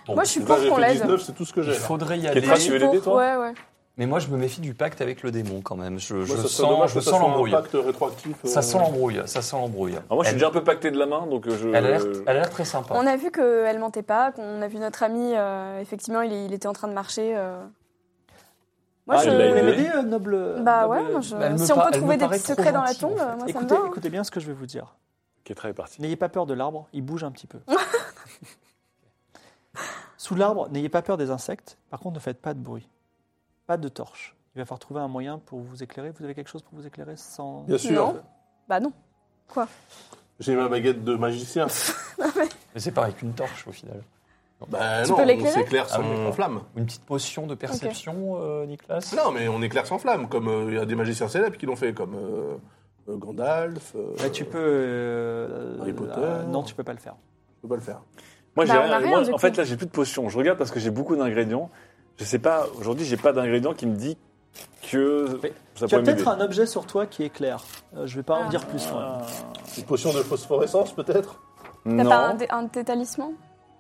Bon,
Moi je suis
Là,
pour
j'ai
qu'on
fait
l'aide.
19, c'est tout ce que j'ai.
Il
là.
faudrait y
Qui est
aller.
Ah, tu veux
Pour-
l'aider, toi
Ouais, ouais.
Mais moi je me méfie du pacte avec le démon quand même. Je, je
Moi, ça serait
sens,
dommage
je
que ça
sens
soit un
l'embrouille.
pacte rétroactif. euh,
Ça sent l'embrouille. Ça sent l'embrouille.
Alors, Ah, moi, je suis
Elle-
déjà un peu pacté de la main, donc euh, je.
Elle a l'air- elle a l'air très sympa.
On a vu qu'elle mentait pas, qu'on a vu notre ami, euh, effectivement, il, il était en train de marcher. euh. Moi,
Ah,
je.
vous
il l'a
voulez
aidé.
m'aider, euh, noble
Bah
noble-
ouais, moi, je-
Elle me
si on
par-
peut
elle me
trouver des
paraît
petits
trop
secrets dans la
gentille, en
tombe,
fait.
euh, moi ça me
Écoutez,
va. hein.
écoutez bien ce que je vais vous dire.
Qui est très partie.
N'ayez pas peur de l'arbre, il bouge un petit peu. Sous l'arbre, n'ayez pas peur des insectes. Par contre, ne faites pas de bruit. Pas de torche. Il va falloir trouver un moyen pour vous éclairer. Vous avez quelque chose pour vous éclairer sans...
Bien sûr,
Non. Bah non.
j'ai ma baguette de magicien.
Mais c'est pareil qu'une torche au final.
bah
Tu
non,
peux
on
l'éclairer
s'éclaire
Ah
sans
oui, d'accord.
flamme.
Une petite potion de perception, euh, Nicolas
Non, mais on éclaire sans flamme, comme euh, il y a des magiciens célèbres qui l'ont fait, comme euh, euh, Gandalf. euh,
Bah, tu peux... euh,
Harry Potter.
non, tu peux pas le faire.
Je peux pas le faire.
Moi,
Bah,
j'ai
on a
rien.
rien,
moi,
du
en
coup.
fait, là, j'ai plus de potions. Je regarde parce que j'ai beaucoup d'ingrédients. Je sais pas. Aujourd'hui, j'ai pas d'ingrédient qui me dit que
Mais
ça
Tu as
pourrait m'aider.
peut-être un objet sur toi qui éclaire. Euh, je vais pas en
Ah.
dire plus. moi.
Une potion de phosphorescence, peut-être
T'as pas un,
Euh, Non.
dé- un de tes talismans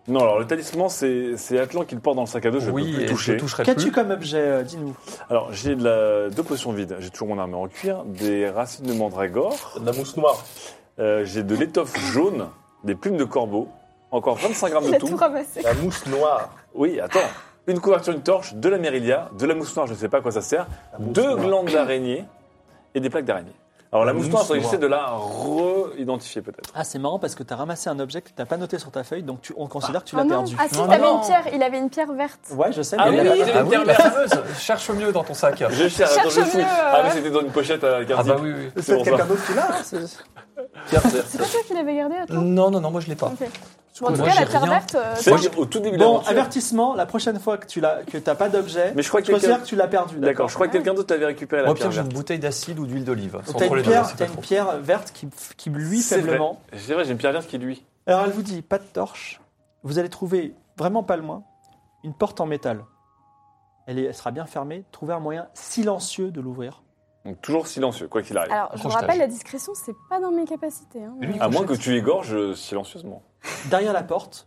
Non. Alors, le talisman, c'est c'est Atlan qui le porte dans le sac à dos. Je
oui,
peux plus
et
le
je
toucher.
le toucherai
Qu'as-tu
plus.
comme objet euh, Dis-nous.
Alors, j'ai de la- deux potions vides. J'ai toujours mon armure en cuir, des racines de mandragore,
De la mousse noire.
euh, j'ai de l'étoffe jaune, des plumes de corbeau, encore 25 grammes
Il
de
a tout
tout.
ramassé.
La mousse noire.
Oui, attends. une couverture, une torche, de la mérilia, de la mousse noire, je ne sais pas à quoi ça sert, deux glandes d'araignée et des plaques d'araignée. Alors la,
La
mousse
mousse
noire, faudrait que
noire.
j'essaie de la re-identifier peut-être.
Ah, c'est marrant parce que tu as ramassé un objet que tu n'as pas noté sur ta feuille, donc tu, on considère que tu l'as
Ah non.
perdu.
Ah si,
Non,
t'avais
non.
une pierre, il avait une pierre verte.
Ouais, je sais.
Ah
mais
oui,
il y a-
c'est une pierre
merveilleuse Cherche mieux dans ton sac.
Je cherche, attends, je
Cherche
fouille.
mieux,
Ah
ouais.
mais c'était dans une pochette à la
Ah
carte
bah oui, oui.
C'est
Peut-être
pour
quelqu'un
ça.
d'autre qui l'a. hein, c'est-
C'est pas toi qui l'avais gardé, attends.
Non, non, non, moi je l'ai pas.
Ok. Bon, en tout
Moi,
cas, la
j'ai
pierre
rien.
verte, euh,
C'est
toi,
au tout début de
Bon,
l'aventure.
avertissement, la prochaine fois que tu l'as, que t'as pas d'objet,
Mais je crois
je
que quelqu'un...
considère que tu l'as perdu.
D'accord, je crois que quelqu'un d'autre l'avait récupéré la
Moi, Pierre,
pierre.
j'ai une
verte.
bouteille d'acide ou d'huile d'olive.
Donc,
Sans
T'as
trop
une,
les
pierre,
deux, c'est
t'as
pas
une
trop.
pierre verte qui, qui lui
C'est vrai.
faiblement.
C'est vrai, j'ai une pierre verte qui lui.
Alors elle vous dit, pas de torche. Vous allez trouver, vraiment pas loin, une porte en métal. Elle, est- elle sera bien fermée. Trouvez un moyen silencieux de l'ouvrir.
Donc toujours silencieux, quoi qu'il arrive.
Alors, je vous
Accrochetage.
rappelle, la discrétion, c'est pas dans mes capacités. hein.
Et lui,
à moins que tu égorges euh, silencieusement.
Derrière la porte,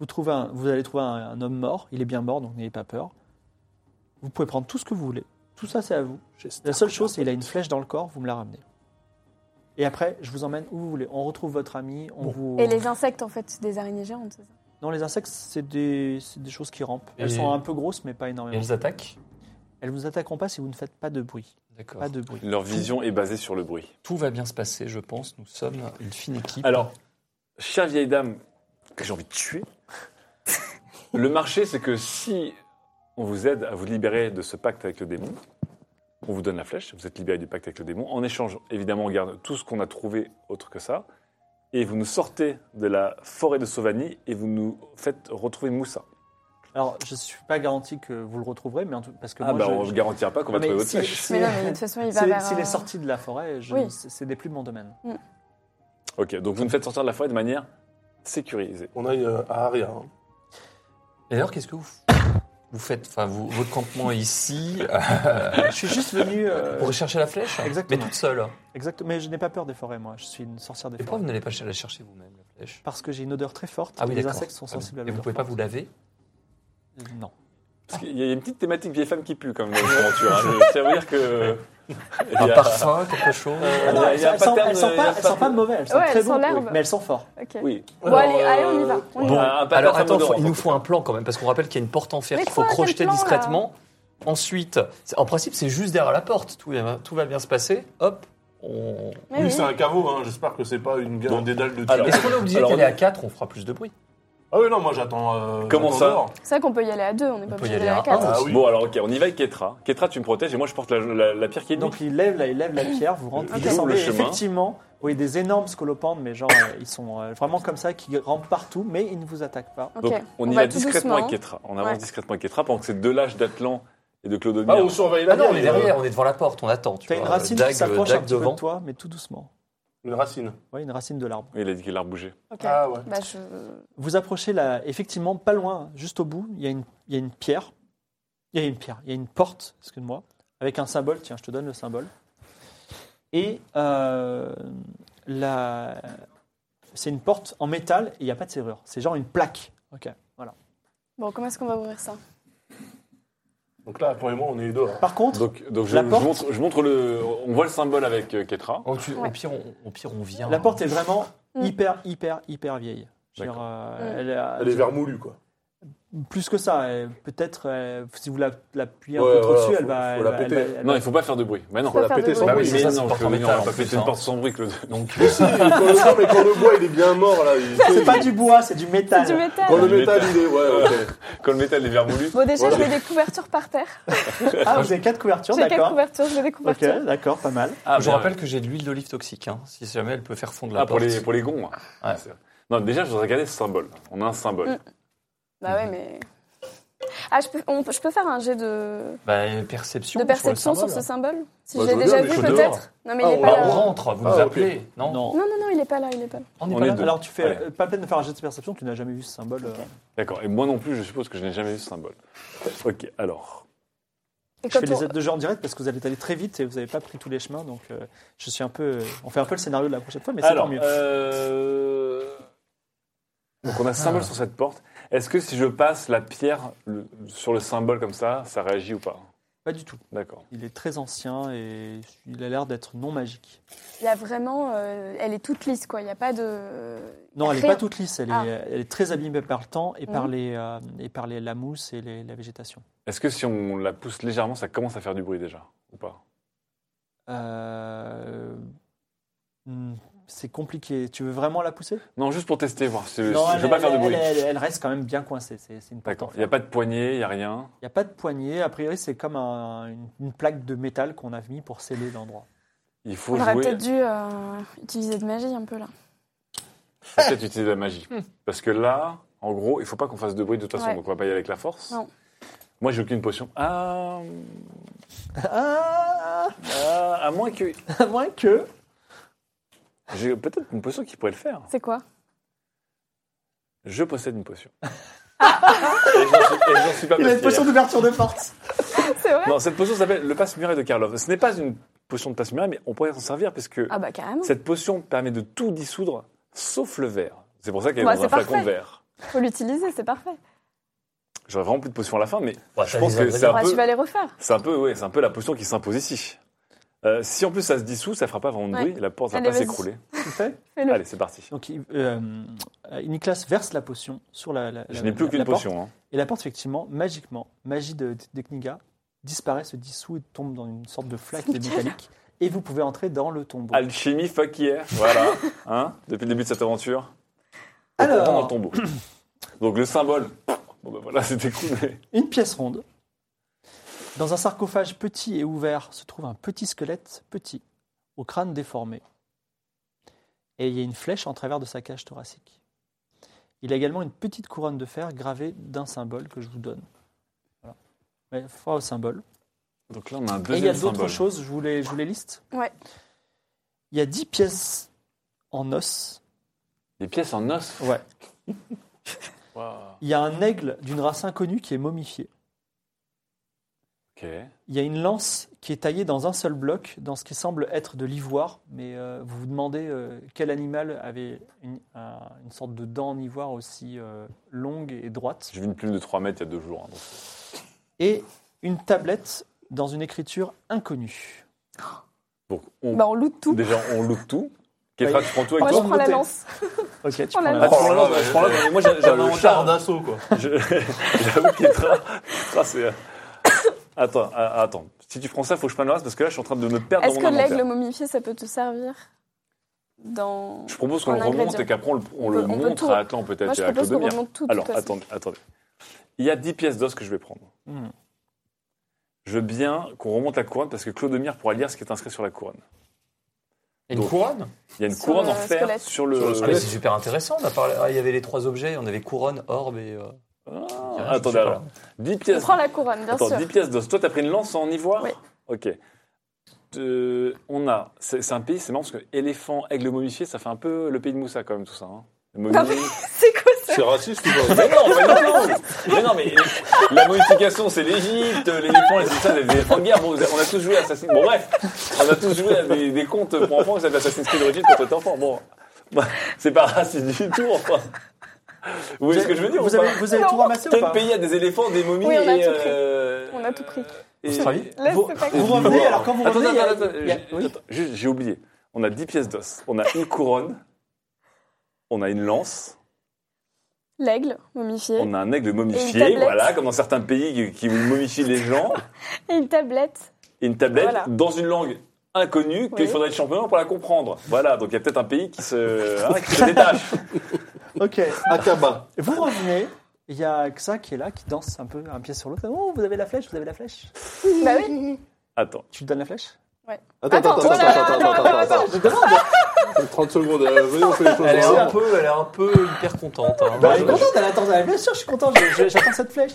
vous, trouvez un- vous allez trouver un, un homme mort. Il est bien mort, donc n'ayez pas peur. Vous pouvez prendre tout ce que vous voulez. Tout ça, c'est à vous. La seule chose, c'est qu'il a une flèche dans le corps. Vous me la ramenez. Et après, je vous emmène où vous voulez. On retrouve votre ami. On vous...
Et les insectes, en fait, des araignées géantes, c'est ça
Non, les insectes, c'est des, c'est des choses qui rampent. Elles
Et-
sont un peu grosses, mais pas
Et
énormément.
elles attaquent
Elles vous attaqueront pas si vous ne faites pas de bruit.
D'accord.
Pas de bruit.
Leur vision est basée sur le bruit.
Tout va bien se passer, je pense. Nous sommes une fine équipe.
Alors, chère vieille dame, que j'ai envie de tuer, le marché, c'est que si on vous aide à vous libérer de ce pacte avec le démon, on vous donne la flèche, vous êtes libéré du pacte avec le démon. En échange, évidemment, on garde tout ce qu'on a trouvé autre que ça. Et vous nous sortez de la forêt de Sauvigny et vous nous faites retrouver Moussa.
Alors, je ne suis pas garanti que vous le retrouverez, mais en tout, parce que
Ah
moi,
bah,
je-
on ne garantira pas qu'on va
Mais
trouver votre
si-
flèche.
si-
Mais non, mais de toute façon, il va
s'il-
vers...
s'il
euh,
est sorti de la forêt, je-
Oui.
c'est c'est des plus de mon domaine.
Ok, donc vous nous faites sortir de la forêt de manière sécurisée.
On aille euh, à Aria. hein.
Et d'ailleurs, qu'est-ce que vous, vous faites Enfin, vous- votre campement est ici euh,
Je suis juste venu. euh,
pour chercher la flèche
exactement.
Mais toute seule.
exact, mais je n'ai pas peur des forêts, moi. Je suis une sorcière des
Et pourquoi
forêts.
vous n'allez pas la chercher vous-même, la flèche
Parce que j'ai une odeur très forte.
Ah oui,
et les
d'accord.
insectes sont
Ah bon.
sensibles à
Et
l'odeur.
vous pouvez pas vous laver
Euh, Non.
Parce qu'il y a une petite thématique vieille femme qui pue quand même dans cette aventure. hein. Je tiens à vous dire que.
Un
il y a-
parfum, quelque chose
Ah non,
Il y a-
elles
il y a
elles
pas
sentent
terme
elles
de-
sentent
il y a
pas, elles
pas
sentent pas
de-
mauvais. Elles sont
Ouais,
très
elles sentent
bonnes,
l'herbe.
mais elles sont fortes.
ok.
Oui.
Bon, allez, allez, on y va. On y
Bon,
va.
un patin
Alors attends,
odorant,
faut- il nous
en tout
faut un plan quand même, parce qu'on rappelle qu'il y a une porte en fer
Mais
qu'il faut
quoi, quel
crocheter
plan, là
discrètement. Ensuite, c'est- en principe, c'est juste derrière la porte. Tout, va- tout va bien se passer. Hop. On...
Mais
Lui,
oui.
c'est un caveau, hein. j'espère que c'est pas une
Bon.
un dédale de
Alors-
tir.
Est-ce qu'on est obligé
Alors,
d'aller
on-
à 4 On fera plus de bruit.
Ah oui, non, moi j'attends. euh,
Comment
j'attends
ça
dehors.
C'est vrai qu'on peut y aller à deux, on n'est pas
peut y
obligé
aller
d'aller à
à
quatre.
un.
Ah
cas.
oui.
Bon, alors ok, on y va avec Ketra. Ketra, tu me protèges et moi je porte la, la- la pierre qui est
Donc,
donc.
il lève, la, il lève la pierre, vous rentrez.
Ok.
Vous descendez,
Le chemin.
effectivement, vous voyez des énormes scolopendres, mais genre, euh, ils sont euh, vraiment comme ça, qui rampent partout, mais ils ne vous attaquent pas.
Ok,
Ah, Donc on, y
va
va
tout doucement.
discrètement avec Ketra. On avance
Ouais.
discrètement avec Ketra pendant que ces deux lâches d'Atlan et de Clodomir.
Ah, on surveille la
Ah non, on
vieille,
est
euh,
derrière, on est devant la porte, on attend. Tu
Tu as une
vois.
racine
Euh, Dague-
qui s'approche un
dague
petit peu
devant.
de toi, mais tout doucement.
Les racines.
Oui, une racine de l'arbre.
Oui, Il a dit qu'il a bougé.
Ok.
Ah ouais.
Bah, je...
Vous approchez là, effectivement, pas loin, juste au bout, il y a une, il y a une pierre. Il y a une pierre, il y a une porte, excuse-moi, avec un symbole. Tiens, je te donne le symbole. Et euh, la... c'est une porte en métal et il n'y a pas de serrure. C'est genre une plaque. Ok. Voilà.
Bon, comment est-ce qu'on va ouvrir ça
Donc là, pour et moi, on est dehors.
Par contre,
Donc, donc je,
La
je
porte
montre, je montre le. On voit le symbole avec euh, Ketra.
Oh, tu-
Ouais.
au, pire, on, au pire, on vient.
la porte est vraiment
Mm.
hyper, hyper, hyper vieille. Je veux dire, euh,
Mm.
elle a-
Elle est vermoulue, quoi.
Plus que ça, euh, peut-être euh, si vous la, l'appuyez un
Ouais,
peu trop
voilà,
dessus, elle
faut-
va.
faut
elle
la
va- elle
péter.
va- elle
Non,
va-
il faut pas faire de bruit. Mais non.
Faut la
la
faire
péter
de
sans
bruit.
bruit.
Bah oui, c'est
mais
ça, c'est
non,
une porte en
Clodomir,
métal,
on va
en
pas péter
plus,
une
hein.
porte sans bruit, Clodomir.
Donc,
quand le bois, Bah mais quand le bois, il est bien mort, là. il-
C'est pas du bois, c'est du métal.
C'est du métal
Quand le
Du
métal, il est. Ouais, ok.
Quand le métal est vermoulu.
Bon, déjà, je mets des couvertures par terre.
Ah, vous avez quatre couvertures,
J'ai quatre
d'accord.
couvertures, je mets des
Ok,
couvertures.
d'accord, pas mal.
Ah,
je
bien,
rappelle que j'ai de l'huile d'olive toxique, hein, si jamais elle peut faire fondre la
Ah, pour
porte.
les, pour les gonds. hein.
Ouais.
C'est vrai. Non, déjà, je voudrais regarder ce symbole. On a un symbole.
Mm. Bah ouais, mais... Ah, je peux, on peut- je peux faire un jet de,
Bah, perception.
de
sur le
perception sur,
symbole.
ce symbole Si
Bah,
je l'ai
je veux
déjà
bien, mais
vu,
je suis
peut-être Non, mais
Ah,
il est
on
pas
Bah,
là.
on rentre, vous nous
Ah, ok.
appelez. Non,
Non, non, non, il est pas là, il est pas là.
on n'est
On
pas
est
là.
deux.
Alors tu fais
Allez.
euh, pas peine de faire un jet de perception, tu n'as jamais vu ce symbole. euh.
D'accord. Et moi non plus, je suppose que je n'ai jamais vu ce symbole. Ok, alors.
Et
Je
quand
fais
on-
les aides de jeu en direct parce que vous allez aller très vite et vous n'avez pas pris tous les chemins, donc euh, je suis un peu. euh, on fait un peu le scénario de la prochaine fois, mais c'est
alors,
tant mieux.
euh, Donc on a symbole sur cette porte. Est-ce que si je passe la pierre le- sur le symbole comme ça, ça réagit ou pas
Pas du tout.
D'accord.
Il est très ancien et il a l'air d'être non magique.
Il y a vraiment. euh, elle est toute lisse, quoi. Il n'y a pas de.
Non, elle n'est
Après-
pas toute lisse. Elle,
Ah.
est, elle est très abîmée par le temps et par,
Mhm.
les, euh, et par les, la mousse et les- la végétation.
Est-ce que si on la pousse légèrement, ça commence à faire du bruit déjà Ou pas
Euh, hmm, C'est compliqué. Tu veux vraiment la pousser
Non, juste pour tester, voir. si-
Non,
Euh, je
elle-
veux pas
elle-
faire de bruit.
Elle, elle- elle reste quand même bien coincée. C'est c'est une
D'accord.
porte
Il n'y a pas de poignée, il n'y a rien.
Il n'y a pas de poignée. A priori, c'est comme un- une, une plaque de métal qu'on a mis pour sceller l'endroit.
Il faut
On aurait
jouer.
peut-être dû euh, utiliser de magie un peu là.
faut peut-être utiliser de la magie. Parce que là, en gros, il faut pas qu'on fasse de bruit de toute façon,
Hmm. Ouais.
donc on va pas y aller avec la force.
Non.
Moi, j'ai aucune potion. Ah,
Ah,
ah, à moins que.
à moins que.
J'ai peut-être une potion qui pourrait le faire.
C'est quoi
Je possède une potion.
Ah.
et j'en suis, et j'en suis pas
Il a une
passé
potion
hier.
d'ouverture de porte.
C'est vrai
Non, cette potion s'appelle le passe-muraille de Karlov. Ce n'est pas une potion de passe-muraille, mais on pourrait s'en servir parce que
Ah bah carrément.
cette potion permet de tout dissoudre sauf le verre. C'est pour ça qu'elle est
Bah,
dans
c'est
un flacon de
parfait.
verre.
Faut l'utiliser, c'est parfait.
J'aurais vraiment plus de potion à la fin, mais
Ouais,
je
Ah, t'as
pense
les
que
ingrédients.
c'est un
Ouais,
peu.
tu vas les refaire.
C'est un peu, ouais, c'est un peu la potion qui s'impose ici. Euh, si en plus ça se dissout, ça fera pas vraiment de
Ouais.
bruit, la porte va
Allez,
pas
vas-y.
s'écrouler.
Tu fais
Fais-le.
Allez, c'est parti.
Donc, il- euh, euh, Nicolas verse la potion sur la. la-
Je
la-
n'ai plus
la-
aucune
la porte.
potion. hein.
Et la porte, effectivement, magiquement, magie de, de Kniga, disparaît, se dissout et tombe dans une sorte de flaque
C'est nickel.
métallique. Et vous pouvez entrer dans le tombeau.
Alchimie, fuck yeah. Voilà. Hein Depuis le début de cette aventure. on
Alors.
comprend dans le tombeau. Donc le symbole. Bon ben voilà, c'était cool. mais-
Une pièce ronde. Dans un sarcophage petit et ouvert se trouve un petit squelette petit, au crâne déformé. Et il y a une flèche en travers de sa cage thoracique. Il y a également une petite couronne de fer gravée d'un symbole que je vous donne. Voilà. Mais foi au symbole.
Donc là, on a un
et il y a
deuxième
d'autres
symbole.
choses, je vous les, je vous les liste.
Ouais.
Il y a 10 pièces en os.
Des pièces en os.
Ouais.
Waouh.
Il y a un aigle d'une race inconnue qui est momifié.
Ok.
Il y a une lance qui est taillée dans un seul bloc, dans ce qui semble être de l'ivoire, mais euh, vous vous demandez euh, quel animal avait une, un- une sorte de dent en ivoire aussi euh, longue et droite.
J'ai vu une plume de 3 mètres il y a deux jours. hein, donc.
Et une tablette dans une écriture inconnue.
Donc, on...
Bah on loot tout.
déjà, on loot tout.
Bah,
Ketra, tu prends tout avec
Moi je
toi
prends la
noter.
lance.
Ok, tu
Oh
prends
là
la
là.
Ah, tu
lance.
prends la lance, je prends la lance, mais Moi, j'a- j'avais
le
un
char
char.
d'assaut, quoi.
Je- J'avoue qu'il est tra- tra- c'est, euh, Attends, ah, attends. Si tu prends ça, faut que je prenne le reste parce que là, je suis en train de me perdre dans
Est-ce
mon
que l'aigle
inventaire.
momifié ça peut te servir dans
Je propose qu'on
en
le remonte
ingrédient
et qu'après on le, on
On
le
peut- on peut
montre
tout-
à Atlan peut-être
Moi
et
je
à
propose qu'on
Clodomir.
remonte tout de
Alors,
toute façon.
attendez, attendez. Il y a 10 pièces d'os que je vais prendre.
Hmm.
Je veux bien qu'on remonte la couronne parce que Clodomir pourra lire ce qui est inscrit sur la couronne.
Et une
Donc,
couronne
Il y a une
Sur
couronne
le
en fer
squelette.
sur le.
Sur le
Ah, mais
squelette.
C'est super intéressant. On a parlé- ah, il y avait les trois objets. On avait couronne, orbe et. euh,
Ah,
je sais
attendez,
pas.
alors. 10
On
pièces.
prend la couronne, bien
Attends,
sûr.
10 pièces d'os. Toi, t'as pris une lance en ivoire
Oui.
Ok. Euh, on a. C'est c'est un pays, c'est marrant parce que éléphant, aigle momifié, ça fait un peu le pays de Moussa quand même, tout ça. hein. Le momie-
Non, mais c'est quoi ça
C'est raciste ou pas
Mais non, mais non, non. Mais non, mais les- la modification, c'est l'Égypte, l'éléphant, les tout ça, les éléphants de guerre. Bon, on a tous joué à Assassin's Bon, bref, on a tous joué à des, des contes pour enfants qui s'appellent Assassin's Creed Origins quand on était enfant. Bon, bah, c'est pas raciste du tout, enfin. Vous voyez ce que je veux dire
Vous
ou
avez,
pas
vous avez tout
Non.
ramassé ou
Quel
pas
pays a des éléphants, des momies
Oui, on a
et,
tout pris.
euh,
On a tout pris.
et-
Australie
Là,
Vous-
c'est pas
Vous
grave.
revenez, alors quand vous
Attends,
revenez, il y a-
attends, attends,
il y a-
j'ai-
oui.
attends, juste, j'ai oublié. On a 10 pièces d'os, on a une couronne, on a une lance,
L'aigle momifié
on a un aigle momifié,
tablette.
voilà, comme dans certains pays qui- qui momifient les gens,
et une tablette.
et une tablette
Voilà.
dans une langue inconnue qu'il
Oui.
faudrait être champion pour la comprendre. Voilà, donc il y a peut-être un pays qui se, hein, qui se détache.
Ok.
Akaba.
Vous revenez, il y a Xa qui est là, qui danse un peu un pied sur l'autre. Oh, vous avez la flèche, vous avez la flèche.
Bah oui.
Attends,
Tu lui donnes la flèche
Attends,
Attends,
attends, attends,
voilà,
attends, attends,
attends,
attends,
attends.
attends. 30 secondes, euh, venez, on fait les choses.
Elle est
ensemble.
un peu, elle est un peu hyper contente. hein.
Bah, Elle est contente, elle attend. elle- Bien sûr, je suis content, je- je- j'attends cette flèche.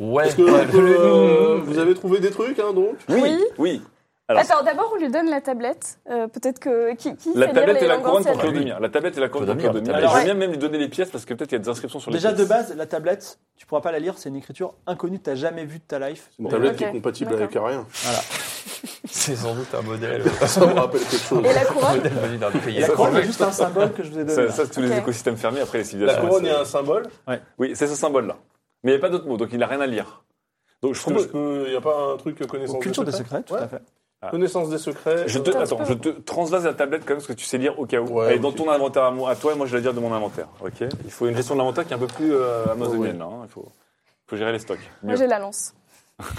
Ouais.
Est-ce que on peut, euh, vous avez trouvé des trucs, hein, donc
oui, oui.
Oui.
Alors-
Attends, d'abord on lui donne la tablette. Euh, Peut-être que qui, qui
La
sait
tablette
lire
et
les
la
langues
couronne pour
anciennes
Clodomir. La tablette et la couronne pour
Clodomir,
Clodomir.
la
Et J'aime
tablette.
bien même lui donner les pièces parce que peut-être il y a des inscriptions sur les
Déjà de
pièces.
base, la tablette, tu pourras pas la lire, c'est une écriture inconnue que tu n'as jamais vue de ta life.
Une tablette
Ok,
qui est compatible avec rien.
C'est sans doute un modèle.
Ça me rappelle quelque chose.
Et la couronne
modèle venu d'un pays.
Et la
ça,
couronne,
c'est
c'est juste un symbole que je vous ai donné.
Ça,
là.
ça, c'est tous les
Ok.
écosystèmes fermés après les civilisations.
La couronne
C'est-
est un symbole.
Oui, c'est ce symbole-là. Mais il n'y a pas d'autre mot, donc il n'a rien à lire. Donc je
Est-ce que
propose.
je peux- Il n'y a pas un truc euh, connaissance
Culture des
des
secrets, tout
Ouais.
à fait.
Connaissance des secrets.
Je te,
euh,
attends, je te translase la tablette quand même, parce que tu sais lire au cas où.
Ouais,
Elle est
ok.
dans ton inventaire à, moi, à toi, et moi je vais la dire de mon inventaire. Ok. Il faut une gestion de l'inventaire qui est un peu plus euh, amazonienne. là, hein. Il faut, faut gérer les stocks.
Moi,
Mieux.
j'ai la lance.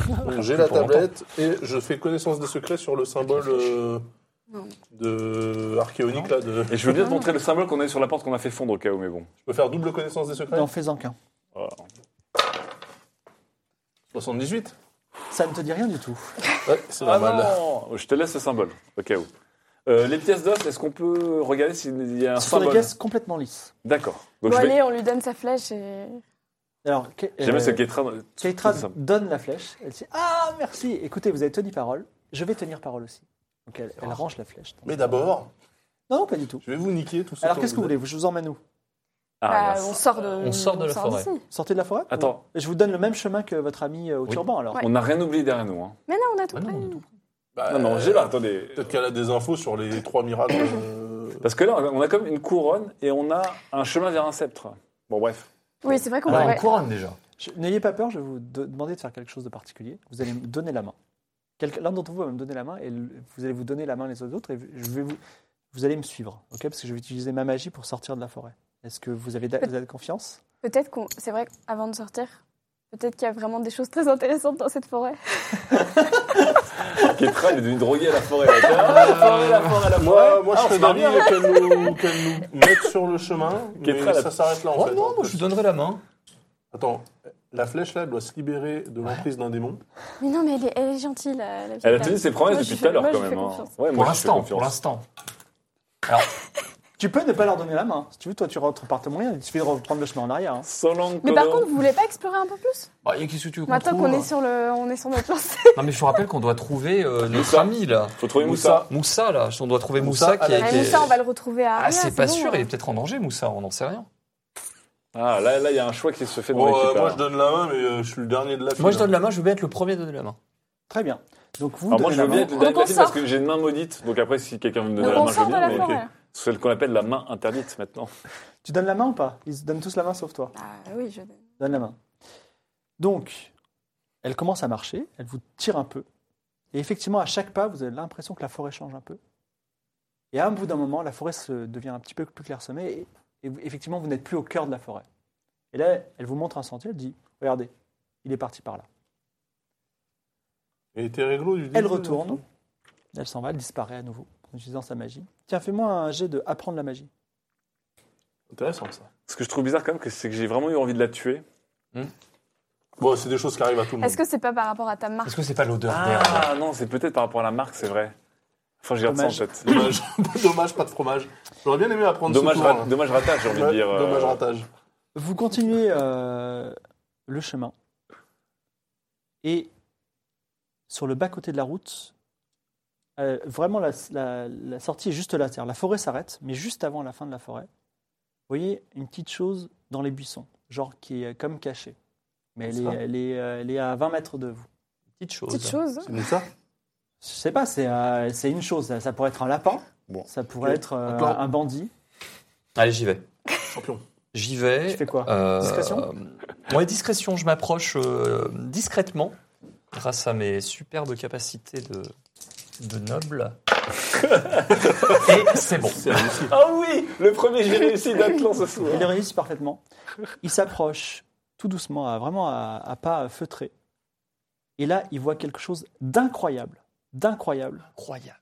donc J'ai la
Pour longtemps.
tablette et je fais connaissance des secrets sur le symbole euh,
Non.
de archéonique là. De...
Et je veux bien te montrer le symbole qu'on a sur la porte qu'on a fait fondre au cas où, mais bon.
Je peux faire double connaissance des secrets.
N'en fais-en qu'un.
78.
Ça ne te dit rien du tout.
Ouais, c'est
Ah
normal.
non Je te laisse le symbole, au cas où. Euh, les pièces d'os, est-ce qu'on peut regarder s'il y a un
Ce sont des
symbole
pièces complètement lisses.
D'accord.
Bon,
Donc je vais...
allez, on lui donne sa flèche et.
Alors, que-
J'aime bien
euh,
ce qui est très...
Keitra
tout simple.
donne la flèche. Elle dit Ah, merci Écoutez, vous avez tenu parole. Je vais tenir parole aussi. Donc, elle, elle range la flèche.
Mais d'abord,
Non, non, pas du tout.
je vais vous niquer tout ça.
Alors, qu'est-ce que vous voulez Je vous emmène où
Bah,
Ah,
on
mince.
sort de.
On sort de la forêt.
d'ici.
Sortez de la forêt
Attends.
Je vous donne le même chemin que votre ami euh, au
Oui.
turban, alors.
Ouais.
On n'a rien oublié derrière nous. Hein. Euh,
Mais non, on a tout
Ah
pris.
non, on a tout
Ah,
non, non, j'ai là, attendez.
Bah, Peut-être qu'elle a des infos sur les trois miracles. euh,
Parce que là, on a comme une couronne et on a un chemin vers un sceptre. Bon, bref.
Oui, c'est vrai qu'on
Ah, On a
pourrait.
une couronne déjà.
Je- N'ayez pas peur, je vais vous de- demander de faire quelque chose de particulier. Vous allez me donner la main. Quelqu'un- L'un d'entre vous va me donner la main et le- vous allez vous donner la main les uns aux autres et je vais vous, vous allez me suivre, ok Parce que je vais utiliser ma magie pour sortir de la forêt. Est-ce que vous avez, da- vous avez confiance
Peut-être qu'on. C'est vrai qu'avant de sortir, peut-être qu'il y a vraiment des choses très intéressantes dans cette forêt.
Kétra, elle est devenue droguée à la forêt. là. Ah, la forêt, la forêt, la forêt.
Moi, moi je
Ah, on se
serais
marre
d'avis
bien.
qu'elle nous, qu'elle nous mette sur le chemin, mais
Kétra, la-
ça s'arrête là en
Oh
fait.
non, moi je lui donnerai la main.
Attends, la flèche là elle doit se libérer de l'emprise d'un démon.
Mais non, mais elle est, elle est gentille, la, la
Elle a
vieille
tenu
dame.
ses promesses
Moi, je
depuis
fais-
tout à l'heure,
moi,
quand
je
même.
fais
hein.
confiance.
Ouais,
Pour
moi, je fais
l'instant, pour
confiance.
l'instant.
Tu peux ne pas leur donner la main. Si tu veux, toi, tu rentres par ton moyen. Il suffit de reprendre le chemin en arrière. hein.
Solange
Mais par
Colombe.
contre, vous voulez pas explorer un peu plus
Bah, y a qu'est-ce que tu veux qu'on
Maintenant qu'on
trouve
hein.
est sur le, on est sur notre lancée.
Non mais je vous rappelle qu'on doit trouver euh, notre
Moussa.
ami là.
Faut trouver Moussa.
Moussa.
Moussa là, on doit trouver
Moussa,
Moussa, qui a
Alex.
Ah, Mais
été.
Moussa, on va le retrouver à.
Ah,
Aria,
c'est pas
bon,
sûr,
hein.
il est peut-être en danger Moussa, on n'en sait rien.
Ah, là, là, il y a un choix qui se fait dans
Bon, euh,
l'équipe.
moi
là.
je donne la main, mais euh, je suis le dernier de la file. hein.
Moi je donne la main, je veux bien être le premier à donner la main.
Très bien. Donc vous.
Alors moi,
donnez
je
la
veux bien
main.
être le dernier de
Donc,
la
on
file parce
sort.
que j'ai une main maudite. Donc après, si quelqu'un veut me donner
Donc
la
on
main, je veux
sort de
bien.
la
mais
forêt.
C'est ce qu'on appelle la main interdite maintenant.
Tu donnes la main ou pas Ils donnent tous la main sauf toi.
Ah oui, je.
Donne la main. Donc, elle commence à marcher, elle vous tire un peu. Et effectivement, à chaque pas, vous avez l'impression que la forêt change un peu. Et à un bout d'un moment, la forêt se devient un petit peu plus clairsemée. Et, et vous- effectivement, vous n'êtes plus au cœur de la forêt. Et là, elle vous montre un sentier, elle dit Regardez, il est parti par là.
Et t'es réglo du
Elle retourne, elle s'en va, elle disparaît à nouveau en utilisant sa magie. Tiens, fais-moi un jet de apprendre la magie.
Intéressant ça.
Ce que je trouve bizarre quand même, que c'est que j'ai vraiment eu envie de la tuer.
Bon, c'est des choses qui arrivent à tout le
Hmm.
monde.
Est-ce que c'est pas par rapport à ta marque
Est-ce que c'est pas l'odeur d'herbe
Ah non, c'est peut-être par rapport à la marque, c'est vrai. Enfin, j'ai ça en
Dommage.
fait.
Dommage. Dommage, pas de fromage. J'aurais bien aimé apprendre
Dommage,
ce tour,
ra-
hein.
dommage ratage, j'ai envie de
Ouais,
dire. euh,
Dommage ratage.
Vous continuez euh, le chemin et sur le bas-côté de la route, euh, vraiment la, la- la sortie est juste là. C'est-à-dire la forêt s'arrête, mais juste avant la fin de la forêt, vous voyez une petite chose dans les buissons, genre qui est euh, comme cachée. Mais elle est, elle est, euh, elle est à 20 mètres de vous.
Petite chose.
Petite chose.
C'est nous ça
Je sais pas, c'est euh, c'est une chose. Ça, ça pourrait être un lapin,
Bon.
ça pourrait
Ok.
être euh,
Encore.
un bandit.
Allez, j'y vais.
Champion.
J'y vais.
Tu fais quoi
Euh,
Discrétion
Ouais, discrétion, je m'approche euh, discrètement grâce à mes superbes capacités de, de noble. Et c'est bon.
Ah oui Le premier, j'ai réussi d'Atlan ce soir.
Il le réussit parfaitement. Il s'approche tout doucement, à- vraiment à, à pas feutrés. Et là, il voit quelque chose d'incroyable. D'incroyable.
Incroyable.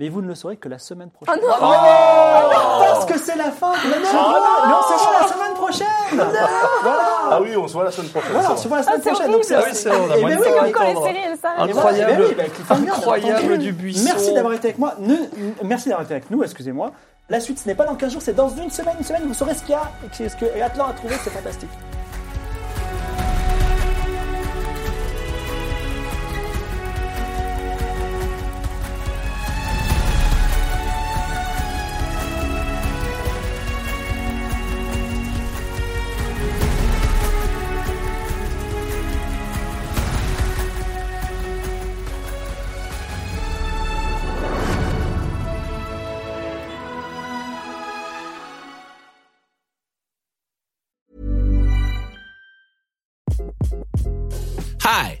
Mais vous ne le saurez que la semaine
Ah,
Oh
prochaine.
non Ah
Parce que c'est la fin de la Mais on se voit la semaine prochaine Voilà
Ah oui, on se voit la semaine prochaine.
Voilà,
ça
on
va.
se voit la semaine
c'est
prochaine.
horrible.
Donc, c'est-
Ah oui, c'est vrai, on a
Eh
moins
ben
de
oui,
temps à
mais
Quand les
attendre.
séries, elles s'arrêtent.
Et voilà,
Incroyable.
eh ben oui, bah, cliffhanger,
Incroyable
bien entendu.
du buisson.
Merci d'avoir été avec moi. Ne- n- merci d'avoir été avec nous, excusez-moi. La suite, ce n'est pas dans 15 jours, c'est dans une semaine. Une semaine, vous saurez ce qu'il y a, ce que Atlan a trouvé, c'est fantastique.
Hi,